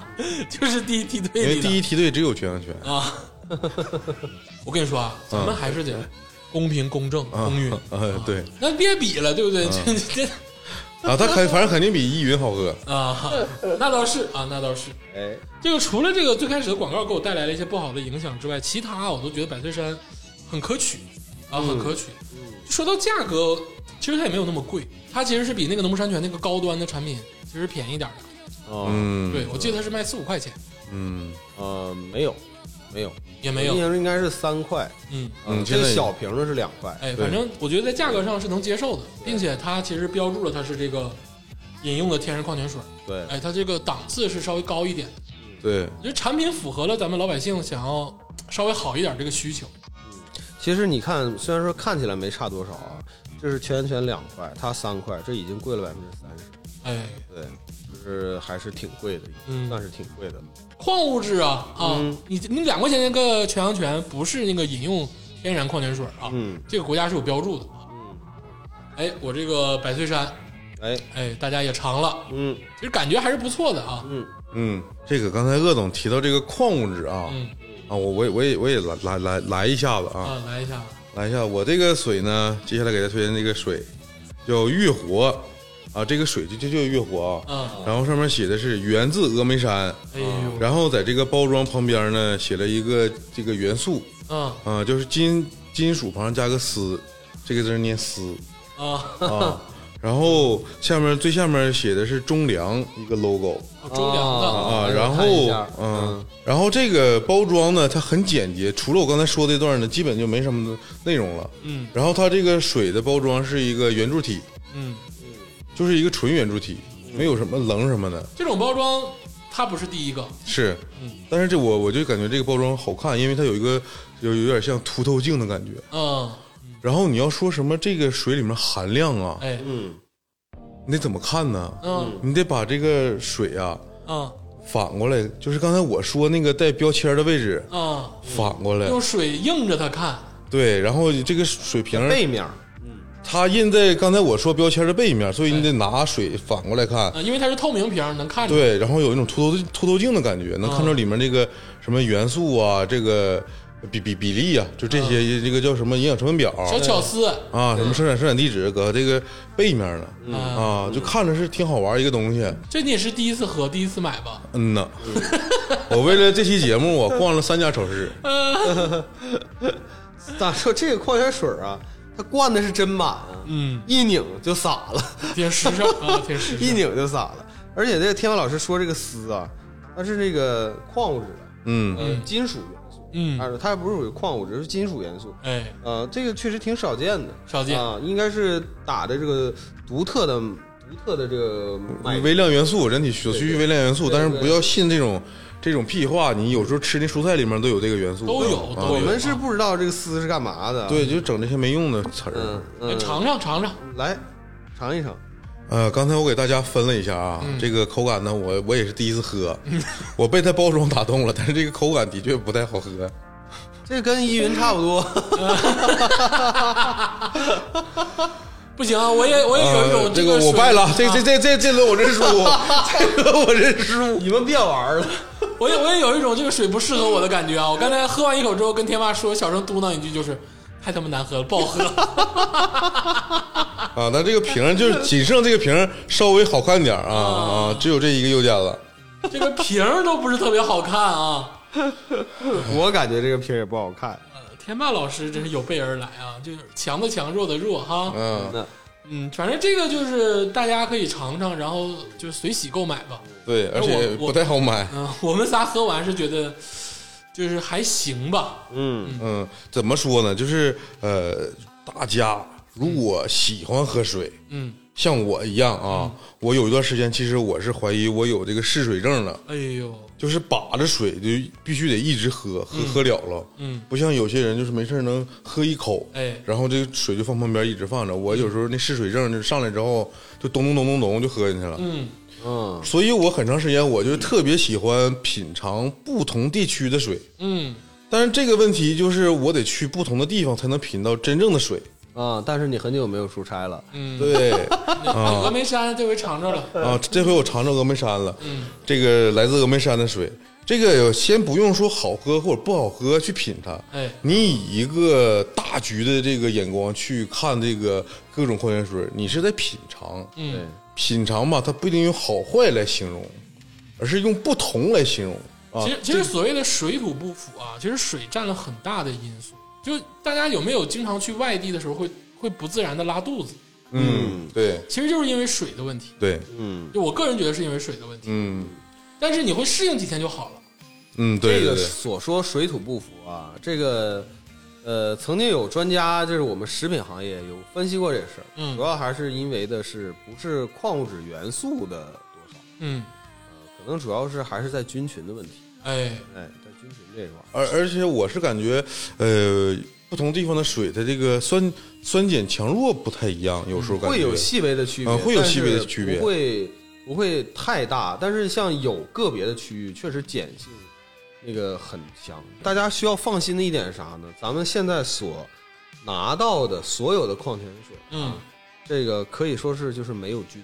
S1: 就是第一梯队
S2: 因
S1: 里
S2: 为
S1: 哎的
S2: 第一梯队只有全羊泉，
S1: 啊。我跟你说啊，咱
S2: 嗯
S1: 们还是得公平、公正、公 允，
S2: 哎，对
S1: 那别比了，对不对？
S2: 嗯
S1: 这这这。
S2: 啊，它肯反正肯定比依云 好喝。
S1: 啊，那倒是啊，那倒是。
S3: 哎，
S1: 这个除了这个最开始的广告给我带来了一些不好的影响之外，其他我都觉得百岁山很可取啊，很可取。
S2: 嗯
S1: 说到价格，其实它也没有那么贵，它其实是比那个农夫山泉那个高端的产品其实便宜点儿的。
S3: 哦，
S2: 嗯，
S1: 对，我记得它是卖四五块钱，
S2: 嗯，
S3: 呃，没有，没有，
S1: 也没
S3: 我印
S1: 有。
S3: 象中应该是三块，
S1: 嗯，
S2: 嗯
S3: 这
S2: 现
S3: 个
S2: 在
S3: 小瓶的是两块，
S1: 哎，
S2: 对
S1: 反正我觉得在价格上是能接受的，并且它其实标注了它是这个饮用的天然矿泉水，
S3: 对，
S1: 哎，它这个档次是稍微高一点的。
S2: 对，
S1: 我觉得产品符合了咱们老百姓想要稍微好一点这个需求。
S3: 其实你看，虽然说看起来没差多少啊，这是全员全两块，它三块，这已经贵了百分之三十，
S1: 哎，
S3: 对，就是还是挺贵的，
S1: 嗯
S3: 算是挺贵的了。
S1: 矿物质啊啊，
S3: 嗯
S1: 你你两块钱那个全羊泉不是那个饮用天然矿泉水啊，
S3: 嗯
S1: 这个国家是有标注的啊。哎，我这个百岁山，
S3: 哎，
S1: 哎，大家也尝了，
S3: 嗯
S1: 其实感觉还是不错的啊。
S3: 嗯，
S2: 嗯，这个刚才鄂总提到这个矿物质啊，
S1: 嗯
S2: 啊，我我也我也我也来来来来一下子啊，
S1: 啊，来一下，
S2: 来一下，我这个水呢，接下来给大家推荐这个水叫月活啊，这个水就就就叫月活啊，
S1: 嗯，
S2: 然后上面写的是源自峨眉山。
S1: 哎呦，
S2: 然后在这个包装旁边呢，写了一个这个元素
S1: 嗯
S2: 啊、就是金金属旁加个丝，这个字儿念丝
S1: 啊，
S2: 啊。然后下面最下面写的是中粮一个 logo
S1: 中粮
S3: 啊
S1: 的，
S2: 啊，
S3: 我
S2: 然后
S3: 看一下
S2: 嗯、
S3: 嗯
S2: 然后这个包装呢，它很简洁，除了我刚才说这段呢，基本就没什么内容了。
S1: 嗯
S2: 然后它这个水的包装是一个圆柱体，
S1: 嗯，
S2: 就是一个纯圆柱体，没有什么棱什么的。
S1: 这种包装它不是第一个，
S2: 是
S1: 嗯，
S2: 但是这我我就感觉这个包装好看，因为它有一个有有点像凸透镜的感觉。
S1: 嗯，
S2: 然后你要说什么这个水里面含量啊，
S1: 哎，
S3: 嗯，
S2: 你得怎么看呢？
S1: 嗯
S2: 你得把这个水啊
S1: 嗯
S2: 反过来，就是刚才我说那个带标签的位置
S1: 嗯，
S2: 反过来，
S1: 用水映着它看，
S2: 对，然后这个水瓶
S3: 背面儿
S2: 它印在刚才我说标签的背面，所以你得拿水反过来看。
S1: 啊，因为它是透明瓶儿，能看着。
S2: 对，然后有一种凸透凸透镜的感觉，
S1: 嗯
S2: 能看到里面这个什么元素啊，这个比比比例啊，就这些这个叫什么营养成分表
S1: 嗯小巧思，
S2: 啊，什么生产生产地址搁这个背面呢
S1: 嗯，
S2: 啊，就看着是挺好玩一个东西。
S1: 这你也是第一次喝，第一次买吧？
S2: 嗯呐， 我为了这期节目，我逛了三家超市。
S3: 咋说这个矿泉水啊，它灌的是真满啊，
S1: 嗯，
S3: 一拧就洒了，
S1: 挺时 尚啊，挺时
S3: 一
S1: 尚。
S3: 拧就洒了。而且这个天文老师说这个丝啊，它是这个矿物质的，
S2: 嗯，
S3: 呃，金属元素，
S1: 嗯
S3: 啊，它不是属于矿物质，是金属元素。
S1: 哎，
S3: 呃，这个确实挺少见的，
S1: 少见
S3: 啊，应该是打的这个独特的、独特的这个麦
S2: 微量元素，人体所需微量元素，
S3: 对
S2: 但是
S3: 对
S2: 不要信这种这种屁话。你有时候吃那蔬菜里面都有这个元素，
S1: 都有
S2: 啊
S1: 都
S3: 我
S1: 有
S3: 们是不知道这个丝是干嘛的，，啊
S2: 对，就整这些没用的词
S3: 嗯
S2: 儿。
S1: 来
S3: 嗯，
S1: 哎尝尝尝尝，
S3: 来，尝一尝。
S2: 呃，刚才我给大家分了一下啊，
S1: 嗯
S2: 这个口感呢，我我也是第一次喝， 我被它包装打动了，但是这个口感的确不太好喝。
S3: 这跟依云差不多，
S1: 不行，啊我也我也有一
S2: 呃
S1: 种，
S2: 这
S1: 个
S2: 个
S1: 水
S2: 我
S1: 啊
S2: 败了，这这这这这轮我 认输，这轮我认输。
S3: 你们别玩了。
S1: 我也我也有一种这个水不适合我的感觉啊！我刚才喝完一口之后，跟天妈说，小声嘟囔一句，就是太他妈难喝了，不好喝。
S2: 啊，那这个瓶儿就是仅剩这个瓶儿稍微好看点儿
S1: 哦
S2: 啊啊，只有这一个优点了。
S1: 这个瓶儿都不是特别好看啊！
S3: 我感觉这个瓶儿也不好看。
S1: 呃天霸老师真是有备而来啊，就是强的强，弱的弱哈。
S2: 嗯，
S1: 嗯，反正这个就是大家可以尝尝，然后就随喜购买吧。
S2: 对，而且
S1: 我我
S2: 不太好买。
S1: 嗯、我们仨喝完是觉得就是还行吧。
S3: 嗯，
S2: 嗯，怎么说呢？就是呃，大家如果喜欢喝水，
S1: 嗯，
S2: 像我一样啊，我有一段时间其实我是怀疑我有这个嗜水症了。
S1: 哎呦，
S2: 就是把着水就必须得一直喝，喝、喝了了，
S1: 嗯，
S2: 不像有些人就是没事儿能喝一口，
S1: 哎
S2: 然后这个水就放旁边一直放着。我有时候那嗜水症就上来之后，就咚咚咚咚咚就喝进去了，
S1: 嗯
S3: 嗯，
S2: 所以我很长时间我就特别喜欢品尝不同地区的水，
S1: 嗯，
S2: 但是这个问题就是我得去不同的地方才能品到真正的水。
S3: 啊，但是你很久没有出差了，
S1: 嗯
S2: 对，
S1: 啊峨眉山这回尝着了，
S2: 啊，这回我尝尝峨眉山了，
S1: 嗯
S2: 这个来自峨眉山的水，这个先不用说好喝或者不好喝去品它，
S1: 哎
S2: 你以一个大局的这个眼光去看这个各种矿泉水，你是在品尝，
S1: 嗯，
S2: 品尝吧，它不一定用好坏来形容，而是用不同来形容啊
S1: 其，实，其实所谓的水土不服啊，其实水占了很大的因素。就大家有没有经常去外地的时候会会不自然的拉肚子？
S2: 嗯，对
S1: 其实就是因为水的问题。
S2: 对，
S1: 就我个人觉得是因为水的问题，
S2: 嗯
S1: 但是你会适应几天就好了。
S2: 嗯，对
S3: 这
S2: 对
S3: 个
S2: 对，
S3: 所说水土不服啊，这个呃，曾经有专家就是我们食品行业有分析过这事儿，
S1: 嗯
S3: 主要还是因为的是不是矿物质元素的多少，
S1: 嗯，
S3: 可能主要是还是在菌群的问题，
S1: 哎，
S3: 哎，在菌群这一块儿，
S2: 而而且我是感觉，呃，不同地方的水它这个酸酸碱强弱不太一样，有时候感觉
S3: 会有细微的区别，
S2: 啊会有
S3: 但是
S2: 细微的区别
S3: 不会不会太大，但是像有个别的区域确实碱性那个很强。大家需要放心的一点是啥呢？咱们现在所拿到的所有的矿泉水，
S1: 嗯
S3: 这个可以说是就是没有菌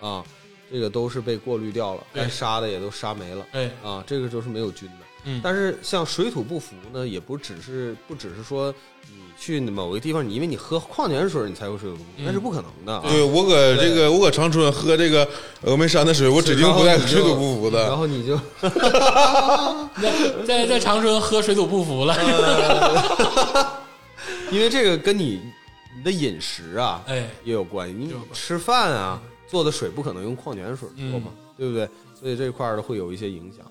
S3: 啊，这个都是被过滤掉了，
S1: 对
S3: 该杀的也都杀没了
S1: 哎，
S3: 啊，这个就是没有菌的。
S1: 嗯，
S3: 但是像水土不服呢，也不只是不只是说你去某个地方，你因为你喝矿泉水你才会水土不服，那是不可能的啊。
S2: 对我搁这个，我搁长春喝这个峨眉山的水，我指定不带水土不服
S3: 然
S2: 的。
S3: 后你就
S1: 在在在长春喝水土不服了，
S3: 因为这个跟你你的饮食啊，
S1: 哎，
S3: 也有关系。你
S1: 有关系
S3: 吃饭啊做的水不可能用矿泉水做嘛，对不对？所以这块儿会有一些影响。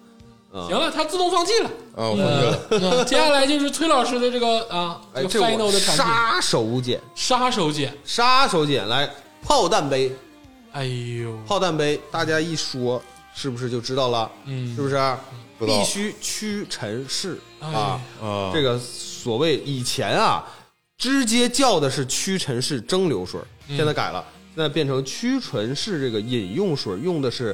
S1: 行了，他自动放弃了。
S2: 啊，我明白了。
S1: 嗯，接下来就是崔老师的这个啊，
S3: 哎，
S1: 个
S3: 这
S1: final
S3: 我
S1: 的产品
S3: 杀手锏，
S1: 杀手锏。
S3: 杀手锏来炮弹杯，
S1: 哎呦，
S3: 炮弹杯，大家一说是不是就知道了？
S1: 嗯
S3: 是不是？啊
S2: 不知道
S3: 必须屈臣氏
S1: 哎
S3: 啊！
S2: 啊，
S3: 这个所谓以前啊，直接叫的是屈臣氏蒸馏水，现在改了，现在变成屈臣氏这个饮用水，用的是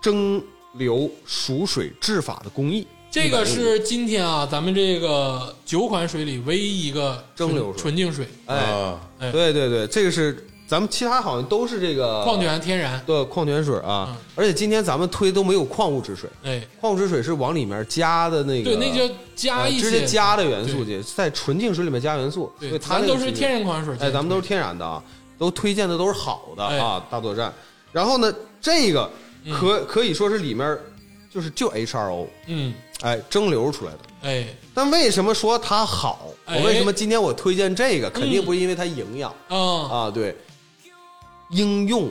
S3: 蒸馏熟水制法的工艺。
S1: 这个是今天啊，咱们这个九款水里唯一一个
S3: 蒸馏水
S1: 纯纯净水，
S3: 哎，
S2: 啊，
S1: 哎
S3: 对对对，这个是咱们其他好像都是这个
S1: 矿泉天然。
S3: 的矿泉水啊
S1: 嗯，
S3: 而且今天咱们推都没有矿物质水，
S1: 哎，
S3: 矿物质水是往里面加的那
S1: 对，
S3: 个，
S1: 那就加
S3: 呃
S1: 一
S3: 直
S1: 些
S3: 接，加的元素进，在纯净水里面加元素，所
S1: 对，
S3: 以它
S1: 咱
S3: 那个
S1: 都是
S3: 区别
S1: 天然矿泉水。
S3: 哎，咱们都是天然的啊，都推荐的都是好的
S1: 哎
S3: 啊，大作战。然后呢，这个可可以说是里面就是就 HRO，
S1: 嗯，
S3: 哎，蒸馏出来的。
S1: 哎
S3: 但为什么说它好？
S1: 哎嗯
S3: 我为什么今天我推荐这个？肯定不是因为它营养
S1: 啊
S3: 啊，对，应用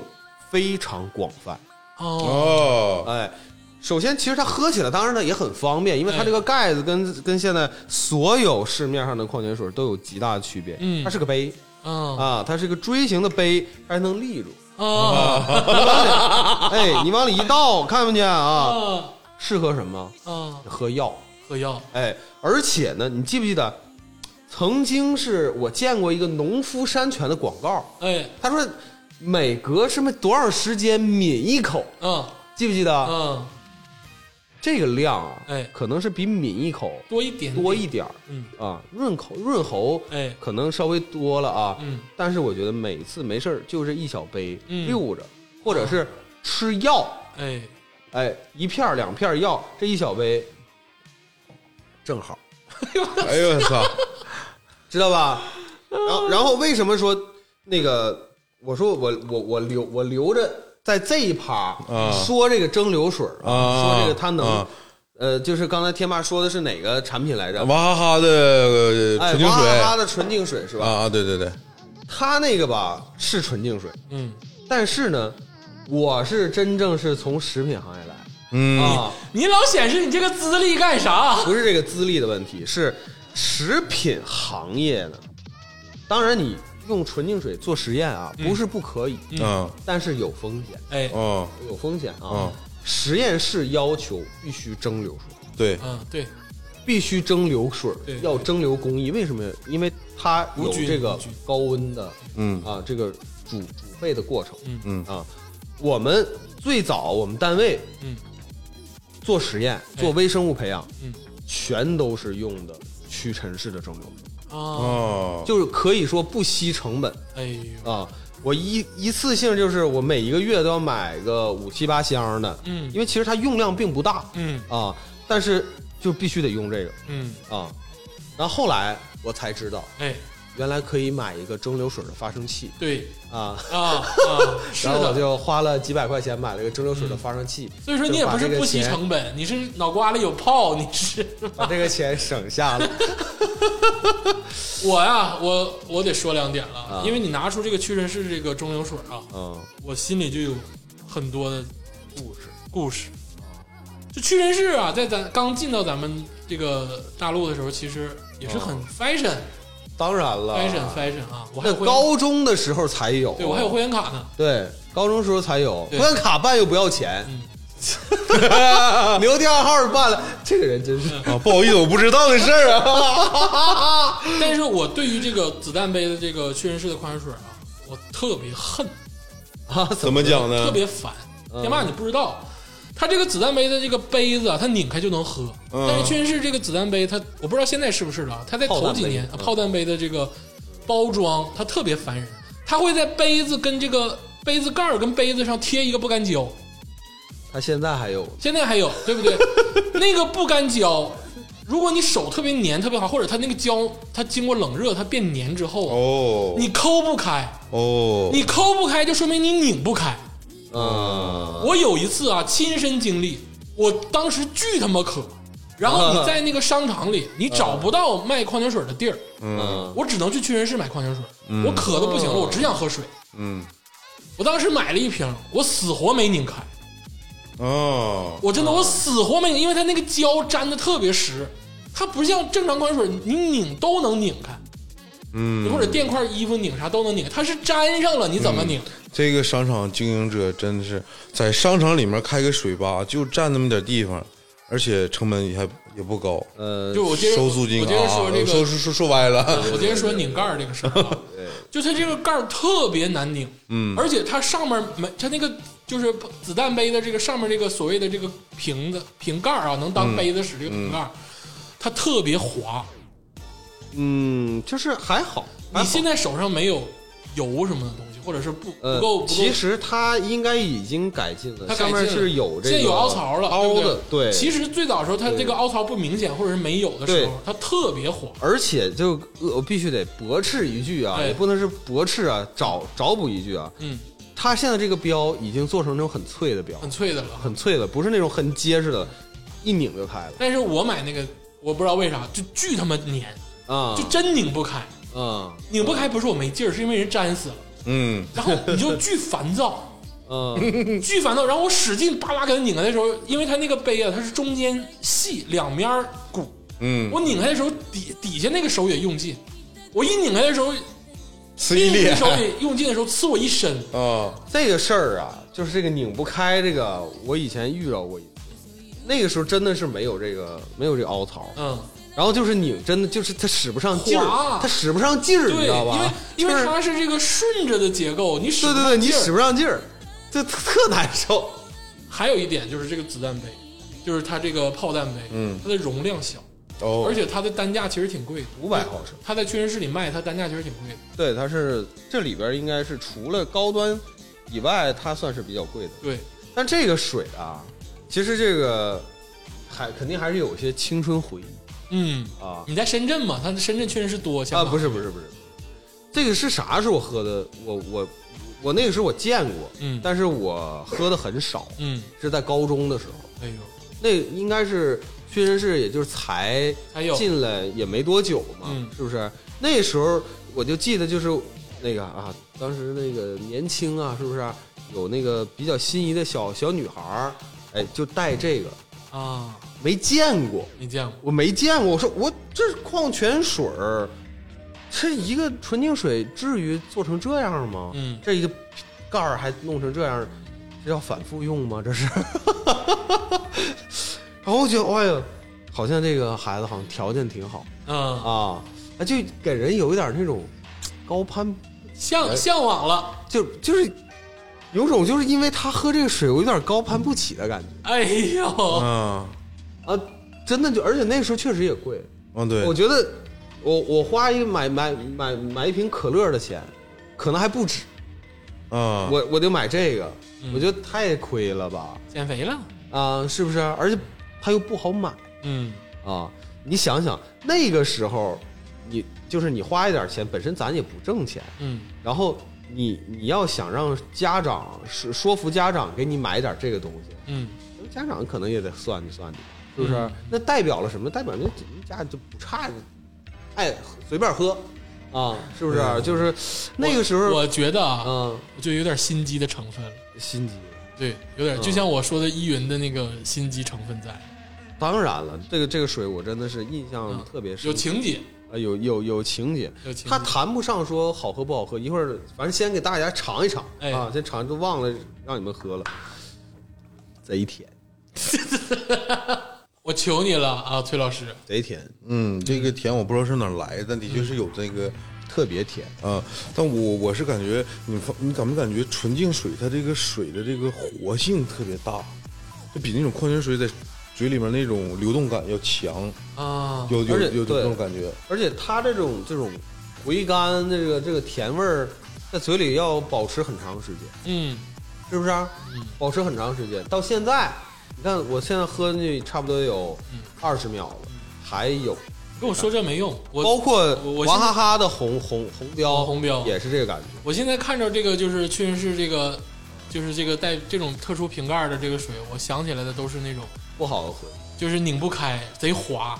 S3: 非常广泛。
S1: 哦，
S2: 哦，
S3: 哎，首先，其实它喝起来，当然它也很方便，因为它
S1: 哎
S3: 这个盖子跟跟现在所有市面上的矿泉水都有极大的区别。
S1: 嗯
S3: 它是个杯
S1: 嗯
S3: 啊，它是个锥形的杯，它还能 立住。
S1: 啊
S3: 哎，你往里一倒，看不见啊？
S1: 啊
S3: 适合什么？
S1: 啊！
S3: 喝药。
S1: 喝药，
S3: 哎，而且呢，你记不记得曾经是我见过一个农夫山泉的广告，
S1: 哎，
S3: 他说每隔什么多少时间抿一口，
S1: 嗯
S3: 记不记得？
S1: 嗯，
S3: 这个量啊，
S1: 哎
S3: 可能是比抿一口
S1: 多一点，
S3: 多一，点儿，
S1: 嗯
S3: 啊，润口润喉，
S1: 哎
S3: 可能稍微多了啊，
S1: 嗯，
S3: 但是我觉得每次没事儿就是一小杯，
S1: 嗯哦
S3: 溜着，或者是吃药，
S1: 哎，
S3: 哎，一片儿两片儿药，这一小杯正好，
S2: 哎呦我 操！
S3: 知道吧？然后，然后为什么说那个？我说我我我留我留着在这一趴、
S2: 啊
S3: 说这个蒸馏水儿
S2: 啊
S3: 说这个它能、
S2: 啊
S3: 呃，就是刚才天霸说的是哪个产品来着？
S2: 娃哈哈的呃
S3: 哎，
S2: 纯净水
S3: 娃哈哈的纯净水是吧？
S2: 啊啊，对对对，
S3: 它那个吧是纯净水，
S1: 嗯，
S3: 但是呢，我是真正是从食品行业来
S2: 嗯，
S3: 啊，
S1: 你老显示你这个资历干啥？
S3: 不是这个资历的问题，是食品行业呢。当然，你用纯净水做实验啊，
S2: 嗯
S3: 不是不可以，
S2: 啊
S3: 但是有风险，
S1: 哎，
S2: 哦
S3: 有风险啊
S2: 嗯。
S3: 实验室要求必须蒸馏水，
S2: 对，
S1: 嗯，对，
S3: 必须蒸馏水
S1: 对，
S3: 要蒸馏工艺。为什么？因为它有
S1: 无菌
S3: 这个
S1: 无菌
S3: 高温的
S2: 嗯
S3: 啊，这个煮煮沸的过程。
S1: 嗯
S2: 嗯
S3: 啊，我们最早我们单位
S1: 嗯哎
S3: 做实验、做微生物培养，
S1: 嗯
S3: 全都是用的屈臣氏的蒸馏水，
S1: 啊，
S2: 哦，
S3: 就是可以说不惜成本
S1: 哎呦，
S3: 啊。我一一次性就是我每一个月都要买个五七八箱的，
S1: 嗯
S3: 因为其实它用量并不大
S1: 嗯
S3: 啊，但是就必须得用这个
S1: 嗯，
S3: 啊。然后后来我才知道，
S1: 哎，
S3: 原来可以买一个蒸馏水的发生器
S1: 对
S3: 啊。
S1: 啊啊， 是
S3: 然后我
S1: 的。嗯
S3: 就花了几百块钱买了个蒸馏水的发生器，
S1: 所以说你也不是不惜成本，你是脑瓜里有泡，你是
S3: 把这个钱省 下了。
S1: 我呀、我我得说两点了，
S3: 啊
S1: 因为你拿出这个屈臣氏这个蒸馏水啊，
S3: 嗯
S1: 我心里就有很多的故事故事。就屈臣氏啊，在咱刚进到咱们这个大陆的时候，其实也是很 fashion、，
S3: 当然了，
S1: fashion fashion 啊，我还
S3: 哦那
S1: 有会员
S3: 高中的时候才有，
S1: 对我还有会员卡呢，
S3: 对高中时候才有会
S1: 对
S3: 员卡办又不要钱
S1: 嗯，
S3: 留电话号办了，这个人真
S1: 嗯
S3: 是
S2: 啊，不好意思，我不知道的事儿啊，
S1: 但是我对于这个子弹杯的这个屈臣氏的矿泉水啊，我特别恨，
S3: 啊，
S2: 怎么讲呢
S1: 特？别烦。
S3: 嗯
S1: 天霸，你不知道，它这个子弹杯的这个杯子啊，它拧开就能喝，
S2: 嗯
S1: 但是屈臣氏这个子弹杯，它我不知道现在是不是了，它在头几年啊
S3: 炮弹杯嗯
S1: 炮弹杯的这个包装，它特别烦人，它会在杯子跟这个杯子盖儿跟杯子上贴一个不干胶，
S3: 他现在还有
S1: 现在还有对不对？ 那个不干胶。如果你手特别粘、特别好，或者它那个胶它经过冷热它变粘之后啊，
S2: 哦
S1: 你抠不开，
S2: 哦，
S1: 你抠不开就说明你拧不开。
S3: 嗯
S2: 哦
S1: 我有一次啊，亲身经历，我当时巨他妈渴，然后你在那个商场里，你找不到卖矿泉水的地儿，
S2: 哦
S3: 嗯，
S1: 我只能去屈臣氏买矿泉水。我渴的不行了，我只想喝水。
S2: 嗯
S1: 我当时买了一瓶，我死活没拧开，
S2: 哦，
S1: 我真的我死活没拧，因为它那个胶粘的特别实，它不像正常矿泉水，你拧都能拧开，
S2: 嗯，
S1: 或者垫块衣服拧啥都能拧开，它是粘上了，你怎么拧？
S2: 这个商场经营者真的是在商场里面开个水吧，就占那么点地方，而且成本也还也不高，
S3: 呃，
S1: 就我接着
S2: 收租金
S1: 我
S2: 啊
S1: 接着说这，个
S2: 收说说说歪了，
S1: 我接着说拧盖儿这个事儿啊，就它这个盖儿特别难拧，
S2: 嗯
S1: 而且它上面没它那个就是子弹杯的这个上面这个所谓的这个瓶子瓶盖儿啊，能当杯子使这个瓶盖儿，它特别滑，
S3: 嗯，就是还好，还
S1: 你
S3: 好
S1: 现在手上没有油什么的东西，或者是不不
S3: 呃
S1: 够，不够
S3: 其实他应该已经改进了，
S1: 它
S3: 上
S1: 改进
S3: 面
S1: 了
S3: 是有这
S1: 现
S3: 个
S1: 在有凹槽了，
S3: 凹
S1: 对不
S3: 的，对，
S1: 其实最早的时候，它这个凹槽不明显，或者是没有的时候
S3: 对，
S1: 它特别滑。
S3: 而且就呃我必须得驳斥一句啊，
S1: 哎
S3: 也不能是驳斥啊，找找补一句啊，
S1: 嗯，
S3: 它现在这个标已经做成那种很脆的标，
S1: 很脆的了。
S3: 很脆的，不是那种很结实的，一拧就开了
S1: 但是我买那个，我不知道为啥，就巨他妈粘，
S3: 啊
S1: 哎就真拧不开。
S3: 嗯
S1: 拧不开不是我没劲儿，是因为人粘死了。
S2: 嗯
S1: 然后你 就巨烦躁，
S3: 嗯
S1: 巨烦躁。然后我使劲叭叭给它拧开的时候，因为它那个杯啊，它是中间细，两面儿鼓。
S2: 嗯，
S1: 我拧开的时候，底底下那个手也用劲。我一拧开的时 候，
S2: 呲一
S1: 另一
S2: 脸
S1: 个手也用劲的时候，刺我一身。
S2: 啊，
S3: 这个事儿啊，就是这个拧不开这个，我以前遇到过一次，那个时候真的是没有这个没有这个凹槽，
S1: 嗯，
S3: 然后就是拧，真的就是它使不上劲
S1: 滑
S3: 儿，它使不上劲儿，你
S1: 对，
S3: 知
S1: 因
S3: 道吧
S1: 为？ 因
S3: 就
S1: 为
S3: 是
S1: 它是这个顺着的结构，你使不
S3: 对对
S1: 上
S3: 对，你
S1: 劲儿
S3: 使不上劲儿，就特特难受。
S1: 还有一点就是这个子弹杯，就是它这个炮弹杯，
S2: 嗯
S1: 它的容量小，
S2: 哦，
S1: 而且它的单价其实挺贵的，
S3: 五百毫升，
S1: 它在屈臣氏里卖，它单价其实挺贵的。
S3: 对，它是这里边应该是除了高端以外，它算是比较贵的。
S1: 对，
S3: 但这个水啊，其实这个还肯定还是有一些青春回忆
S1: 嗯，
S3: 啊
S1: 你在深圳嘛？它的深圳确实是多，香
S3: 啊！
S1: 港
S3: 不，是不是不是，这个是啥时候喝的？我我我那个时候我见过，
S1: 嗯
S3: 但是我喝的很少，
S1: 嗯，
S3: 是在高中的时候，
S1: 哎呦，
S3: 那应该是屈臣氏，也就是才
S1: 还有
S3: 进来也没多久嘛，
S1: 嗯
S3: 是不是？那时候我就记得就是那个啊，当时那个年轻啊，是不是啊、有那个比较心仪的小小女孩儿，哎，就带这个，
S1: 啊，
S3: 没见过，
S1: 没见过，
S3: 我没见过，我说我这矿泉水儿，这一个纯净水至于做成这样吗？
S1: 嗯
S3: 这一个盖儿还弄成这样，这要反复用吗？这是。 然后我觉得，哎呀，好像这个孩子好像条件挺好
S1: 嗯，
S3: 啊，啊就给人有一点那种高攀，哎
S1: 向向往了，
S3: 就就是有种就是因为他喝这个水，我有点高攀不起的感觉
S1: 哎呦，
S2: 啊，
S3: 啊，真的就而且那时候确实也贵，
S2: 嗯，对
S3: 我，觉得我我花一个买买买买一瓶可乐的钱，可能还不止，
S2: 啊，嗯
S3: 我我得买这个，我觉得太亏了吧。
S1: 减肥了，
S3: 啊，是不是？而且它又不好买
S1: 嗯，
S3: 啊！你想想，那个时候，你就是你花一点钱，本身咱也不挣钱，
S1: 嗯，
S3: 然后你你要想让家长说说服家长给你买点这个东西，
S1: 嗯，
S3: 家长可能也得算计算计，是不是？
S1: 嗯
S3: 那代表了什么？代表那家就不差，爱随便喝啊，是不是？就是那个时候，
S1: 我觉得啊，
S3: 嗯，
S1: 我就有点心机的成分了。
S3: 心机。
S1: 对，有
S3: 嗯
S1: 点就像我说的依云的那个心机成分在，
S3: 当然了，这个这个水我真的是印象
S1: 嗯
S3: 特别深，
S1: 有情节，
S3: 啊，有有有情节
S1: 有情，节
S3: 它谈不上说好喝不好喝，一会儿反正先给大家尝一尝、
S1: 哎
S3: 啊，先尝都忘了让你们喝了，贼甜，
S1: 我求你了啊，崔老师，
S3: 贼甜，
S2: 嗯，这个甜我不知道是哪儿来的，但的确是有这个。
S3: 特别甜。
S2: 啊，但我我是感觉你发你感没感觉纯净水它这个水的这个活性特别大，就比那种矿泉水在嘴里面那种流动感要强，
S1: 啊，
S2: 有有
S3: 而且
S2: 有
S3: 对
S2: 这种感觉。
S3: 而且它这种这种回甘这个这个甜味儿，在嘴里要保持很长时间，
S1: 嗯
S3: 是不是、啊？
S1: 嗯
S3: 保持很长时间，到现在，你看我现在喝进去差不多有
S1: 嗯
S3: 二十秒了，还有。
S1: 跟我说这没用，我
S3: 包括
S1: 我我
S3: 娃
S1: 现在哦
S3: 哈哈的红红红标，
S1: 红标
S3: 也是这个感觉。
S1: 我现在看着这个就是确实是这个，就是这个带这种特殊瓶盖的这个水，我想起来的都是那种
S3: 不好喝。
S1: 就是拧不开，贼滑，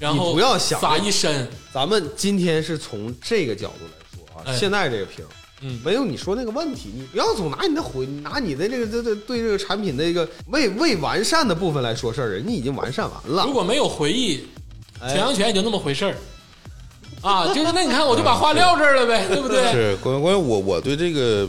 S1: 然后
S3: 你不要想
S1: 撒一身，
S3: 咱们今天是从这个角度来说啊，
S1: 哎
S3: 现在这个瓶儿
S1: 嗯，
S3: 没有你说那个问题，你不要总拿你的回，拿你的这个这这对这个产品的一个未未完善的部分来说事儿，人家已经完善完了。
S1: 如果没有回忆，
S3: 哎
S1: 全阳泉也就那么回事儿。啊，就是那你看，我就把话撂这儿了呗，对不嗯对？
S2: 是关于关于我我对这个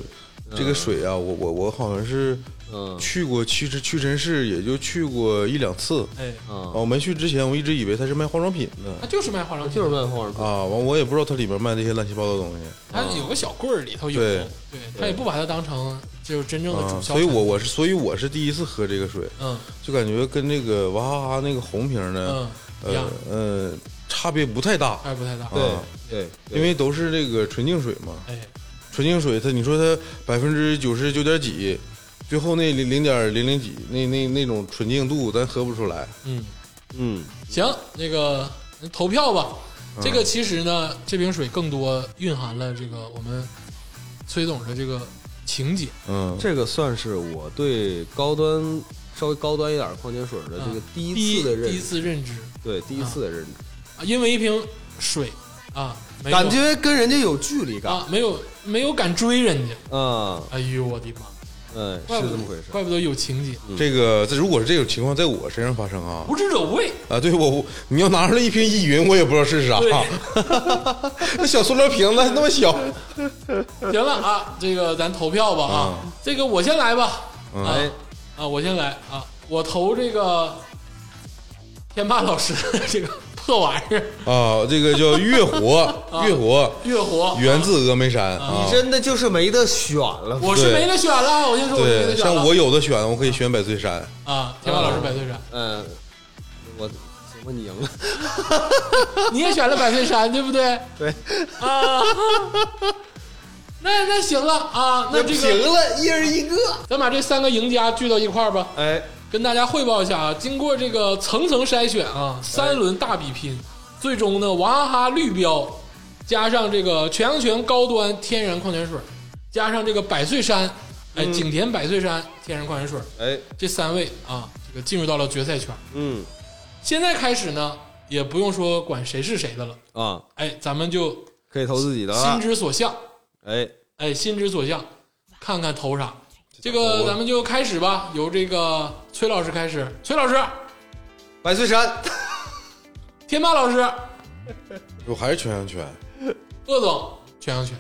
S2: 这个水啊，我我我好像是
S3: 嗯
S2: 去过屈臣屈臣氏，也就去过一两次。
S1: 哎，
S2: 啊，
S3: 啊，
S2: 我没去之前我一直以为它是卖化妆品的
S1: 它就是卖化妆品
S3: 就是，卖花儿
S2: 啊，完我也不知道它里边卖这些乱七八糟的东西。
S1: 它有个小棍儿里头有，
S2: 对
S1: 对，它也不把它当成就是真正的
S2: 啊，
S1: 主销
S2: 所
S1: 产
S2: 以
S1: 品。
S2: 我我是所以我是第一次喝这个水，
S1: 嗯
S2: 就感觉跟那个娃哈哈那个红瓶呢，
S1: 嗯一样哎
S2: 呃呃，差别不太大，
S1: 还不太大。
S3: 对
S2: 啊
S3: 对，对
S1: 嗯
S2: 因为都是这个纯净水嘛。
S1: 哎，
S2: 纯净水它你说它百分之九十九点几，最后那零零点零零几那那那种纯净度咱喝不出来。
S1: 嗯，
S3: 嗯
S1: 行，那个投票吧。这个其实呢，这瓶水更多蕴含了这个我们崔总的这个情节。
S2: 嗯，
S3: 这个算是我对高端稍微高端一点儿矿泉水的这个
S1: 嗯
S3: 第
S1: 第
S3: 一次的认
S1: 第一
S3: 知，
S1: 次认知
S3: 对第一次的认知，
S1: 啊，因为一瓶水啊，没有
S3: 感觉跟人家有距离感
S1: 啊，没有没有敢追人家。
S3: 啊，
S1: 哎呦我的妈，
S3: 嗯，
S1: 怪不
S3: 是
S1: 得
S3: 这么回事。
S1: 怪不得有情节，
S2: 这个这如果是这种情况在我身上发生啊
S1: 不知者无畏。
S2: 啊，对我我你要拿出来一瓶依云，我也不知道是啥
S1: 对，
S2: 那小塑料瓶子那么小，
S1: 行了啊，这个咱投票吧啊，
S3: 嗯
S1: 这个我先来吧。
S2: 嗯
S1: 啊
S3: 哎，
S1: 啊，我先来啊，我投这个天霸老师的这个破玩意儿，
S2: 啊，这个叫月活，
S1: 啊
S2: 月活，
S1: 月活。
S2: 源自峨眉山啊
S3: 你。真的就是没得选了。
S1: 我是
S2: 对
S1: 没得选了，我先说我是没
S2: 对，
S1: 得选
S2: 像
S1: 了。
S2: 我有的选，我可以选百岁山。
S1: 啊，天霸老师百 岁山，
S3: 嗯，我行吧，你赢了。
S1: 你也选了百岁山，对不对？
S3: 对
S1: 啊，那那行了啊，那这
S3: 平
S1: 个
S3: 了，一人一个。
S1: 咱把这三个赢家聚到一块儿吧，
S3: 哎，
S1: 跟大家汇报一下啊。经过这个层层筛选啊，
S2: 哎
S1: 三轮大比拼，最终呢，娃哈哈绿标加上这个全羊泉高端天然矿泉水，加上这个百岁山，哎，
S2: 嗯
S1: 景田百岁山天然矿泉水，
S3: 哎，
S1: 这三位啊，这个进入到了决赛圈。
S3: 嗯
S1: 现在开始呢，也不用说管谁是谁的了，
S3: 啊，
S1: 哎，咱们就
S3: 可以投自己的
S1: 心
S3: 了。
S1: 之所向，
S3: 哎，
S1: 哎，心之所向，看看投啥。这啊个咱们就开始吧，由这个崔老师开始。崔老师、
S3: 百岁山，
S1: 天霸老师、
S2: 我还是全羊圈
S1: 鄂总、全羊犬，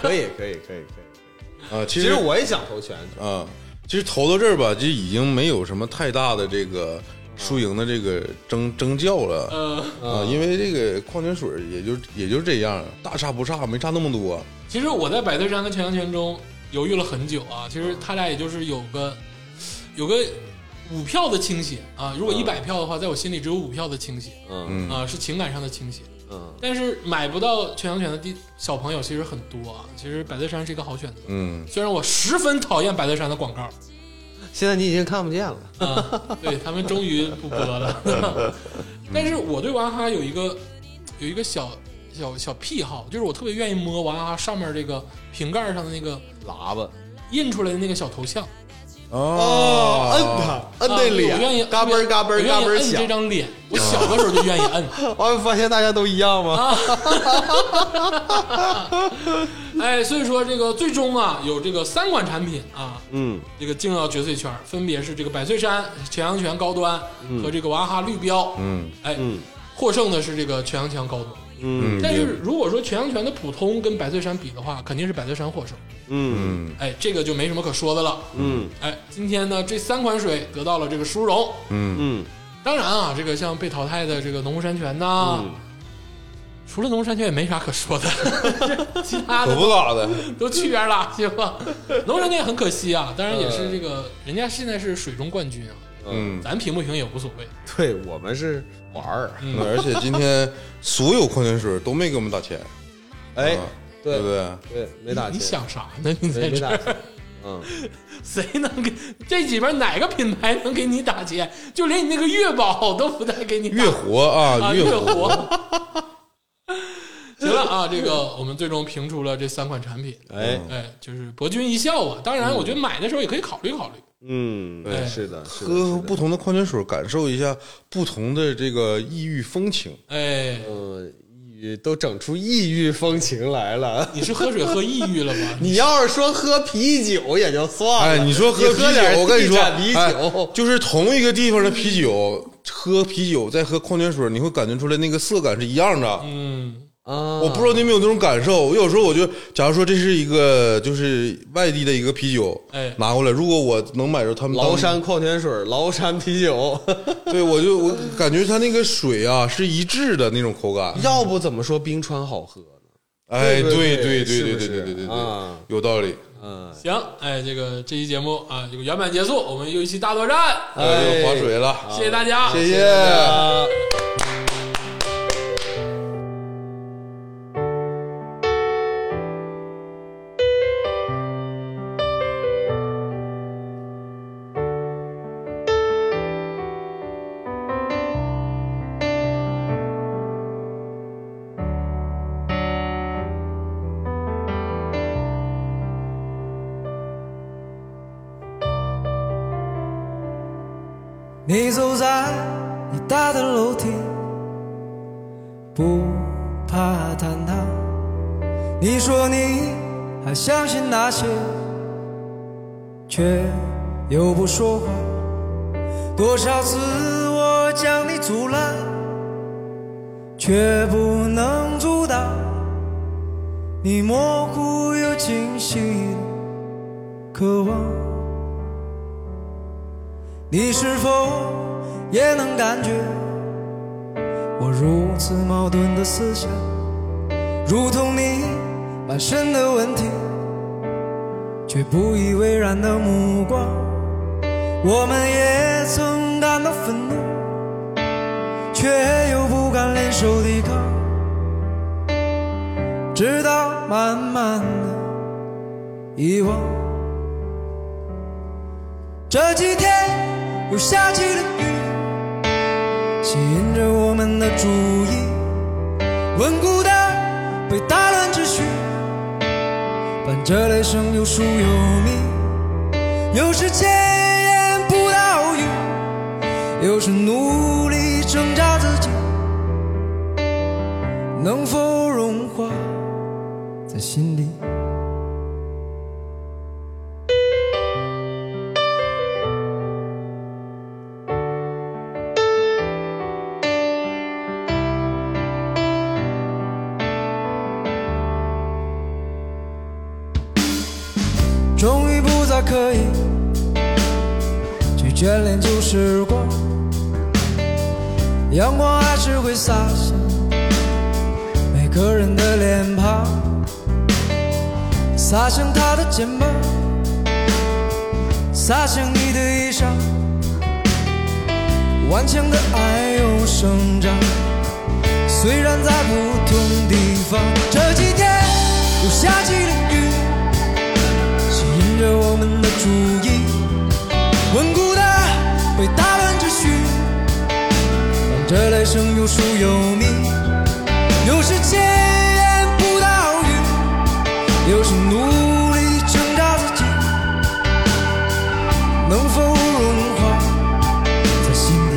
S3: 可以，可以，可以，可以。
S2: 啊。其
S3: 其
S2: 实
S3: 实我也想投全拳。
S2: 啊，其实投到这儿吧，就已经没有什么太大的这个输赢的这个争争较了
S1: 呃，
S2: 啊，因为这个矿泉水也就也就这样，大差不差，没差那么多。
S1: 其实我在百岁山跟全羊犬中犹豫了很久啊，其实他俩也就是有个有个五票的倾斜啊，如果一百票的话，在我心里只有五票的倾斜
S3: 嗯
S2: 嗯，
S1: 啊，是情感上的倾斜。
S3: 嗯，
S1: 但是买不到全羊犬的地小朋友其实很多啊，其实百岁山是一个好选择。
S2: 嗯，
S1: 虽然我十分讨厌百岁山的广告，
S3: 现在你已经看不见了。
S1: 啊，对他们终于不播 了。但是我对娃哈哈有一个有一个小小小癖好，就是我特别愿意摸娃哈哈上面这个瓶盖上的那个
S3: 喇叭。
S1: 印出来的那个小头像，
S2: 哦，，
S3: 摁
S1: 啊
S3: 那
S1: 我愿意
S3: 脸，嘎嘣儿嘎嘣
S1: 我
S3: 儿
S1: 愿
S3: 嘎
S1: 意
S3: 嘣儿
S1: 摁
S3: 响嗯
S1: 这。张脸，我小的时候就愿意摁。
S3: 我发现大家都一样吗？
S1: 啊哎，所以说这个最终啊，有这个三款产品啊，
S3: 嗯，
S1: 这个进入到决赛圈，分别是这个百岁山、全羊泉高端和这个娃哈哈绿标。
S2: 嗯
S1: 哎，
S3: 嗯
S1: 获胜的是这个全羊泉高端。
S2: 嗯，
S1: 但是如果说全羊泉的普通跟百岁山比的话，肯定是百岁山获胜。
S3: 嗯
S2: 嗯
S1: 哎，这个就没什么可说的了。
S3: 嗯
S1: 哎，今天呢，这三款水得到了这个殊荣。
S2: 嗯
S3: 嗯
S1: 当然啊，这个像被淘汰的这个农夫山泉呐，
S3: 嗯
S1: 除了农夫山泉也没啥可说 的，其他
S2: 可
S1: 的
S2: 不咋的，
S1: 都去边儿 了，去吧。农夫山泉也很可惜
S2: 呃
S1: 啊，当然也是这个人家现在是水中冠军啊，
S2: 嗯。
S1: 咱平不平也无所谓。
S3: 对我们是玩儿，
S2: 嗯而且今天所有矿泉水都没给我们打钱，
S3: 哎
S2: 啊，
S3: 对
S2: 对不对？
S3: 对，没打
S1: 你
S3: 钱，
S1: 想啥呢？你在
S3: 没没
S1: 这
S3: 打
S1: 儿，
S3: 钱，嗯，
S1: 谁能给这里边哪个品牌能给你打钱？就连你那个月宝都不带给你打
S2: 月活啊，
S1: 啊，
S2: 月
S1: 越
S2: 活，
S1: 活。行了啊，这个我们最终评出了这三款产品，
S3: 哎，
S1: 哎，就是博君一笑啊。当然，我觉得买的时候也可以考虑考虑。
S3: 嗯，
S1: 哎
S3: 对，是的，是的
S2: 喝
S3: 是的
S2: 不同的矿泉水，感受一下不同的这个异域风情。
S1: 哎，
S3: 嗯，抑郁都整出异域风情来了。
S1: 你是喝水喝抑郁了吗？
S3: 你要是说喝啤酒也就算了，
S2: 哎，你说
S3: 啊喝
S2: 喝啤
S3: 点
S2: 酒，我跟你说，
S3: 地产啤
S2: 哎
S3: 酒，
S2: 就是同一个地方的啤酒，喝啤酒再喝矿泉水，你会感觉出来那个色感是一样的。
S1: 嗯
S3: 啊
S2: 我不知道你有没有这种感受，我有时候我就，假如说这是一个就是外地的一个啤酒，
S1: 哎
S2: 拿过来，如果我能买着他们当
S3: 崂山矿泉水、崂山啤 酒，
S2: 对我就我感觉它那个水啊是一致的那种口感。
S3: 要不怎么说冰川好喝呢？
S2: 哎，
S3: 对
S2: 对对
S3: 对
S2: 对
S3: 是
S2: 对对
S3: 不是
S2: 对对对
S3: 啊，
S2: 有道理。
S3: 嗯，
S1: 行，哎，这个这期节目啊，这个圆满结束，我们又一期大作战，
S2: 哎，又划水了，
S1: 谢谢大家，
S2: 谢谢。
S3: 啊。
S5: 你走在你搭的楼梯，不怕坍塌。你说你还相信那些，却又不说话。多少次我将你阻拦，却不能阻挡你模糊又清晰的渴望。你是否也能感觉我如此矛盾的思想，如同你满身的问题，却不以为然的目光。我们也曾感到愤怒，却又不敢联手抵抗，直到慢慢的遗忘。这几天又下起了雨。吸引着我们的注意。稳固的被打乱秩序，伴着雷声有疏有密，有时前言不搭后语，有时努力挣扎自己能否融化在心里。终于不再可以去眷恋旧时光，阳光还是会洒向每个人的脸庞，洒向他的肩膀，洒向你的衣裳，顽强的爱又生长，虽然在不同地方。这几天又下起了雨。吸引着我们的注意。稳固的被打乱秩序，伴着雷声有疏有密，有时前言不搭后语，有时努力挣扎自己能否融化在心底。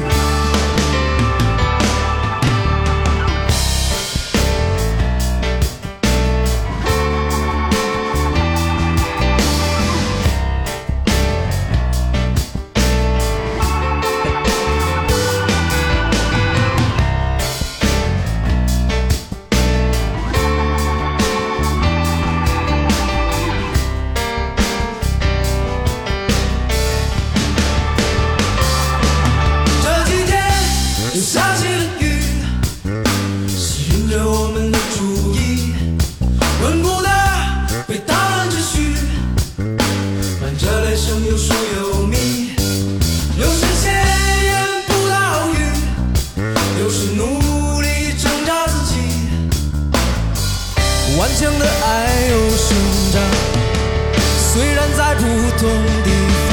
S5: 这几天又下起了雨，吸引着我们的注意。稳固的被打乱秩序，伴着雷声有疏有密。有时前言不搭后语，有时努力挣扎自己。顽强的爱又生长，虽然在不同地方。